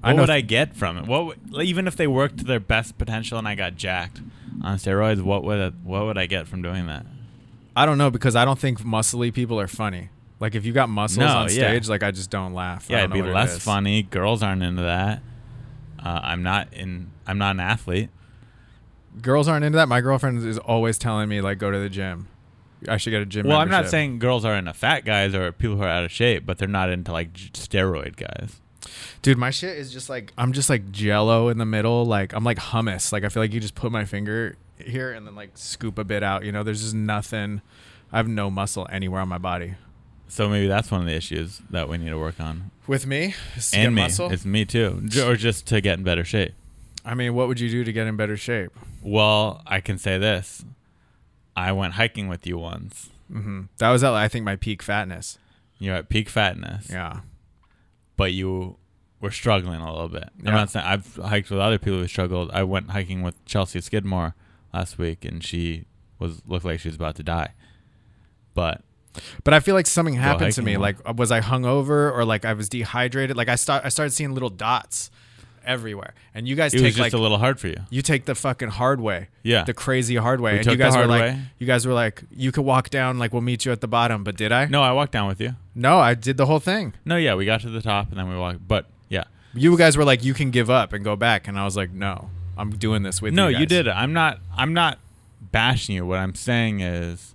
[SPEAKER 6] I
[SPEAKER 7] What
[SPEAKER 6] know
[SPEAKER 7] would
[SPEAKER 6] th-
[SPEAKER 7] I get from it? What would, like, even if they worked to their best potential and I got jacked on steroids? What would what would I get from doing that?
[SPEAKER 6] I don't know because I don't think muscly people are funny. Like if you got muscles
[SPEAKER 7] No,
[SPEAKER 6] on
[SPEAKER 7] yeah.
[SPEAKER 6] stage, like I just don't laugh. I
[SPEAKER 7] Yeah,
[SPEAKER 6] don't
[SPEAKER 7] it'd
[SPEAKER 6] know
[SPEAKER 7] be
[SPEAKER 6] what
[SPEAKER 7] less
[SPEAKER 6] is.
[SPEAKER 7] funny. Girls aren't into that. Uh, I'm not in. I'm not an athlete.
[SPEAKER 6] Girls aren't into that. My girlfriend is always telling me like go to the gym. I should get a gym.
[SPEAKER 7] Well, I'm not
[SPEAKER 6] membership.
[SPEAKER 7] saying girls are into fat guys or people who are out of shape, but they're not into like j- steroid guys.
[SPEAKER 6] dude, my shit is just like I'm just like jello in the middle. Like I'm like hummus. Like I feel like you just put my finger here and then like scoop a bit out. You know, there's just nothing. I have no muscle anywhere on my body.
[SPEAKER 7] So maybe that's one of the issues that we need to work on.
[SPEAKER 6] With me, is to
[SPEAKER 7] and
[SPEAKER 6] get
[SPEAKER 7] me,
[SPEAKER 6] muscle.
[SPEAKER 7] it's me too, J- or just to get in better shape.
[SPEAKER 6] I mean, what would you do to get in better shape?
[SPEAKER 7] Well, I can say this: I went hiking with you once.
[SPEAKER 6] That was at I think my peak fatness.
[SPEAKER 7] You're at peak fatness,
[SPEAKER 6] Yeah.
[SPEAKER 7] but you were struggling a little bit.
[SPEAKER 6] Yeah.
[SPEAKER 7] I'm not saying I've hiked with other people who struggled. I went hiking with Chelsea Skidmore last week, and she was looked like she was about to die. But
[SPEAKER 6] But I feel like something happened to
[SPEAKER 7] hiking
[SPEAKER 6] me.
[SPEAKER 7] more.
[SPEAKER 6] Like, was I hungover or like I was dehydrated? Like, I start I started seeing little dots everywhere. And you guys
[SPEAKER 7] it was
[SPEAKER 6] take
[SPEAKER 7] just
[SPEAKER 6] like
[SPEAKER 7] a little hard for you.
[SPEAKER 6] you take the fucking hard way.
[SPEAKER 7] Yeah.
[SPEAKER 6] the crazy hard way. and
[SPEAKER 7] took
[SPEAKER 6] you guys
[SPEAKER 7] the
[SPEAKER 6] were
[SPEAKER 7] hard
[SPEAKER 6] like,
[SPEAKER 7] way.
[SPEAKER 6] you guys were like, you could walk down. Like, we'll meet you at the bottom. But did I?
[SPEAKER 7] No, I walked down with you.
[SPEAKER 6] no, I did the whole thing.
[SPEAKER 7] No, yeah, we got to the top and then we walked. But yeah,
[SPEAKER 6] You guys were like, you can give up and go back. And I was like, no, I'm doing this with
[SPEAKER 7] no,
[SPEAKER 6] you.
[SPEAKER 7] you,
[SPEAKER 6] guys."
[SPEAKER 7] did it. I'm not. I'm not bashing you. What I'm saying is,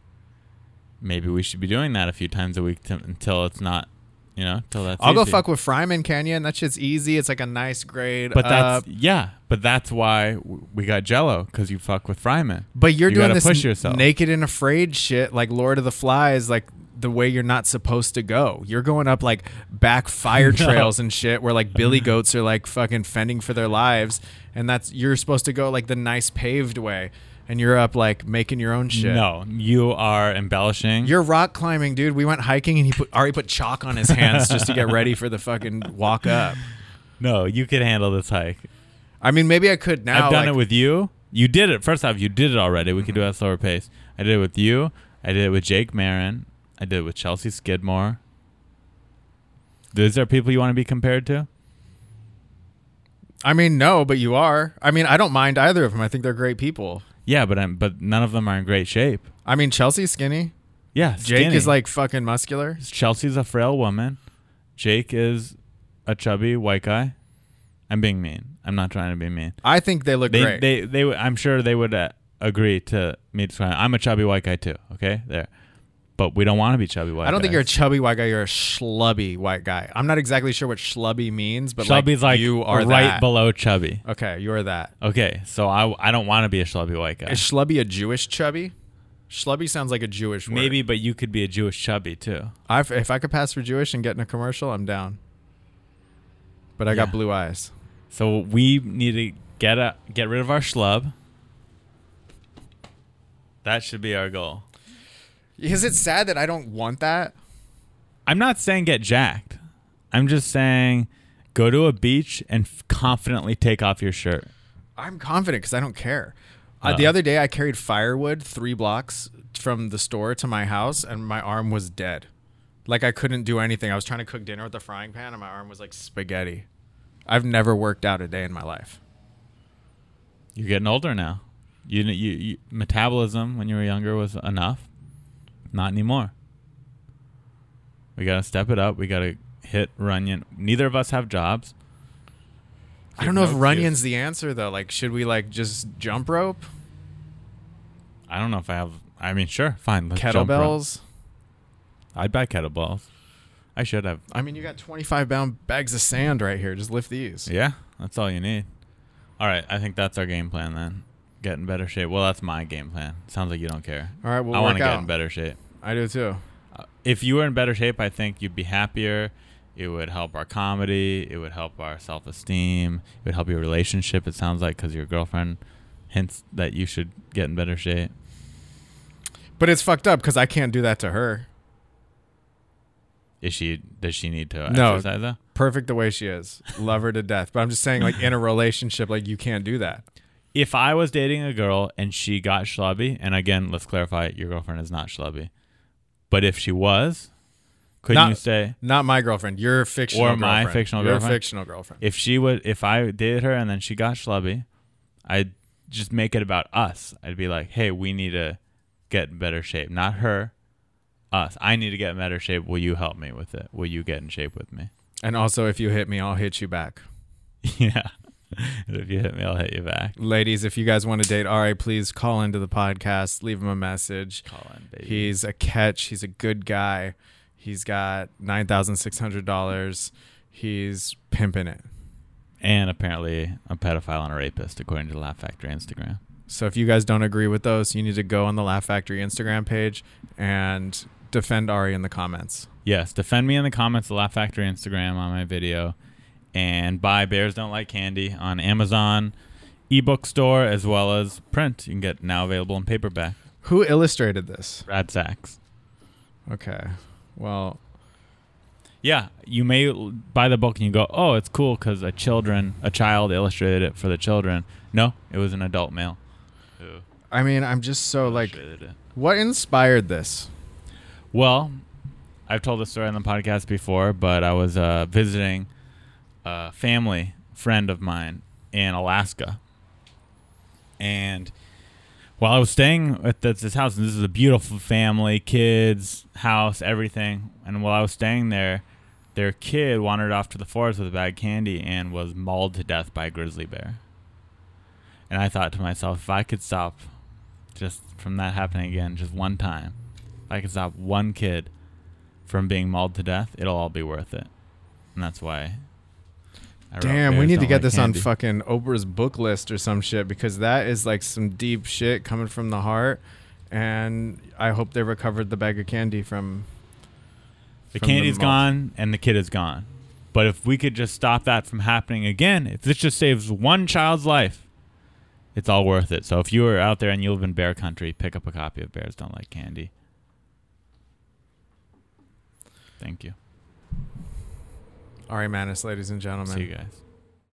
[SPEAKER 7] maybe we should be doing that a few times a week to, until it's not. You know, till that's.
[SPEAKER 6] I'll go
[SPEAKER 7] easy.
[SPEAKER 6] fuck with Fryman Canyon. That shit's easy. It's like a nice grade.
[SPEAKER 7] But
[SPEAKER 6] up.
[SPEAKER 7] that's yeah. But that's why w- we got Jello because you fuck with Fryman.
[SPEAKER 6] But you're
[SPEAKER 7] You
[SPEAKER 6] doing
[SPEAKER 7] gotta
[SPEAKER 6] this
[SPEAKER 7] push yourself.
[SPEAKER 6] naked and afraid shit, like Lord of the Flies, like the way you're not supposed to go. You're going up like back fire trails and shit, where like billy goats are like fucking fending for their lives, and that's you're supposed to go like the nice paved way, and you're up like making your own shit.
[SPEAKER 7] No, you are embellishing.
[SPEAKER 6] You're rock climbing, dude. We went hiking and he put already put chalk on his hands just to get ready for the fucking walk up.
[SPEAKER 7] no, you could handle this hike.
[SPEAKER 6] I mean, maybe I could now.
[SPEAKER 7] I've done
[SPEAKER 6] like-
[SPEAKER 7] it with you. You did it. First off, you did it already. We could do it at a slower pace. I did it with you. I did it with Jake Marin. I did it with Chelsea Skidmore. These are people you want to be compared to?
[SPEAKER 6] I mean, no, but you are. I mean, I don't mind either of them. I think they're great people.
[SPEAKER 7] Yeah, but I'm, but none of them are in great shape.
[SPEAKER 6] I mean, Chelsea's skinny.
[SPEAKER 7] Yeah,
[SPEAKER 6] Jake
[SPEAKER 7] skinny.
[SPEAKER 6] is like fucking muscular.
[SPEAKER 7] Chelsea's a frail woman. Jake is a chubby white guy. I'm being mean. I'm not trying to be mean.
[SPEAKER 6] I think they look
[SPEAKER 7] They
[SPEAKER 6] great.
[SPEAKER 7] they they would- I'm sure they would uh, agree to me describing. I'm a chubby white guy too. Okay, there. But we don't want to be chubby white.
[SPEAKER 6] I don't think
[SPEAKER 7] guys.
[SPEAKER 6] you're a chubby white guy. You're a schlubby white guy. I'm not exactly sure what schlubby means, but
[SPEAKER 7] Chubby's like,
[SPEAKER 6] you are
[SPEAKER 7] right
[SPEAKER 6] that.
[SPEAKER 7] below chubby.
[SPEAKER 6] Okay, you are that.
[SPEAKER 7] Okay, so I I don't want to be a chubby white guy.
[SPEAKER 6] Is schlubby a Jewish chubby? Schlubby sounds like a Jewish word.
[SPEAKER 7] Maybe, but you could be a Jewish chubby too.
[SPEAKER 6] I, if I could pass for Jewish and get in a commercial, I'm down. But I
[SPEAKER 7] Yeah.
[SPEAKER 6] got blue eyes.
[SPEAKER 7] So we need to get a, get rid of our schlub. That should be our goal.
[SPEAKER 6] Is it sad that I don't want that?
[SPEAKER 7] I'm not saying get jacked. I'm just saying go to a beach and f- confidently take off your shirt.
[SPEAKER 6] I'm confident because I don't care. Uh, the
[SPEAKER 7] Uh.
[SPEAKER 6] other day, I carried firewood three blocks from the store to my house, and my arm was dead. Like I couldn't do anything. I was trying to cook dinner with a frying pan, and my arm was like spaghetti. I've never worked out a day in my life.
[SPEAKER 7] You're getting older now. You, you, you metabolism when you were younger was enough. Not anymore. We gotta step it up. We gotta hit Runyon. Neither of us have jobs.
[SPEAKER 6] I don't know if
[SPEAKER 7] no
[SPEAKER 6] Runyon's the answer though. Like, should we like just jump rope,
[SPEAKER 7] I don't know if I have. I mean, sure, fine. Let's jump rope.
[SPEAKER 6] kettlebells?
[SPEAKER 7] I'd buy kettlebells. I should have.
[SPEAKER 6] I mean, you got 25 pound bags of sand right here. Just lift these.
[SPEAKER 7] Yeah, that's all you need. All right, I think that's our game plan then. Get in better shape. Well, that's my game plan. Sounds like you don't care.
[SPEAKER 6] All right, we'll
[SPEAKER 7] I
[SPEAKER 6] work
[SPEAKER 7] wanna get
[SPEAKER 6] out.
[SPEAKER 7] in better shape.
[SPEAKER 6] I do too.
[SPEAKER 7] If you were in better shape, I think you'd be happier. It would help our comedy. It would help our self esteem. It would help your relationship. It sounds like because your girlfriend hints that you should get in better shape.
[SPEAKER 6] But it's fucked up because I can't do that to her.
[SPEAKER 7] Is she? Does she need to
[SPEAKER 6] No.
[SPEAKER 7] exercise though?
[SPEAKER 6] Perfect the way she is. Love her to death. But I'm just saying, like, in a relationship, like, you can't do that.
[SPEAKER 7] if I was dating a girl and she got schlubby, and again, let's clarify, your girlfriend is not schlubby, but if she was, could
[SPEAKER 6] Not-
[SPEAKER 7] you say
[SPEAKER 6] Not my girlfriend. Your fictional
[SPEAKER 7] Or my
[SPEAKER 6] girlfriend.
[SPEAKER 7] fictional
[SPEAKER 6] Your
[SPEAKER 7] girlfriend?
[SPEAKER 6] fictional girlfriend.
[SPEAKER 7] if she would, if I dated her and then she got schlubby, I'd just make it about us. I'd be like, hey, we need to get in better shape, not her, us. I need to get in better shape. Will you help me with it? Will you get in shape with me?
[SPEAKER 6] And also, if you hit me, I'll hit you back.
[SPEAKER 7] yeah. if you hit me, I'll hit you back.
[SPEAKER 6] Ladies, if you guys want to date Ari, please call into the podcast. Leave him a message.
[SPEAKER 7] Call in, baby.
[SPEAKER 6] He's a catch. He's a good guy. He's got $9,600. He's pimping it.
[SPEAKER 7] And apparently, a pedophile and a rapist, according to the Laugh Factory Instagram.
[SPEAKER 6] So if you guys don't agree with those, you need to go on the Laugh Factory Instagram page and defend Ari in the comments.
[SPEAKER 7] Yes, defend me in the comments, the Laugh Factory Instagram on my video, and buy Bears Don't Like Candy on Amazon, ebook store, as well as print. You can get now available in paperback.
[SPEAKER 6] Who illustrated this?
[SPEAKER 7] Brad Sachs.
[SPEAKER 6] Okay. Well,
[SPEAKER 7] Yeah, you may l- buy the book and you go, oh, it's cool because a children, a child illustrated it for the children. No, it was an adult male. who
[SPEAKER 6] I mean, I'm just so like,
[SPEAKER 7] illustrated it.
[SPEAKER 6] what inspired this?
[SPEAKER 7] Well, I've told this story on the podcast before, but I was uh, visiting a family friend of mine in Alaska, and while I was staying at this, this house, and this is a beautiful family, kids, house, everything, and while I was staying there, their kid wandered off to the forest with a bag of candy and was mauled to death by a grizzly bear. And I thought to myself, if I could stop just from that happening again, just one time, if I could stop one kid from being mauled to death, it'll all be worth it. And that's why. I wrote
[SPEAKER 6] Damn, we
[SPEAKER 7] Bears
[SPEAKER 6] need to
[SPEAKER 7] Don't
[SPEAKER 6] get
[SPEAKER 7] Like
[SPEAKER 6] this
[SPEAKER 7] Candy.
[SPEAKER 6] on fucking Oprah's book list or some shit because that is like some deep shit coming from the heart. And I hope they recovered the bag of candy from.
[SPEAKER 7] The
[SPEAKER 6] from the
[SPEAKER 7] candy's
[SPEAKER 6] malt.
[SPEAKER 7] gone and the kid is gone. But if we could just stop that from happening again, if this just saves one child's life, it's all worth it. So if you are out there and you live in bear country, pick up a copy of Bears Don't Like Candy. Thank you.
[SPEAKER 6] Ari Manis, ladies and gentlemen.
[SPEAKER 7] See you guys.